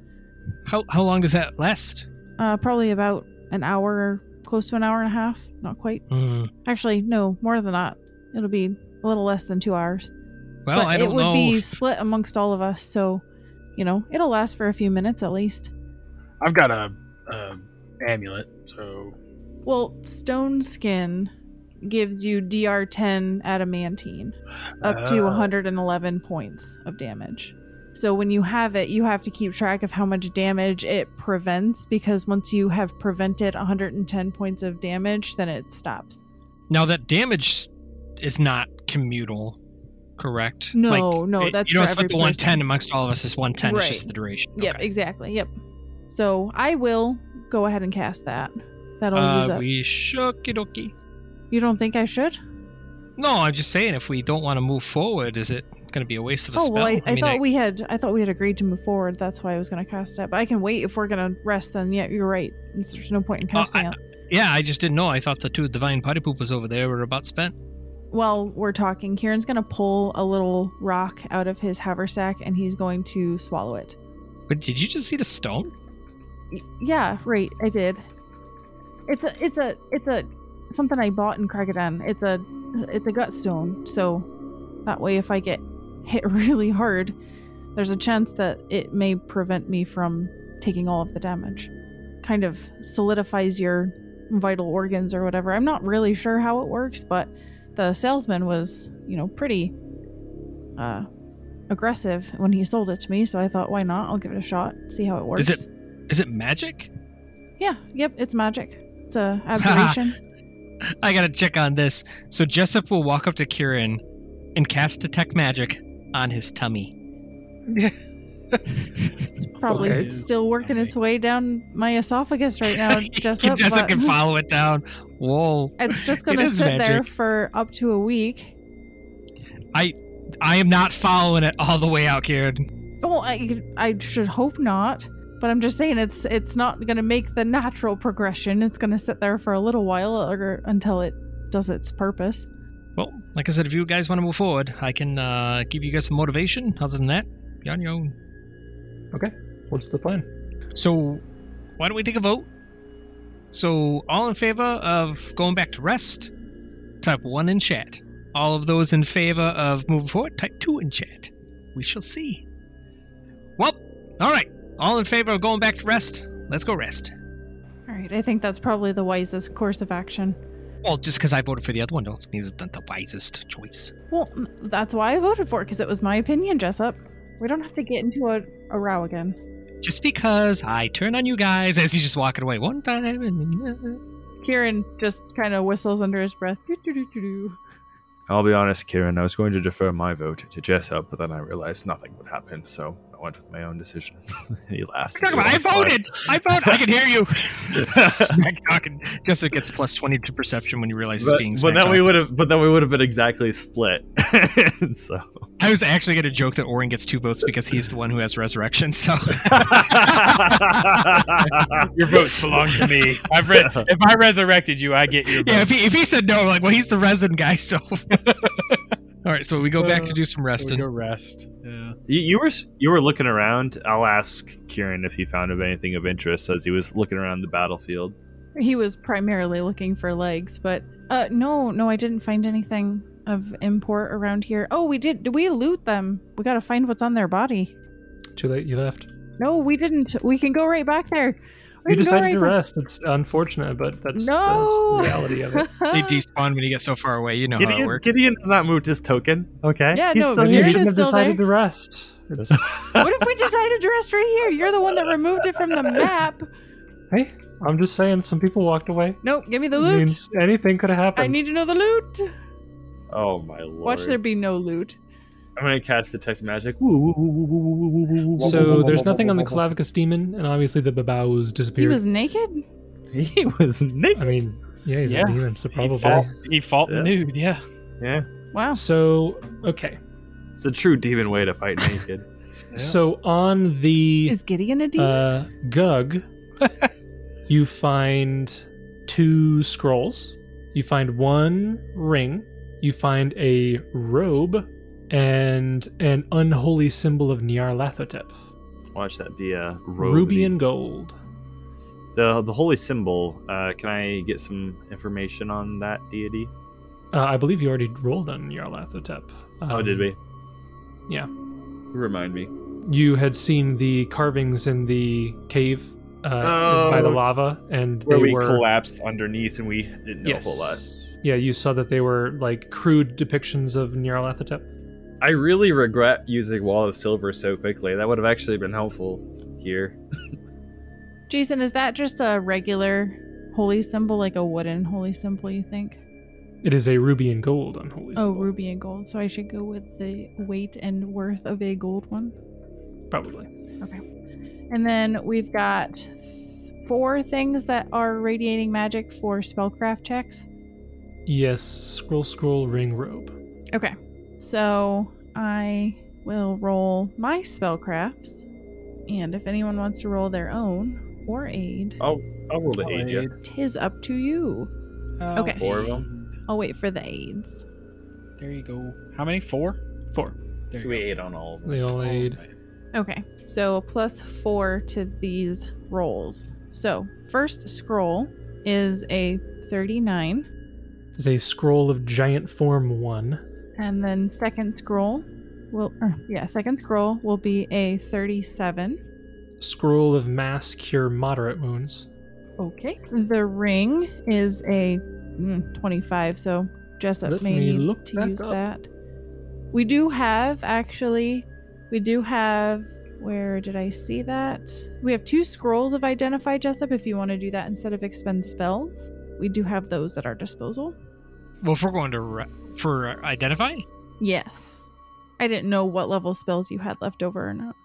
How, how long does that last? Uh, probably about an hour, close to an hour and a half. Not quite. Hmm. Actually, no, more than that. It'll be a little less than two hours. well, but I don't it would know. be if- split amongst all of us, so you know it'll last for a few minutes at least. I've got a, a amulet, so Well, stone skin gives you DR10 adamantine, up to Oh. 111 points of damage. So when you have it, you have to keep track of how much damage it prevents because once you have prevented 110 points of damage, then it stops. Now that damage is not commutal, correct? No, no, that's you don't for split every the one ten person. amongst all of us. It's one ten. It's Right. just the duration. Yep, Okay. exactly. Yep. So I will go ahead and cast that. That'll use Uh, up. we shook it. Okay. You don't think I should? No, I'm just saying if we don't want to move forward, is it going to be a waste of a Oh spell? well, I, I, mean, thought we had. I thought we had agreed to move forward. That's why I was going to cast it. But I can wait if we're going to rest. Then yeah, you're right. There's no point in Oh, I- casting it. Yeah, I just didn't know. I thought the two divine potty poopers over there were about spent. While we're talking, Kieran's going to pull a little rock out of his haversack and he's going to swallow it. But did you just see the stone? Y- Yeah, right. I did. It's a. It's a. It's a something I bought in Kragadan. It's a it's a gut stone, so that way if I get hit really hard, there's a chance that it may prevent me from taking all of the damage. Kind of solidifies your vital organs or whatever. I'm not really sure how it works, but the salesman was, you know, pretty uh aggressive when he sold it to me, so I thought why not? I'll give it a shot, see how it works. Is it- Is it magic? Yeah, yep, it's magic. It's a aberration. I gotta check on this. So Jessup will walk up to Kieran and cast detect magic on his tummy. It's probably Okay. still working its way down my esophagus right now, Jessup. but can follow it down. Whoa. It's just It gonna is sit there magic. for for up to a week. I am not following it all the way out, Kieran. Well, I I should hope not. But I'm just saying it's it's not gonna make the natural progression. It's gonna sit there for a little while or until it does its purpose. Well, like I said, if you guys want to move forward, I can uh, give you guys some motivation. Other than that, you're on your own. What's the plan? So, why don't we take a vote? So, all in favor of going back to rest, type one in chat. All of those in favor of moving forward, type two in chat. We shall see. Well, all right. All in favor of going back to rest, let's go rest. All right, I think that's probably the wisest course of action. Well, just because I voted for the other one, don't mean it's not the wisest choice. Well, that's why I voted for it because it was my opinion, Jessup. We don't have to get into a, a row again. Just because I turn on you guys as he's just walking away one time, and Kieran just kind of whistles under his breath. "Doo-doo-doo-doo-doo." I'll be honest, Kieran, I was going to defer my vote to Jessup, but then I realized nothing would happen, so I went with my own decision. he laughs. as Talk he about, I walks by. voted. I voted. I can hear you. smack talking. Jessica gets plus twenty to perception when you realize it's But, being. but smack then we talked. would have, but then we would have been exactly split. And so I was actually going to joke that Orin gets two votes because he's the one who has resurrection. So your Your votes votes belong to me. I've read. if I resurrected you, I get your. yeah, vote. if he, if he said no, I'm like, well, he's the resin guy. So all right, so we go back to do some So resting. Your rest. Yeah. You, you were s- you were looking around. I'll ask Kieran if he found of anything of interest as he was looking around the battlefield. He was primarily looking for legs, but uh, no, no, I didn't find anything of import around here. Oh, we did. Did we loot them? We gotta find what's on their body. Too late, you left. No, we didn't. We can go right back there. We You can go decided right to back- rest. It's unfortunate, but that's, No. that's the reality of it. They despawn when you get so far away. You know how it Gideon, works. Gideon has not moved his token. Okay, Yeah, he's no, still but here. it you is shouldn't have still decided there. to rest. It's, what if we decided to rest right here? You're the one that removed it from the map. hey, I'm just saying, some people walked away. No, give me the It loot. means anything could have happened. I need to know the loot. Oh my lord! Watch there be no loot. I'm gonna cast detect magic. Woo, woo, woo, woo, woo, woo, woo, woo, woo, woo, so woo, there's woo, nothing woo, on the woo, woo. Calavicus demon, and obviously the Babao's He disappeared. was naked. He was naked. I mean, yeah, he's Yeah. a demon, so He probably. fought, he fought Yeah. the nude. Yeah. Wow. So okay, It's a true demon way to fight naked. so on the Is Gideon a demon? uh, Gug, you find two scrolls. You find one ring. You find a robe and an unholy symbol of Nyarlathotep, Watch that be a robe. ruby and gold. the the holy symbol. Uh, can I get some information on that deity? Uh, I believe you already rolled on Nyarlathotep. oh, Um, did we? yeah. Remind me. You had seen the carvings in the cave uh, Oh. by the lava, and Where they we were collapsed underneath and we didn't know a whole lot. Yeah, you saw that they were like crude depictions of Nyarlathotep. I really regret using Wall of Silver so quickly. That would have actually been helpful here. Jason, is that just a regular holy symbol, like a wooden holy symbol, you think? It is a ruby and gold unholy Oh, symbol. ruby and gold. So I should go with the weight and worth of a gold one. Probably. And then we've got th- four things that are radiating magic for spellcraft checks. Yes, scroll, scroll, ring, robe. Okay. So I will roll my spellcrafts. And if anyone wants to roll their own or aid, I'll roll to I'll aid you. tis up to you. I'll Okay. Four of aid. I'll wait for the aids. There you go. How many? Four. Four. There you We ate on all of them. They all go. aid. Okay, so plus four to these rolls. So, first scroll is a 39. is a scroll of giant form one. And then second scroll will, er, yeah, second scroll will be a 37. Scroll of mass cure moderate wounds. Okay. The ring is a mm, 25, so Jessup Let may me need look to that use up. that. We do have, actually, we do have, where did I see that? We have two scrolls of Identify Jessup if you want to do that instead of expend spells. We do have those at our disposal. Well, if we're going to re- for uh, identify, Yes. I didn't know what level spells you had left over or not.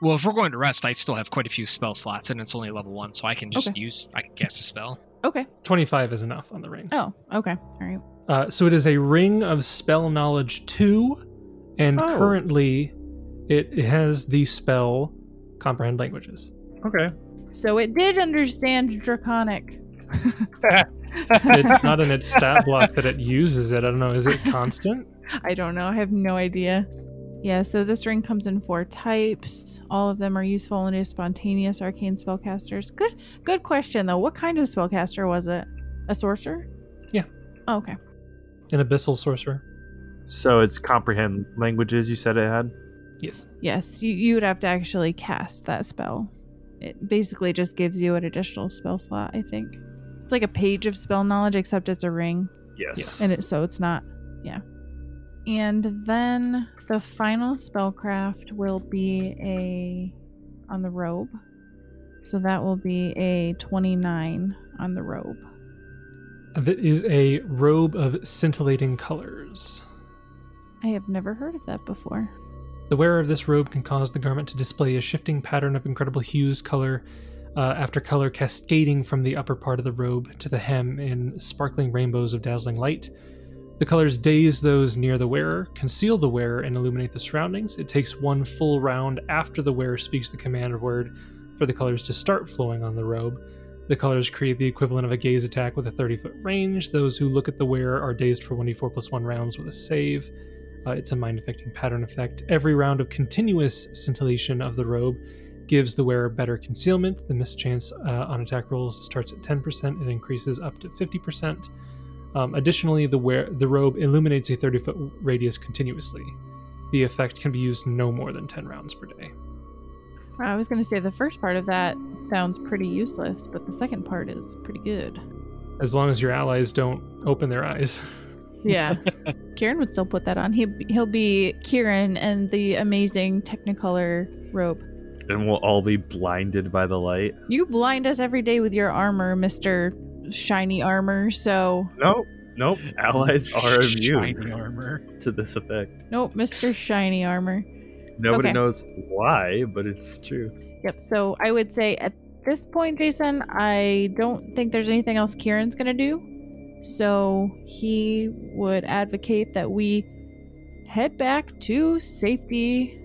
well, if we're going to rest, I still have quite a few spell slots, and it's only level one, so I can just Okay. use I can cast a spell. Okay. 25 is enough on the ring. Oh, okay. All right. Uh, so it is a ring of spell knowledge 2, and Oh. currently it has the spell comprehend languages. Okay. So it did understand Draconic. It's not in its stat block that it uses it. I don't know. Is it constant? I don't know. I have no idea. Yeah, so this ring comes in four types. All of them are useful and is spontaneous arcane spellcasters. Good good question though. What kind of spellcaster was it? A sorcerer? Yeah. Oh, okay. An abyssal sorcerer? So it's comprehend languages you said it had? Yes. Yes, you, you would have to actually cast that spell. It basically just gives you an additional spell slot, I think. It's like a page of spell knowledge, except it's a ring. Yes. and it so it's not yeah and then the final spellcraft will be a on the robe so that will be a 29 on the robe That is a robe of scintillating colors. i have never heard of that before The wearer of this robe can cause the garment to display a shifting pattern of incredible hues, color uh, after color, cascading from the upper part of the robe to the hem in sparkling rainbows of dazzling light. The colors daze those near the wearer, conceal the wearer, and illuminate the surroundings. It takes one full round after the wearer speaks the command word for the colors to start flowing on the robe. The colors create the equivalent of a gaze attack with a 30 foot range. Those who look at the wearer are dazed for 1d4 plus 1 rounds with a save. Uh, it's a mind affecting pattern effect. Every round of continuous scintillation of the robe gives the wearer better concealment. The mischance uh, on attack rolls starts at 10% and increases up to 50%. Um, additionally, the, wear- the robe illuminates a 30 foot radius continuously. The effect can be used no more than 10 rounds per day. i was going to say the first part of that sounds pretty useless but the second part is pretty good As long as your allies don't open their eyes. yeah kieran would still put that on he, he'll be kieran and the amazing technicolor robe And we'll all be blinded by the light. you blind us every day with your armor mr shiny armor so Nope. Nope. Allies are immune Shiny armor. to this effect. Nope, Mr. Shiny Armor. Nobody Okay. knows why, but it's true. Yep, so I would say at this point, Jason, I don't think there's anything else Kieran's going to do. So he would advocate that we head back to safety.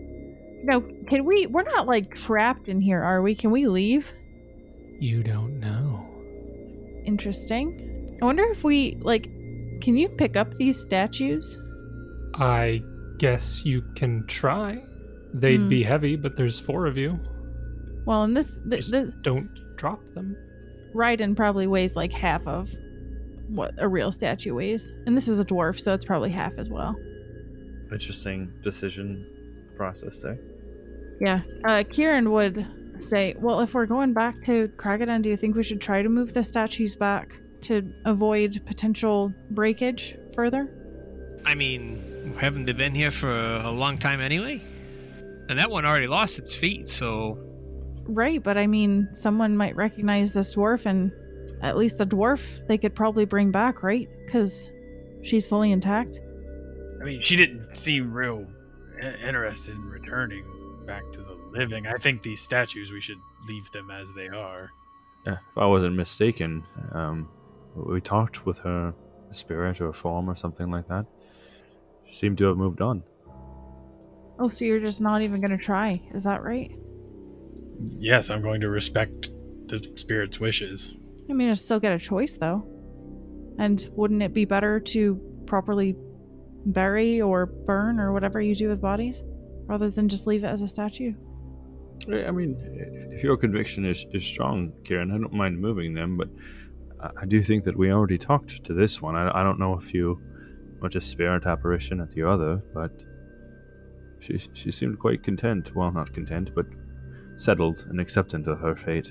No, can we? We're not like trapped in here, are we? Can we leave? You don't know. Interesting. I wonder if we, like, can you pick up these statues? I guess you can try. They'd Hmm. be heavy, but there's four of you. Well, and this, the, Just the, don't drop them. Raiden probably weighs like half of what a real statue weighs. And this is a dwarf, so it's probably half as well. Interesting decision process there. Yeah. Uh, Kieran would say, Well, if we're going back to Kragadan, do you think we should try to move the statues back to avoid potential breakage further? I mean, haven't they been here for a long time anyway? And that one already lost its feet, so Right, but I mean, someone might recognize this dwarf, and at least a dwarf they could probably bring back, right? Because she's fully intact. I mean, she didn't seem real i- interested in returning back to the living. I think these statues, we should leave them as they are. Yeah, if I wasn't mistaken, um, we talked with her spirit or form or something like that. She seemed to have moved on. Oh, so you're just not even going to try. Is that right? Yes, I'm going to respect the spirit's wishes. I mean, I still get a choice though. And wouldn't it be better to properly bury or burn or whatever you do with bodies rather than just leave it as a statue? I I mean, if your conviction is, is strong, Kieran, I don't mind moving them, but I I do think that we already talked to this one. I, I don't know if you were just spirit apparition at the other, but she she seemed quite content. Well, not content, but settled and acceptant of her fate.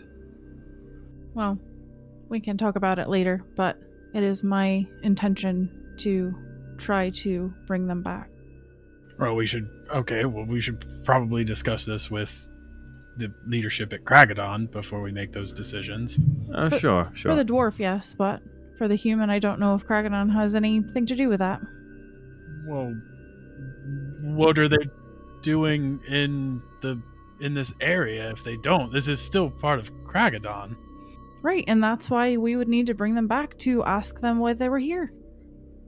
Well, we can talk about it later, but it is my intention to try to bring them back. Well, we should. Okay, well, we should probably discuss this with the leadership at Kragadon before we make those decisions. Uh, For- sure, sure. For the dwarf, yes, but for the human, I don't know if Kragadon has anything to do with that. Well, what are they doing in the in this area if they don't? This is still part of Kragadon. Right, and that's why we would need to bring them back to ask them why they were here.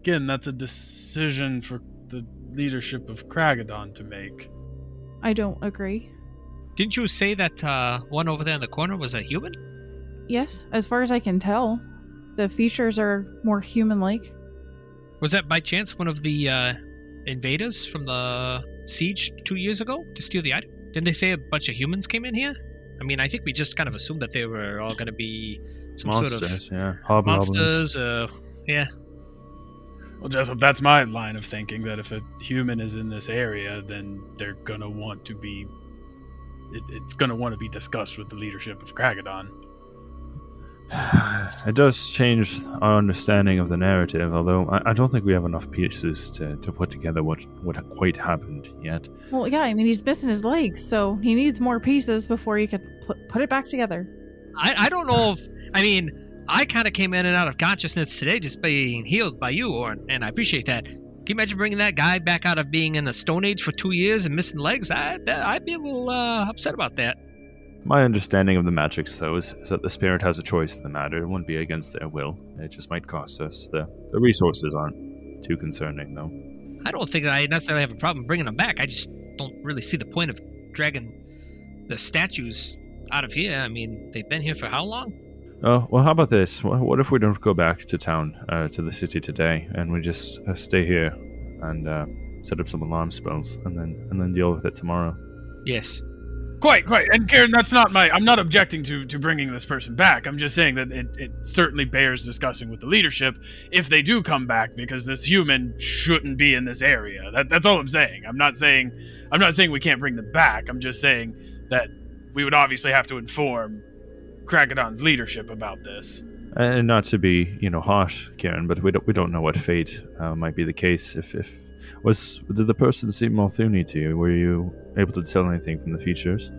Again, that's a decision for the leadership of Kragadon to make. I don't agree. Didn't you say that uh, one over there in the corner was a human? Yes, as far as I can tell, the features are more human like. Was that by chance one of the uh, invaders from the siege two years ago to steal the item? Didn't they say a bunch of humans came in here? I mean, I think we just kind of assumed that they were all going to be some sort of monsters, yeah. Hobgoblins. monsters. Uh, Well, Jessup, that's my line of thinking that if a human is in this area, then they're gonna want to be. It, it's gonna want to be discussed with the leadership of Kragadon. it does change our understanding of the narrative, although I, I don't think we have enough pieces to, to put together what, what quite happened yet. Well, yeah, I mean, he's missing his legs, so he needs more pieces before he could pl- put it back together. I, I don't know if. I mean, I kind of came in and out of consciousness today just being healed by you, Orin, and I appreciate that. Can you imagine bringing that guy back out of being in the Stone Age for two years and missing legs? I, that, I'd be a little uh, upset about that. My understanding of the magics, though, is, is that the spirit has a choice in the matter. It wouldn't be against their will. It just might cost us. The, the resources aren't too concerning, though. I don't think that I necessarily have a problem bringing them back. I just don't really see the point of dragging the statues out of here. I mean, they've been here for how long? Oh, well, how about this? Wha- What if we don't go back to town, uh, to the city today, and we just uh, stay here and uh, set up some alarm spells and then, and then deal with it tomorrow? Yes. Quite, quite. And Karen, that's not my. I'm not objecting to to bringing this person back. I'm just saying that it, it certainly bears discussing with the leadership if they do come back, because this human shouldn't be in this area. That, that's all I'm saying. I'm not saying I'm not saying we can't bring them back. I'm just saying that we would obviously have to inform Krakadon's leadership about this. Oh, And not to be, you know, harsh, Karen, but we don't we don't know what fate uh, might be the case. If if was did the person seem Malthuni to you? Were you able to tell anything from the features?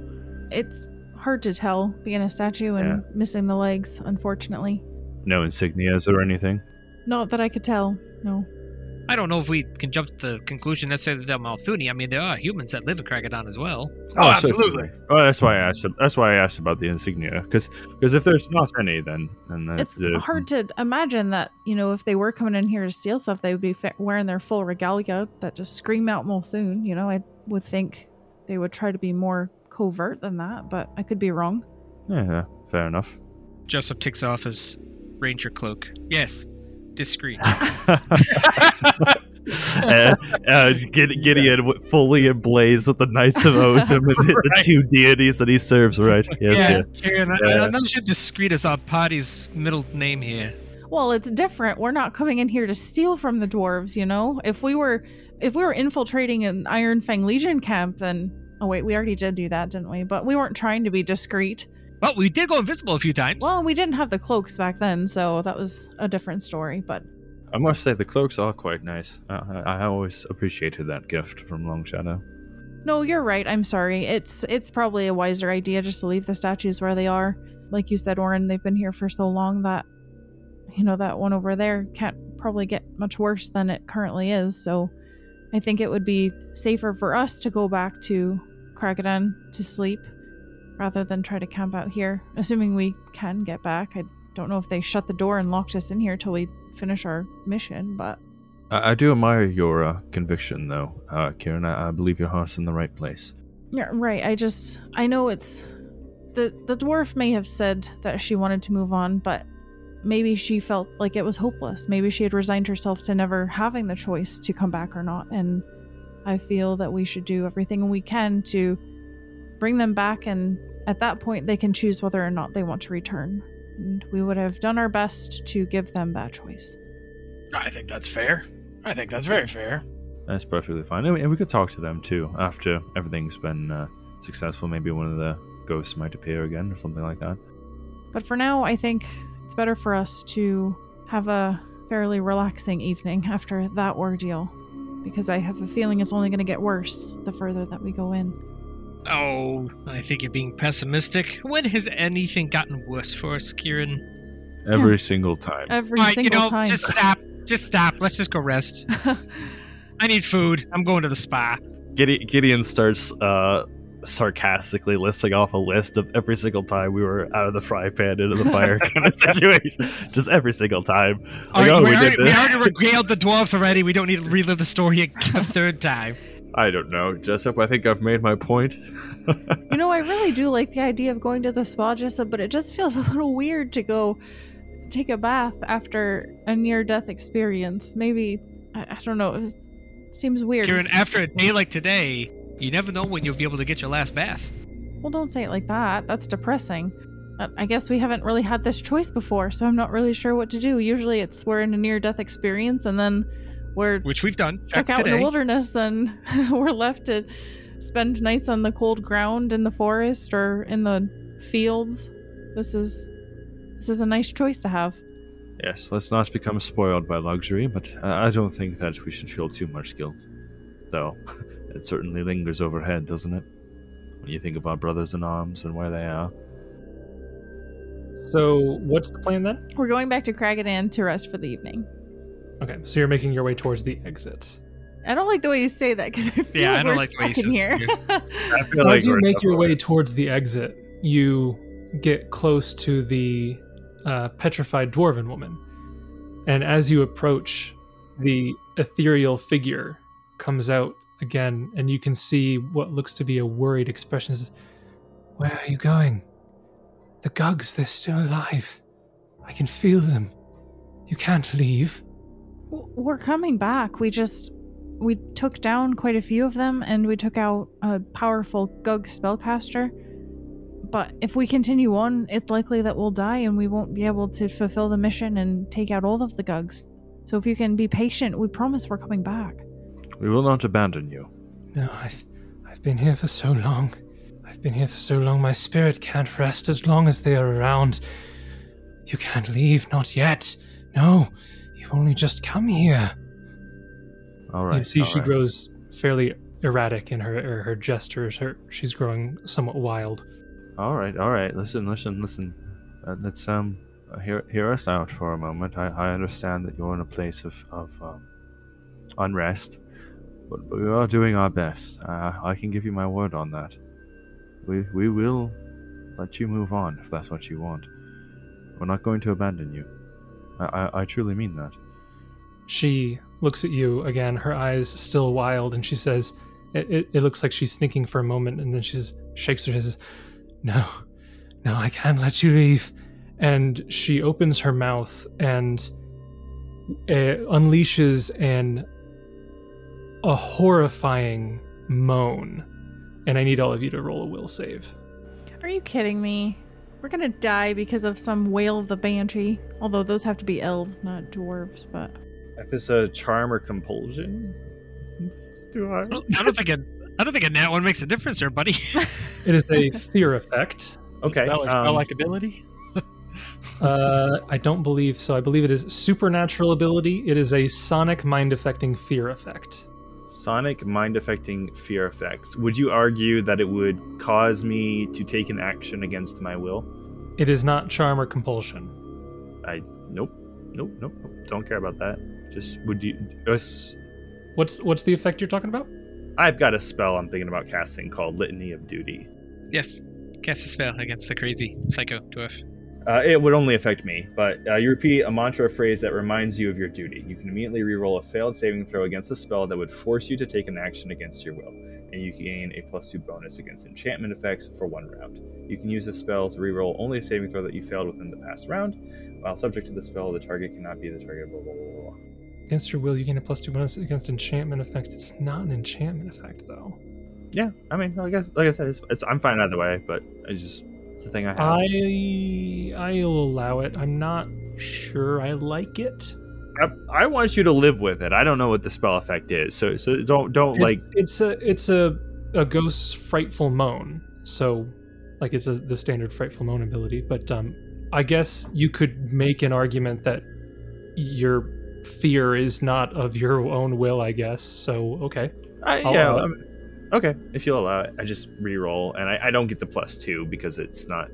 It's hard to tell being a statue and missing the legs, unfortunately. No insignias or anything. Not that I could tell, no. I don't know if we can jump to the conclusion necessarily that they're Malthuni. I mean, there are humans that live in Kragadon as well. Oh, absolutely. certainly. Well, that's why I asked. That's why I asked about the insignia, because if there's not any, then and then It's hard to imagine that, you know, if they were coming in here to steal stuff, they would be fa- wearing their full regalia that just scream out Molthun. You know, I would think they would try to be more covert than that, but I could be wrong. Yeah, yeah, fair enough. Jessup takes off his ranger cloak. Yes. Discreet. uh, uh, Gid- Gideon w- fully ablaze with the Knights of Ozum and the, the two deities that he serves. Right? Yes, yeah. Karen, I, Yeah. I know that discreet is our party's middle name here. Well, it's different. We're not coming in here to steal from the dwarves, you know? If we were if we were infiltrating an Iron Fang Legion camp, then oh wait, we already did do that, didn't we? But we weren't trying to be discreet. Well, we did go invisible a few times. Well, we didn't have the cloaks back then, so that was a different story, but I must say the cloaks are quite nice. I, I, I always appreciated that gift from Long Shadow. No, you're right. I'm sorry. It's it's probably a wiser idea just to leave the statues where they are. Like you said, Orin, they've been here for so long that you know that one over there can't probably get much worse than it currently is. So I think it would be safer for us to go back to Kragadan to sleep rather than try to camp out here, assuming we can get back. I don't know if they shut the door and locked us in here till we finish our mission, but I, I do admire your uh, conviction, though, uh, Kieran. I, I believe your heart's in the right place. Yeah, right. I just I know it's the the dwarf may have said that she wanted to move on, but maybe she felt like it was hopeless. Maybe she had resigned herself to never having the choice to come back or not. And I feel that we should do everything we can to bring them back and at that point they can choose whether or not they want to return. and we would have done our best to give them that choice. I think that's fair. I think that's very fair. That's perfectly fine. And we, and we could talk to them too after everything's been uh, successful. Maybe one of the ghosts might appear again or something like that. But for now, I think it's better for us to have a fairly relaxing evening after that ordeal because I have a feeling it's only going to get worse the further that we go in. Oh, I think you're being pessimistic. When has anything gotten worse for us, Kieran? Every single time. Every All right, you single know, time. just stop. Just stop. Let's just go rest. I need food. I'm going to the spa. Gide- Gideon starts uh, sarcastically listing off a list of every single time we were out of the fry pan into the fire kind of situation. Just every single time. All Like, right, oh, we, we already, did we this. already regaled the dwarves already. We don't need to relive the story a a third time. I don't know, Jessup. I think I've made my point. You know, I really do like the idea of going to the spa, Jessup, but it just feels a little weird to go take a bath after a near death experience. Maybe, I, I don't know, it seems weird. Kieran, after a day like today, you never know when you'll be able to get your last bath. Well, don't say it like that. That's depressing. Uh, I guess we haven't really had this choice before, so I'm not really sure what to do. Usually it's we're in a near death experience and then we're which we've done. stuck Check out in the today. wilderness and we're left to spend nights on the cold ground in the forest or in the fields. This is this is a nice choice to have. Yes, let's not become spoiled by luxury, but I I don't think that we should feel too much guilt. Though, it certainly lingers overhead, doesn't it? When you think of our brothers in arms and where they are. So, what's the plan then? We're going back to Kragadan to rest for the evening. Okay, so you're making your way towards the exit. I don't like the way you say that because I feel Yeah, like I don't we're like the way stuck you in says- here. I feel As you we're make your somewhere. way towards the exit, you get close to the uh, petrified dwarven woman. And as you approach, the ethereal figure comes out again, and you can see what looks to be a worried expression. It says, Where are you going? The gugs, they're still alive. I can feel them. You can't leave. We're coming back. We just we took down quite a few of them and we took out a powerful Gug spellcaster. But if we continue on, it's likely that we'll die and we won't be able to fulfill the mission and take out all of the Gugs. So if you can be patient, we promise we're coming back. We will not abandon you. No, I've, I've been here for so long. I've been here for so long. My spirit can't rest as long as they are around. You can't leave, not yet. No, you've only just come here. All right. you see, all she right. grows fairly erratic in her her, her gestures. Her she's growing somewhat wild. All right, all right. Listen, listen, listen. Uh, let's um uh, hear hear us out for a moment. I, I understand that you're in a place of of um, unrest, but, but we are doing our best. Uh, I can give you my word on that. We we will let you move on if that's what you want. We're not going to abandon you. I I, I truly mean that. She looks at you again, her eyes still wild, and she says, it, it, it looks like she's thinking for a moment, and then she says, shakes her head, says, No, no, I can't let you leave. And she opens her mouth and uh, unleashes an a horrifying moan. And I need all of you to roll a will save. Are you kidding me? We're gonna die because of some whale of the banshee. Although those have to be elves, not dwarves, but If it's a charm or compulsion, it's too high. I don't, I don't think a, I don't think a nat one makes a difference there, buddy. It is a fear effect. Okay. Spell or um, spell like ability. Uh, I don't believe so. I believe it is supernatural ability. It is a sonic mind affecting fear effect. Sonic mind affecting fear effects. Would you argue that it would cause me to take an action against my will? It is not charm or compulsion. I nope, nope, nope, nope. Don't care about that. Just would you? Us. What's what's the effect you're talking about? I've got a spell I'm thinking about casting called Litany of Duty. yes, cast a spell against the crazy psycho dwarf. Uh, it would only affect me, but uh, you repeat a mantra or phrase that reminds you of your duty. You can immediately reroll a failed saving throw against a spell that would force you to take an action against your will, and you gain a plus two bonus against enchantment effects for one round. You can use the spell to reroll only a saving throw that you failed within the past round. While subject to the spell, the target cannot be the target. Blah blah blah blah. blah. Against your will, you gain a plus two bonus against enchantment effects. It's not an enchantment effect though. Yeah, I mean, I guess like I said, it's, it's I'm fine either way, but I just It's the thing I have. I I'll allow it. I'm not sure I like it. I, I want you to live with it. I don't know what the spell effect is, so so don't don't like it's, it's a it's a a ghost's frightful moan. So like it's a the standard frightful moan ability, but um I guess you could make an argument that your fear is not of your own will, I guess. So okay. I, I'll yeah. allow it. I'm- okay, if you'll allow it, I just re-roll, and I, I don't get the plus two because it's not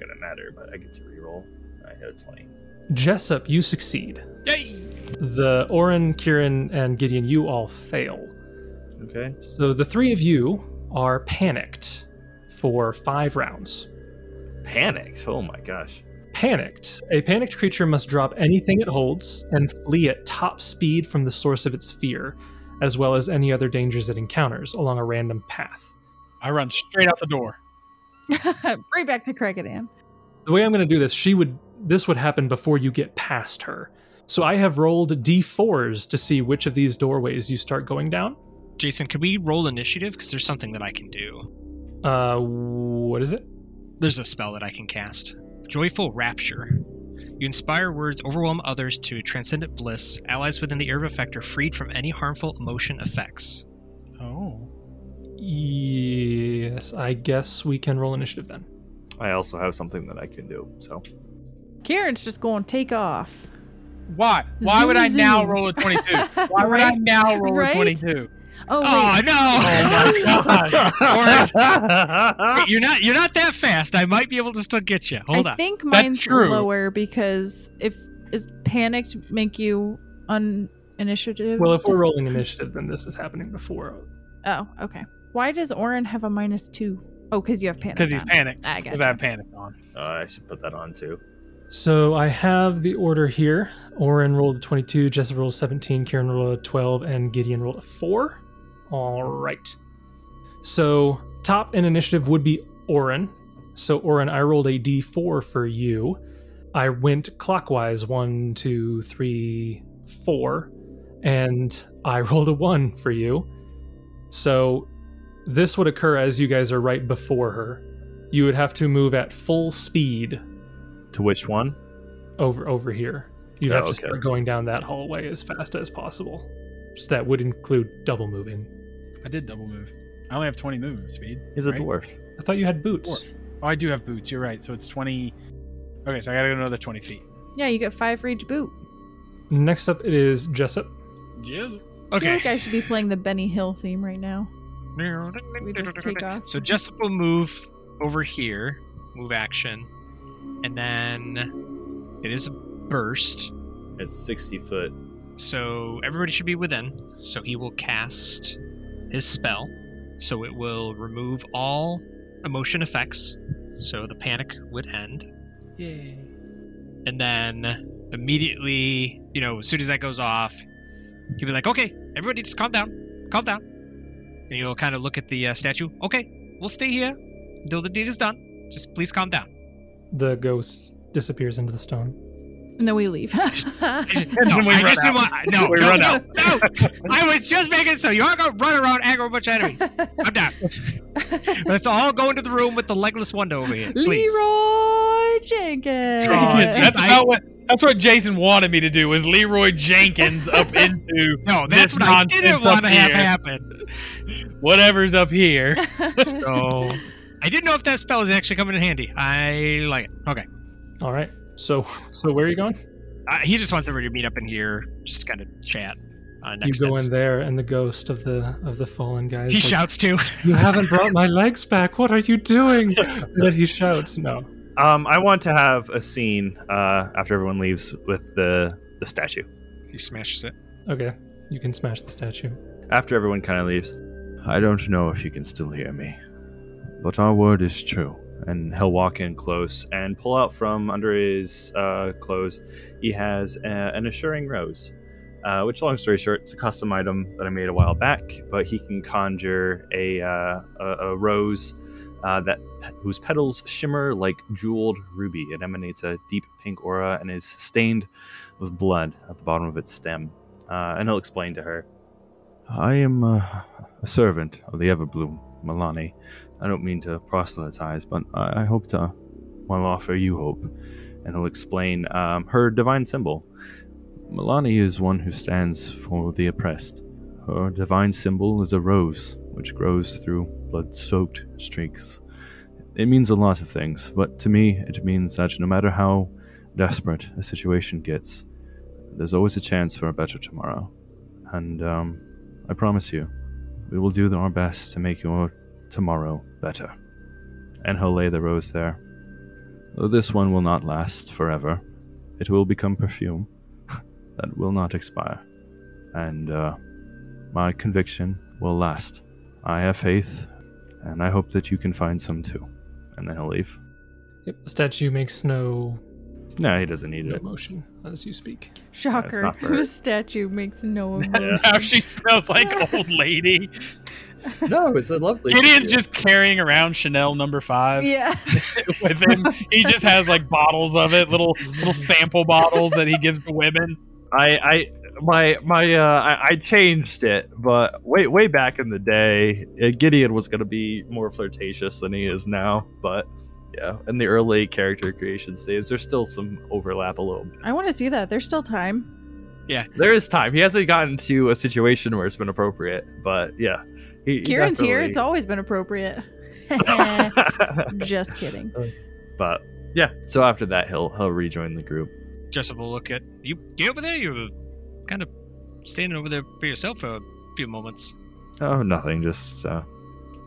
gonna matter, but I get to re-roll. I hit a twenty. Jessup, you succeed. Yay! The Orin, Kieran, and Gideon, you all fail. Okay. So the three of you are panicked for five rounds. Panicked. Oh my gosh. Panicked. A panicked creature must drop anything it holds and flee at top speed from the source of its fear, as well as any other dangers it encounters along a random path. I run straight out the door. right back to Crackadan. The way I'm going to do this, she would this would happen before you get past her. So I have rolled d4s to see which of these doorways you start going down. Jason, can we roll initiative? Because there's something that I can do. Uh, what is it? There's a spell that I can cast. Joyful Rapture. You inspire words, overwhelm others to transcendent bliss. Allies within the area of effect are freed from any harmful emotion effects. Oh. Yes, I guess we can roll initiative then. I also have something that I can do. So Kieran's just going to take off. Why? Why would I Zoom, now zoom. roll a 22? Why would I Right? now roll a Right? 22? Oh, Oh wait. no! I Wait, you're not you're not that fast. I might be able to still get you. Hold I on. think That's mine's true. lower because if is panicked make you un initiative? Well, if we're rolling initiative, then this is happening before. oh, okay. Why does Orin have a minus two? Oh, because you have panic. Because he's on. panicked. I Because gotcha. I have panic on. uh, should put that on too. So I have the order here. Oren rolled a 22, Jessup rolled a 17, Karen rolled a 12, and Gideon rolled a 4. All right. So top in initiative would be Oren. So Oren, I rolled a d4 for you. I went clockwise one, two, three, four, and I rolled a 1 for you. So this would occur as you guys are right before her. You would have to move at full speed To which one? over over here. You'd Oh, have to okay. start going down that hallway as fast as possible. So that would include double moving. I did double move. I only have 20 movement speed. He's right? a dwarf. I thought you had boots. Dwarf. Oh, I do have boots. You're right. So it's 20. Okay, so I gotta go another 20 feet. Yeah, you get five for each boot. Next up, it is Jessup. Yes. I feel Okay. like I should be playing the Benny Hill theme right now. We just take off. So Jessup will move over here, move action, and then it is a burst. It's sixty foot. So everybody should be within. So he will cast his spell. So it will remove all emotion effects. So the panic would end. Yay. and then immediately, you know, as soon as that goes off, he'll be like, "Okay, everybody, just calm down, calm down," and he'll kind of look at the uh, statue. Okay, we'll stay here until the deed is done. Just please calm down. The ghost disappears into the stone. And then we leave. No, we I run just didn't want. No, We no, run no, no. I was just making it so you aren't gonna run around aggro a bunch of enemies. I'm down. Let's all go into the room with the legless wonder over here, please. Leroy Jenkins. Oh, Yes, that's I- about what. That's what Jason wanted me to do. Was Leroy Jenkins up into No, that's This what I didn't nonsense want up to have here. happen. whatever's up here? So I didn't know if that spell is actually coming in handy. I like it. Okay. All right. So so where are you going? Uh, he just wants everybody to meet up in here, just kind of chat on next you go steps. in there, and the ghost of the of the fallen guy. Is He like, shouts too. You haven't brought my legs back. What are you doing? and then he shouts, "No." Um, I want to have a scene uh, after everyone leaves with the the statue. he smashes it. Okay, you can smash the statue. After everyone kind of leaves. I don't know if you can still hear me, but our word is true. and he'll walk in close and pull out from under his uh, clothes. He has uh an assuring rose, uh, which, long story short, it's a custom item that I made a while back. But he can conjure a uh, a, a rose uh, that whose petals shimmer like jeweled ruby. It emanates a deep pink aura and is stained with blood at the bottom of its stem. Uh, and he'll explain to her. I am uh, a servant of the Everbloom, Milani. I don't mean to proselytize, but I, I hope to, well, offer you hope. And he'll explain um, her divine symbol. Milani is one who stands for the oppressed. Her divine symbol is a rose, which grows through blood soaked streaks. It means a lot of things, but to me, it means that no matter how desperate a situation gets, there's always a chance for a better tomorrow. And um, I promise you, we will do our best to make your tomorrow better. And he'll lay the rose there. Though this one will not last forever, it will become perfume that will not expire. And uh, my conviction will last. I have faith, and I hope that you can find some too. And then he'll leave. Yep, the statue makes no, No, he doesn't need no it. motion as you speak. Shocker. not for her. the statue makes no emotion. Now she smells like old lady. No, it's a lovely. Gideon's just carrying around Chanel number five yeah. with him. He just has like bottles of it, little little sample bottles that he gives to women. I, I, my, my, uh, I, I changed it, but way, way back in the day, uh, Gideon was gonna be more flirtatious than he is now. But yeah, in the early character creation stages, there's still some overlap a little bit. I want to see that. There's still time. There is time. He hasn't gotten to a situation where it's been appropriate, but yeah, he, he Kieran's here. It's definitely- always been appropriate. Just kidding. but yeah, so after that, he'll he'll rejoin the group. Jessup will look at you. Get over there. You're kind of standing over there for yourself for a few moments. Oh, nothing. Just uh,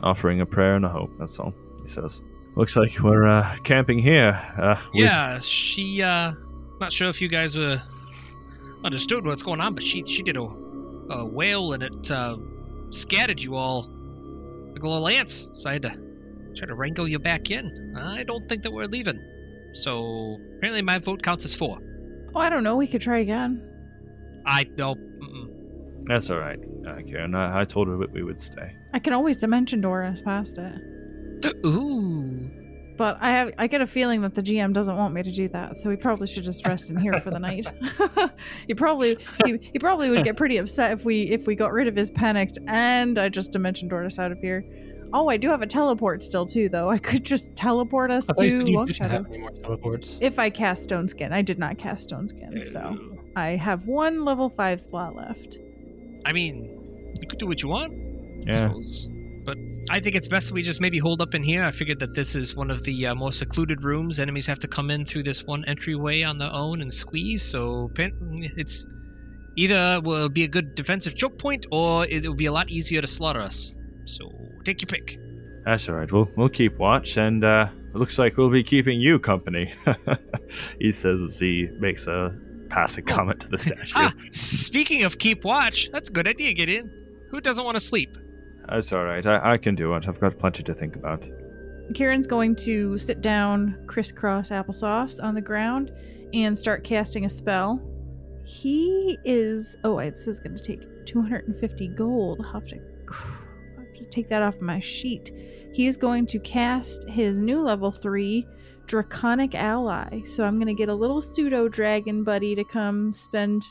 offering a prayer and a hope. That's all he says. Looks like we're uh, camping here. Uh, with- Yeah, she. uh Not sure if you guys were understood what's going on, but she she did a, a whale and it uh, scattered you all like a little ants. So I had to try to wrangle you back in. I don't think that we're leaving. So apparently my vote counts as four. Oh, I don't know. We could try again. I no. Mm-mm. That's all right, uh, Karen. I, I told her that we would stay. I can always dimension door us past it. Ooh. But I have I get a feeling that the GM doesn't want me to do that, so we probably should just rest in here for the night. he probably he, he probably would get pretty upset if we if we got rid of his panicked and I just dimension doored us out of here. Oh, I do have a teleport still too though. I could just teleport us I thought you to said you Long didn't Shadow. have any more teleports. If I cast Stone Skin, I did not cast Stone Skin, so I have one level five slot left. I mean, you could do what you want. Yeah. suppose. But I think it's best we just maybe hold up in here. I figured that this is one of the uh, more secluded rooms. Enemies have to come in through this one entryway on their own and squeeze. So pan- it's either will be a good defensive choke point, or it will be a lot easier to slaughter us. So take your pick. That's all right. We'll we'll keep watch, and uh, it looks like we'll be keeping you company. he says as he makes a passing comment to the statue. Ah, speaking of keep watch, that's a good idea. Get in. Who doesn't want to sleep? That's all right. I, I can do it. I've got plenty to think about. Kieran's going to sit down crisscross applesauce on the ground and start casting a spell. He is oh wait, this is gonna take 250 gold. I'll have to, I'll have to take that off my sheet. He is going to cast his new level three Draconic Ally. So I'm gonna get a little pseudo dragon buddy to come spend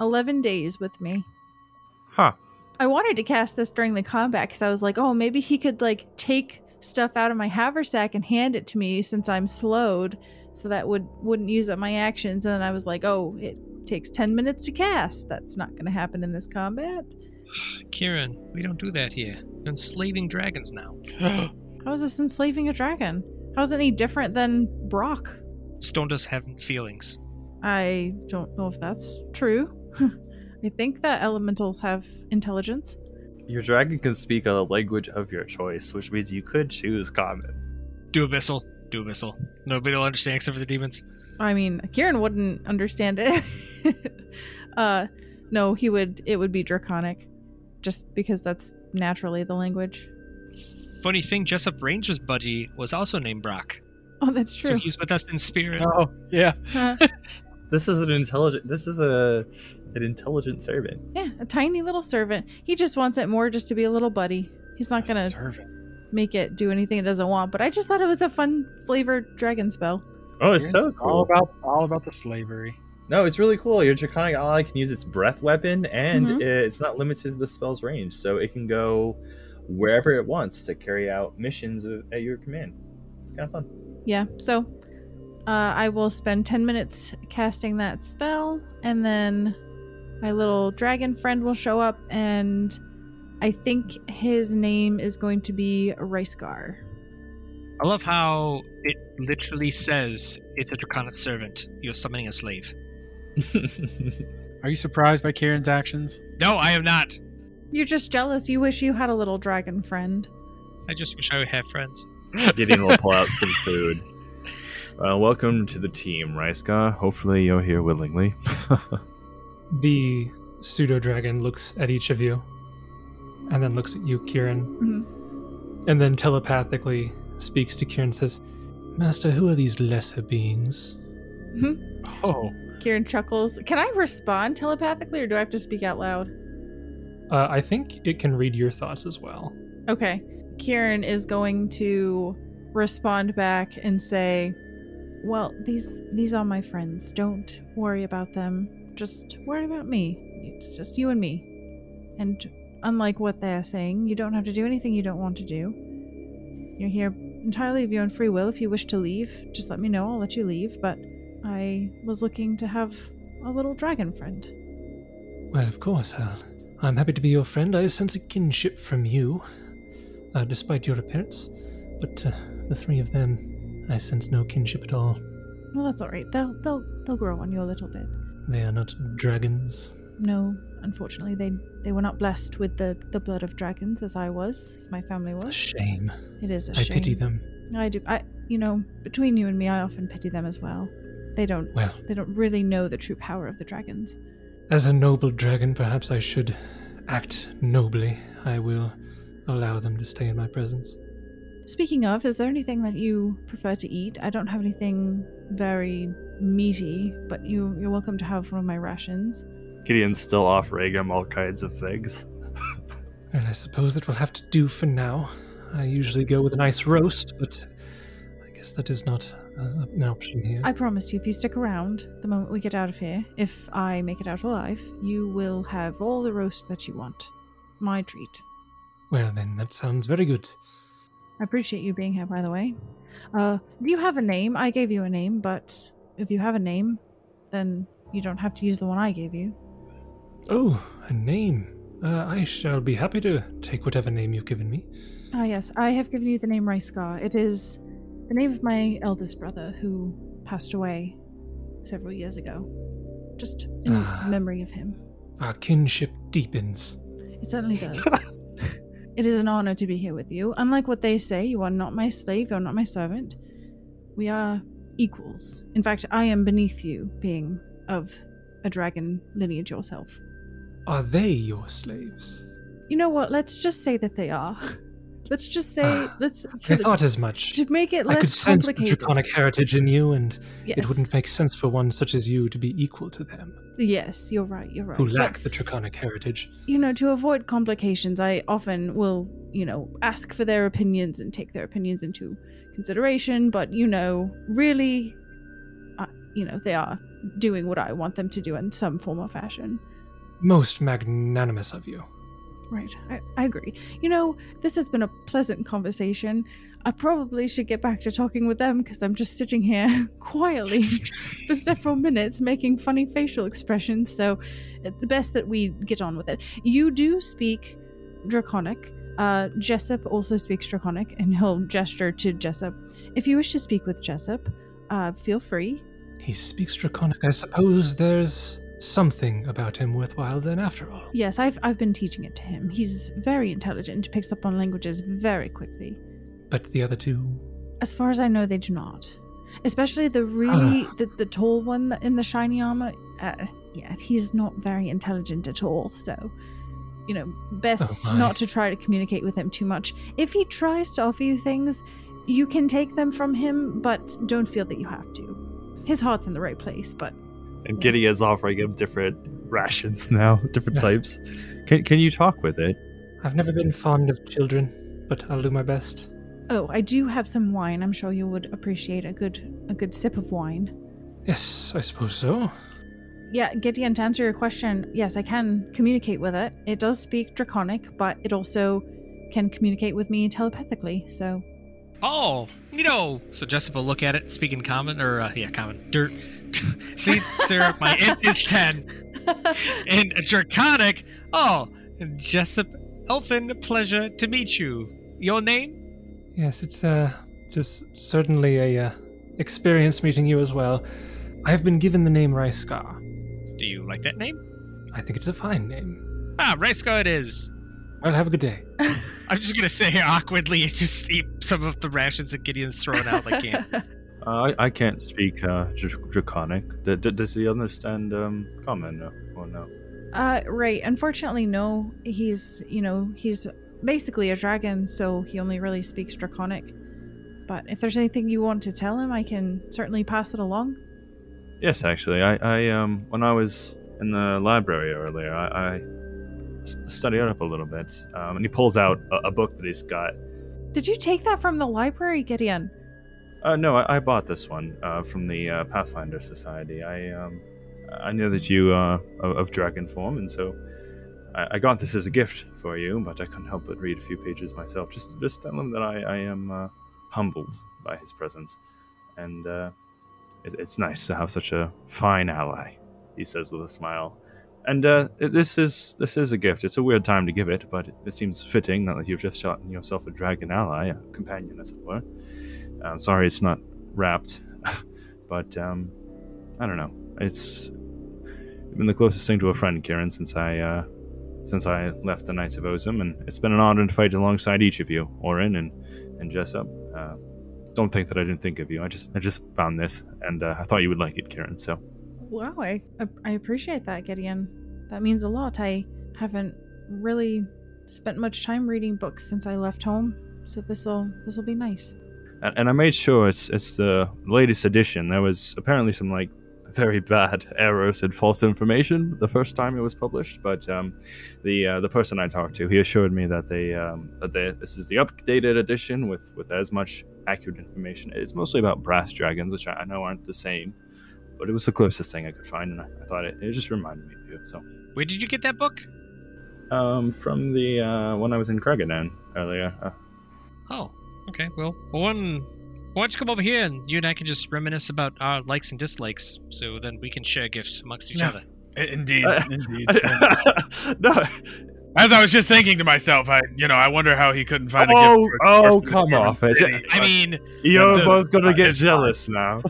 11 days with me. Huh. I wanted to cast this during the combat because I was like, oh, maybe he could like take stuff out of my haversack and hand it to me since I'm slowed, so that would wouldn't use up my actions. And then I was like, oh, it takes ten minutes to cast. That's not going to happen in this combat. Kieran, we don't do that here. You're enslaving dragons now. How is this enslaving a dragon? How is it any different than Brock? Stone does have feelings. I don't know if that's true. I think that elementals have intelligence. Your dragon can speak a language of your choice, which means you could choose common. Do a missile. Do a missile. Nobody will understand except for the demons. I mean, Kieran wouldn't understand it. uh, no, he would. It would be draconic, just because that's naturally the language. Funny thing, Jessup Ranger's buddy was also named Brock. Oh, that's So true. Uh, he's with us in spirit. Oh yeah, Huh. This is an intelligent. This is a an intelligent servant. yeah, a tiny little servant. He just wants it more just to be a little buddy. He's not gonna servant. make it do anything it doesn't want. But I just thought it was a fun flavored dragon spell. Oh, it's so All cool. about all about the slavery. No, it's really cool. Your draconic Mm-hmm. ally can use its breath weapon, and Mhm. it's not limited to the spell's range, so it can go wherever it wants to carry out missions of, at your command. It's kind of fun. Yeah, so uh, I will spend 10 minutes casting that spell, and then my little dragon friend will show up, and I think his name is going to be Ricegar. I love how it literally says it's a Draconid servant. You're summoning a slave. Are you surprised by Kieran's actions? No, I am not. You're just jealous. You wish you had a little dragon friend. I just wish I would have friends. Gideon will pull out some food. Uh, welcome to the team, Ryska. Hopefully, you're here willingly. The pseudo dragon looks at each of you and then looks at you, Kieran, Mm-hmm. and then telepathically speaks to Kieran and says, Master, who are these lesser beings? Oh, Kieran chuckles. Can I respond telepathically or do I have to speak out loud? Uh, I think it can read your thoughts as well. Okay. Kieran is going to respond back and say, "Well, these these are my friends. Don't worry about them. Just worry about me. It's just you and me. And unlike what they are saying, you don't have to do anything you don't want to do. You're here entirely of your own free will. If you wish to leave, just let me know. I'll let you leave, but I was looking to have a little dragon friend." Well, of course, Hal. I'm happy to be your friend. I sense a kinship from you, uh, despite your appearance. But uh, the three of them, I sense no kinship at all. Well, that's all right. They'll they'll they'll grow on you a little bit. They are not dragons. No, unfortunately, they they were not blessed with the the blood of dragons as I was, as my family A was. shame. It is a I shame. pity them. I do. I you know between you and me, I often pity them as well. They don't Well, they don't really know the true power of the dragons. as a noble dragon, perhaps I should act nobly. I will allow them to stay in my presence. Speaking of, is there anything that you prefer to eat? I don't have anything very meaty, but you you're welcome to have one of my rations. Gideon's still offering him all kinds of things. And I suppose that will have to do for now. I usually go with a nice roast, but I guess that is not uh, an option here. I promise you, if you stick around, the moment we get out of here, if I make it out alive, you will have all the roast that you want. My treat. Well, then, that sounds very good. I appreciate you being here, by the way. Uh, do you have a name? I gave you a name, but if you have a name, then you don't have to use the one I gave you. Oh, a name. Uh, I shall be happy to take whatever name you've given me. Ah, yes, I have given you the name Ryskar. It is the name of my eldest brother who passed away several years ago. Just in Ah. memory of him. Our kinship deepens. It certainly does. it is an honor to be here with you. Unlike what they say, you are not my slave, you are not my servant. We are equals. In fact, I am beneath you, being of a dragon lineage yourself. Are they your slaves? You know what? Let's just say that they are. Let's just say Ah, let's I for the- thought as much. to make it I could less sense the complicated. draconic heritage in you, and yes. it wouldn't make sense for one such as you to be equal to them, yes, you're right. You're right. who But- lack the draconic heritage. you know, to avoid complications, I often will, you know, ask for their opinions and take their opinions into consideration. But, you know, really, uh, you know, they are doing what I want them to do in some form or fashion. Most magnanimous of you. Right. I, I agree. You know, this has been a pleasant conversation. I probably should get back to talking with them because I'm just sitting here quietly for several minutes making funny facial expressions. So, uh, the best that we get on with it. You do speak Draconic. Uh, Jessup also speaks Draconic, and he'll gesture to Jessup. If you wish to speak with Jessup, uh, feel free. He speaks draconic. I suppose there's something about him worthwhile then, after all. Yes, I've, I've been teaching it to him. He's very intelligent, picks up on languages very quickly. But the other two. As far as I know, they do not. Especially the really the, the tall one in the shiny armor. Uh, yeah, he's not very intelligent at all. So, you know, best Oh my. not to try to communicate with him too much. If he tries to offer you things, you can take them from him, but don't feel that you have to. His heart's in the right place, but And Gideon's offering him different rations now, different Yeah. types. Can, can you talk with it? I've never been fond of children, but I'll do my best. oh, I do have some wine. I'm sure you would appreciate a good a good sip of wine. Yes, I suppose so. Yeah, Gideon, to answer your question, yes, I can communicate with it. It does speak Draconic, but it also can communicate with me telepathically. So Oh, you know. So Jessup will look at it, speak in common, or uh, yeah, common dirt. See, Sarah, my int is ten. In draconic. Oh, Jessup, Elfin, pleasure to meet you. Your name? Yes, it's uh, just certainly a uh, experience meeting you as well. I have been given the name Ryskar. Do you like that name? I think it's a fine name. Ah, Raisko it is. Well, have a good day. I'm just gonna sit here awkwardly and just eat some of the rations that Gideon's throwing out like can. Uh, I, I can't speak uh, dr- Draconic. D- d- does he understand um, common or no? Uh, right. Unfortunately, no. He's, you know, he's basically a dragon, so he only really speaks Draconic. But if there's anything you want to tell him, I can certainly pass it along. Yes, actually, I, I um, when I was in the library earlier, I, I s- studied up a little bit, um, and he pulls out a, a book that he's got. Did you take that from the library, Gideon? Uh, no, I, I bought this one uh, from the uh, Pathfinder Society. I um, I know that you uh, of, of dragon form, and so I, I got this as a gift for you. But I couldn't help but read a few pages myself. Just just tell him that I, I am uh, humbled by his presence, and uh, it, it's nice to have such a fine ally. He says with a smile. And uh, this is this is a gift. It's a weird time to give it, but it seems fitting now that you've just shot yourself a dragon ally, a companion, as it were. I'm sorry it's not wrapped, but um, I don't know. It's been the closest thing to a friend, Kieran, since I uh, since I left the Knights of Ozum, and it's been an honor to fight alongside each of you, Orin and and Jessup. Uh, don't think that I didn't think of you. I just I just found this, and uh, I thought you would like it, Kieran. So Wow, I, I appreciate that, Gideon. That means a lot. I haven't really spent much time reading books since I left home, so this'll this'll be nice. and, and I made sure it's it's the latest edition. There was apparently some like very bad errors and false information the first time it was published, but um, the uh, the person I talked to he assured me that they um, that they, this is the updated edition with with as much accurate information. It's mostly about brass dragons, which I, I know aren't the same, but it was the closest thing I could find, and I, I thought it, it just reminded me of you. So Where did you get that book? um, from the uh, when I was in Kragadan earlier. Uh, Oh, okay. Well, one. Why don't you come over here and you and I can just reminisce about our likes and dislikes, so then we can share gifts amongst each Yeah. other. Indeed, indeed. no, As I was just thinking to myself, I you know I wonder how he couldn't find a Oh, gift. oh, for a- come off it. I mean, You're Dude, both gonna get it's jealous now.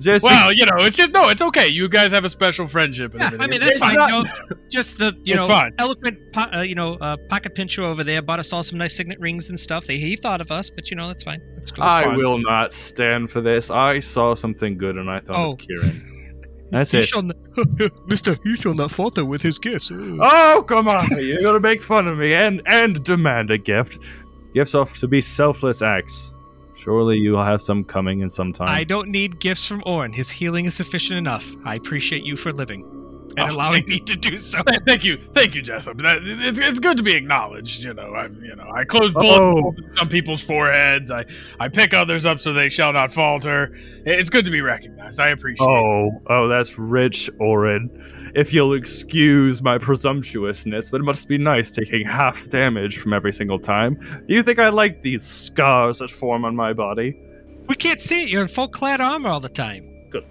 Just well, you know, it's just no, it's okay. You guys have a special friendship. And yeah, I everything. mean that's It's fine. not- you know, just the you It's know fine. eloquent, po- uh, you know, uh, pocket pincher over there bought us all some nice signet rings and stuff. They, he thought of us, but you know that's fine. That's cool. I Fine. will not stand for this. I saw something good and I thought Oh. of Kieran. That's He it. shall not, Mister. He shall not falter with his gifts. Ugh. Oh come on! You're gonna make fun of me and and demand a gift. Gifts are to be selfless acts. Surely you'll have some coming in some time. I don't need gifts from Orin. His healing is sufficient enough. I appreciate you for living and Oh, allowing me to do so. Th- Thank you, thank you, Jessup. That, it's, it's good to be acknowledged. You know, I you know I close bullets Oh. holes in some people's foreheads. I I pick others up so they shall not falter. It's good to be recognized. I appreciate. it. Oh, oh, that's rich, Orin. If you'll excuse my presumptuousness, but it must be nice taking half damage from every single time. You think I like these scars that form on my body? We can't see it. You're in full clad armor all the time. Good.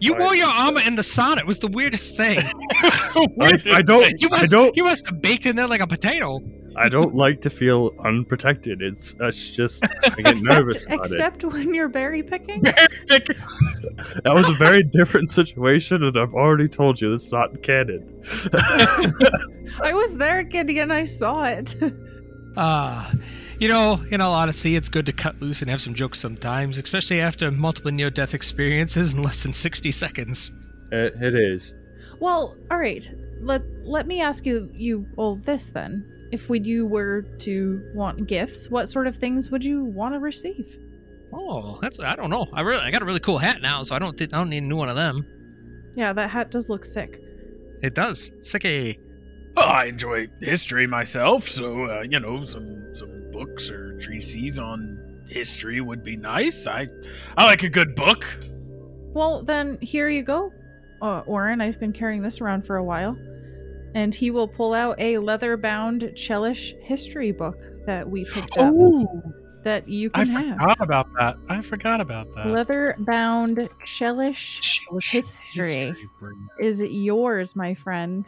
You Fine. wore your armor in the sauna. It was the weirdest thing. I, I don't. You I must, don't. you must have baked in there like a potato. I don't like to feel unprotected. It's. It's just. I get nervous about except when you're berry picking? it. That was a very different situation, and I've already told you it's not canon. I was there, Gideon. I saw it. Ah, you know, in all honesty, it's good to cut loose and have some jokes sometimes, especially after multiple near-death experiences in less than 60 seconds. It, it is. well, all right. Let let me ask you you all this then. If we, you were to want gifts, what sort of things would you want to receive? Oh, that's I don't know. I really I got a really cool hat now, so I don't think I don't need a new one of them. Yeah, that hat does look sick. It does. Sicky. Well, I enjoy history myself, so uh, you know some some books or treatises on history would be nice. I I like a good book. Well, then here you go, uh, Oren. I've been carrying this around for a while. and he will pull out a leather-bound Chelish history book that we picked up Oh, that you I can have. forgot about that. I forgot about that. Leather-bound Chelish Jewish history. book. is yours, my friend.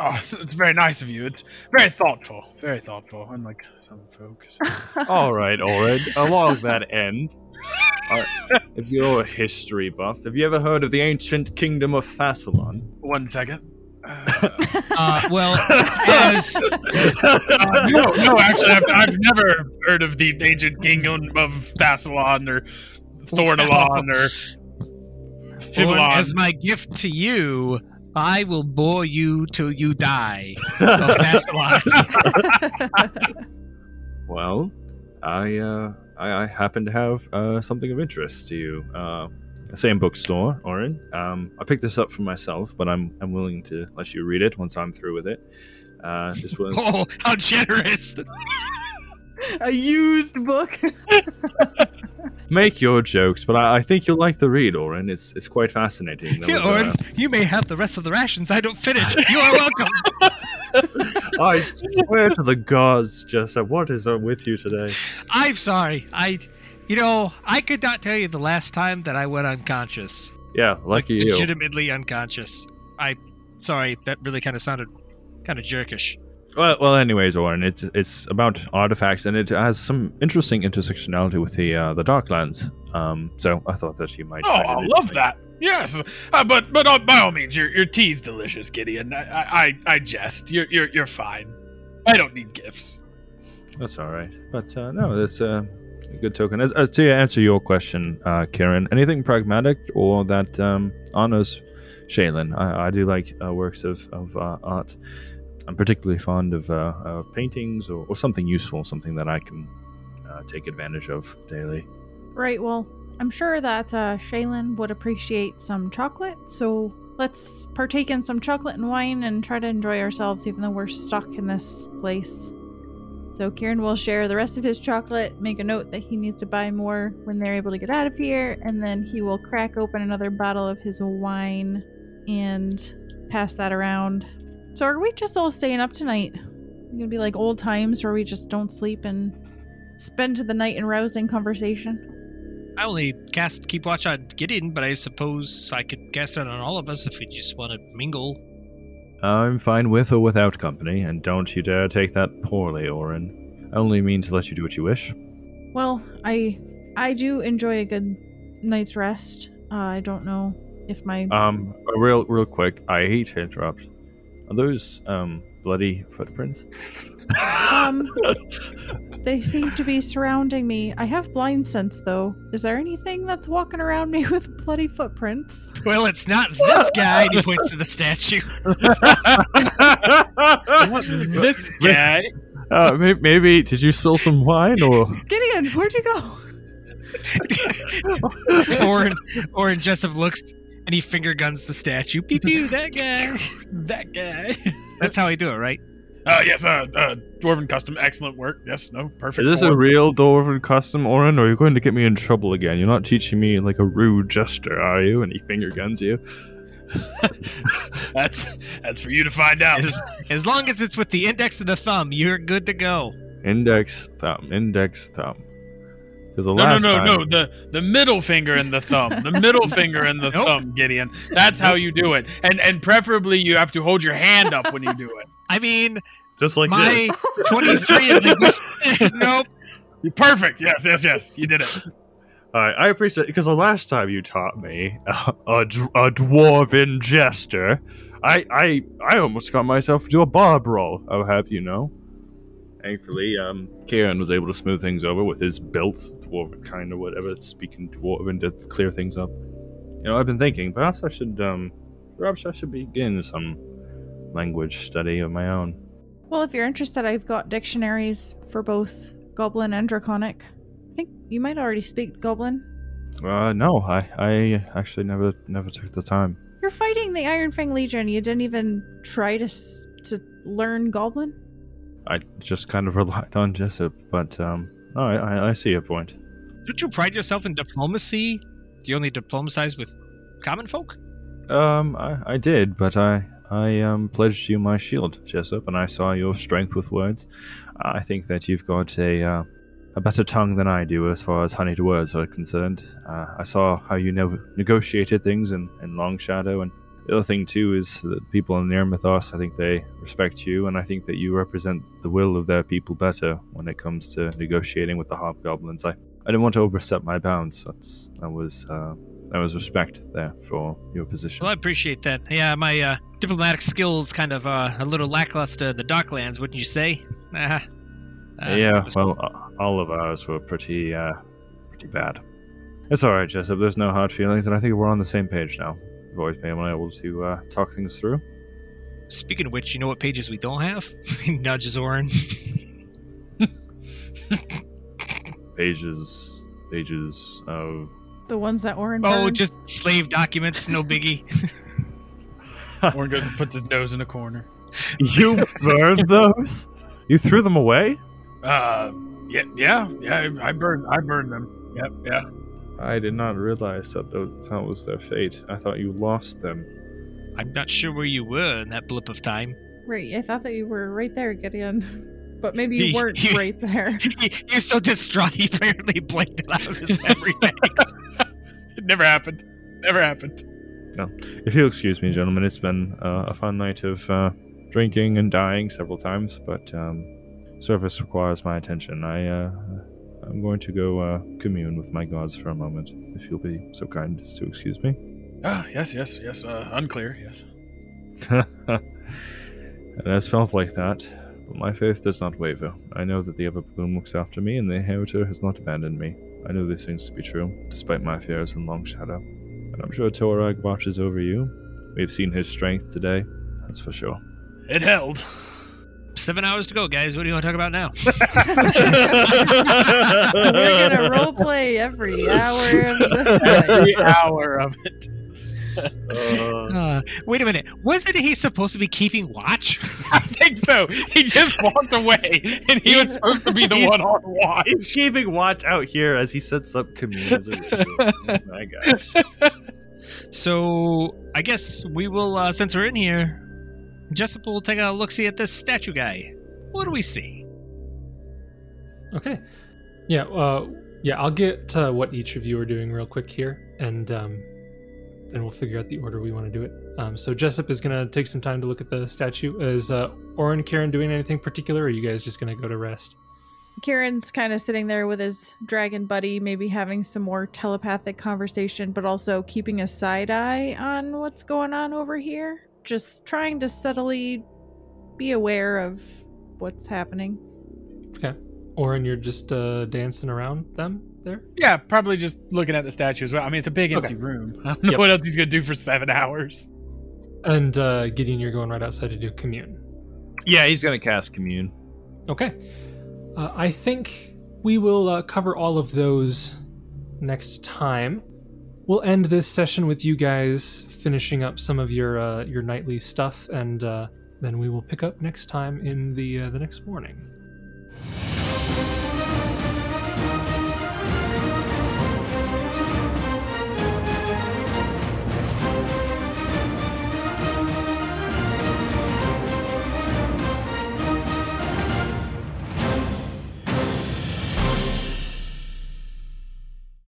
Oh, it's, it's very nice of you. It's very thoughtful. Very thoughtful, unlike some folks. All right, Oren. Along that end, uh, if you're a history buff, have you ever heard of the ancient kingdom of Thassalon? One second. Uh, Uh, well, as Uh, no, no, actually, I've, I've never heard of the ancient kingdom of Thassalon or Thornalon or Oren, Fibalon. as my gift to you, I will bore you till you die. Of Thassalon. Well, I uh, I, I happen to have uh, something of interest to you. Uh, the same bookstore, Oren. Um, I picked this up for myself, but I'm I'm willing to let you read it once I'm through with it. Uh, this was Oh, how generous! A used book. make your jokes, but I, I think you'll like the read, Oren. It's it's quite fascinating. There uh, was, Yeah, uh, Oren, you may have the rest of the rations. I don't finish. You are welcome. uh, I swear to the gods, Jessa, what is up with you today? I'm sorry. I, you know, I could not tell you the last time that I went unconscious. Yeah, lucky you. Legitimately unconscious. I, sorry, that really kind of sounded kind of jerkish. Well, well, anyways, Oren, it's it's about artifacts, and it has some interesting intersectionality with the uh, the Darklands. Um, so I thought that you might. Oh, find it I love interesting. that. Yes, uh, but but uh, by all means, your your tea's delicious, Gideon. I I, I- I jest. You're, you're you're fine. I don't need gifts. That's all right, but uh, no, that's uh, a good token. As, as to answer your question, uh, Karen, anything pragmatic or that um, honors Shaylin? I, I do like uh, works of of uh, art. I'm particularly fond of uh, of paintings or, or something useful, something that I can uh, take advantage of daily. right, well, I'm sure that uh, Shaylin would appreciate some chocolate, so let's partake in some chocolate and wine and try to enjoy ourselves, even though we're stuck in this place. So Kieran will share the rest of his chocolate, make a note that he needs to buy more when they're able to get out of here, and then he will crack open another bottle of his wine and pass that around. So are we just all staying up tonight? It's gonna be like old times where we just don't sleep and spend the night in rousing conversation. I only cast keep watch on Gideon, but I suppose I could cast it on all of us if we just want to mingle. I'm fine with or without company, and don't you dare take that poorly, Orin. I only mean to let you do what you wish. Well, I I do enjoy a good night's rest. Uh, I don't know if my Uh. Um, real, real quick. I hate to interrupt. Are those um bloody footprints? um they seem to be surrounding me. I have blind sense though. Is there anything that's walking around me with bloody footprints? Well, it's not this guy. And he points to the statue. This guy. uh, maybe, maybe did you spill some wine or? Gideon, where'd you go? Oren, Oren Jessup looks and he finger guns the statue. Pew pew, that guy. That guy. That's how I do it, right? Uh, yes, uh, uh, Dwarven custom, excellent work. Yes, no, perfect. Is this a form. real Dwarven custom, Orin? Or are you going to get me in trouble again? You're not teaching me like a rude gesture, are you? And he finger guns you. that's that's for you to find out. As, as long as it's with the index and the thumb, you're good to go. Index thumb, index thumb. Because the No, no, last no, time, no. The the middle finger and the thumb. The middle finger and the Nope. thumb, Gideon. That's how you do it. And and preferably you have to hold your hand up when you do it. I mean, just like this. my 23 and linguistic. nope. You're perfect. Yes, yes, yes. You did it. All right, I appreciate because the last time you taught me uh, a, d- a dwarven jester, I I I almost got myself into a barb roll. I'll have you know. Thankfully, um, Kieran was able to smooth things over with his belt, dwarven kind of whatever, speaking dwarven to clear things up. You know, I've been thinking perhaps I should um, perhaps I should begin some language study of my own. Well, if you're interested, I've got dictionaries for both goblin and draconic. I think you might already speak goblin. Uh, no, I I actually never never took the time. You're fighting the Iron Fang Legion. You didn't even try to s- to learn goblin. I just kind of relied on Jessup, but um, no, I, I, I see your point. Don't you pride yourself in diplomacy? Do you only diplomatize with common folk? Um, I, I did, but I I um, pledged you my shield, Jessup, and I saw your strength with words. I think that you've got a uh, a better tongue than I do as far as honeyed words are concerned. Uh, I saw how you nev- negotiated things in, in Long Shadow, and the other thing too is that the people in Nirmathos, I think they respect you, and I think that you represent the will of their people better when it comes to negotiating with the hobgoblins. I, I didn't want to overstep my bounds. That's that was uh, that was respect there for your position. Well, I appreciate that. Yeah, my uh, diplomatic skills kind of uh, a little lackluster in the Docklands, wouldn't you say? Uh, uh, yeah, well, uh, all of ours were pretty, uh, pretty bad. It's all right, Jessup. There's no hard feelings, and I think we're on the same page now. We've always been able to uh, talk things through. Speaking of which, you know what pages we don't have? he nudges Orin. Pages, pages of. The ones that orange. oh, just slave documents, no biggie. Orin goes and puts his nose in a corner. You burned those? You threw them away? Uh, yeah, yeah, yeah. I, I burned, I burned them. Yep, yeah. I did not realize that tho- that was their fate. I thought you lost them. I'm not sure where you were in that blip of time. Right. I thought that you were right there, Gideon. But maybe you You- weren't you- right there. he, he was so distraught, he apparently blanked it out of his memory banks. It never happened. Never happened. If you'll excuse me, gentlemen, it's been uh, a fun night of uh, drinking and dying several times, but um, service requires my attention. I, uh, I'm going to go uh, commune with my gods for a moment, if you'll be so kind as to excuse me. Ah, yes, yes, yes. Uh, unclear. Yes. it has felt like that, but my faith does not waver. I know that the Everbloom looks after me, and the Inheritor has not abandoned me. I know these things to be true, despite my fears in Long Shadow. And I'm sure Torag watches over you. We've seen his strength today, that's for sure. It held. Seven hours to go, guys. What do you want to talk about now? We're gonna role play every hour of the night. Every hour of it. Uh, wait a minute. Wasn't he supposed to be keeping watch? I think so. He just walked away, and he was supposed to be the He's- one on watch. He's keeping watch out here as he sets up commune as a ritual. Oh my gosh. so I guess we will, uh, since we're in here, Jessup will take a look see at this statue guy. What do we see? Okay. Yeah. Uh, yeah. I'll get uh, what each of you are doing real quick here, and um, then we'll figure out the order we want to do it. Um, so Jessup is gonna take some time to look at the statue. Is uh, Orin Karen doing anything particular? Or are you guys just gonna go to rest? Kieran's kind of sitting there with his dragon buddy, maybe having some more telepathic conversation, but also keeping a side eye on what's going on over here. Just trying to subtly be aware of what's happening. Orin, you're just uh, dancing around them there. Yeah, probably just looking at the statue as well. I mean, it's a big empty room. I don't know Yep. what else he's gonna do for seven hours. And uh, Gideon, you're going right outside to do commune. Yeah, he's gonna cast commune. Okay. Uh, I think we will uh, cover all of those next time. We'll end this session with you guys finishing up some of your uh, your nightly stuff, and uh, then we will pick up next time in the uh, the next morning.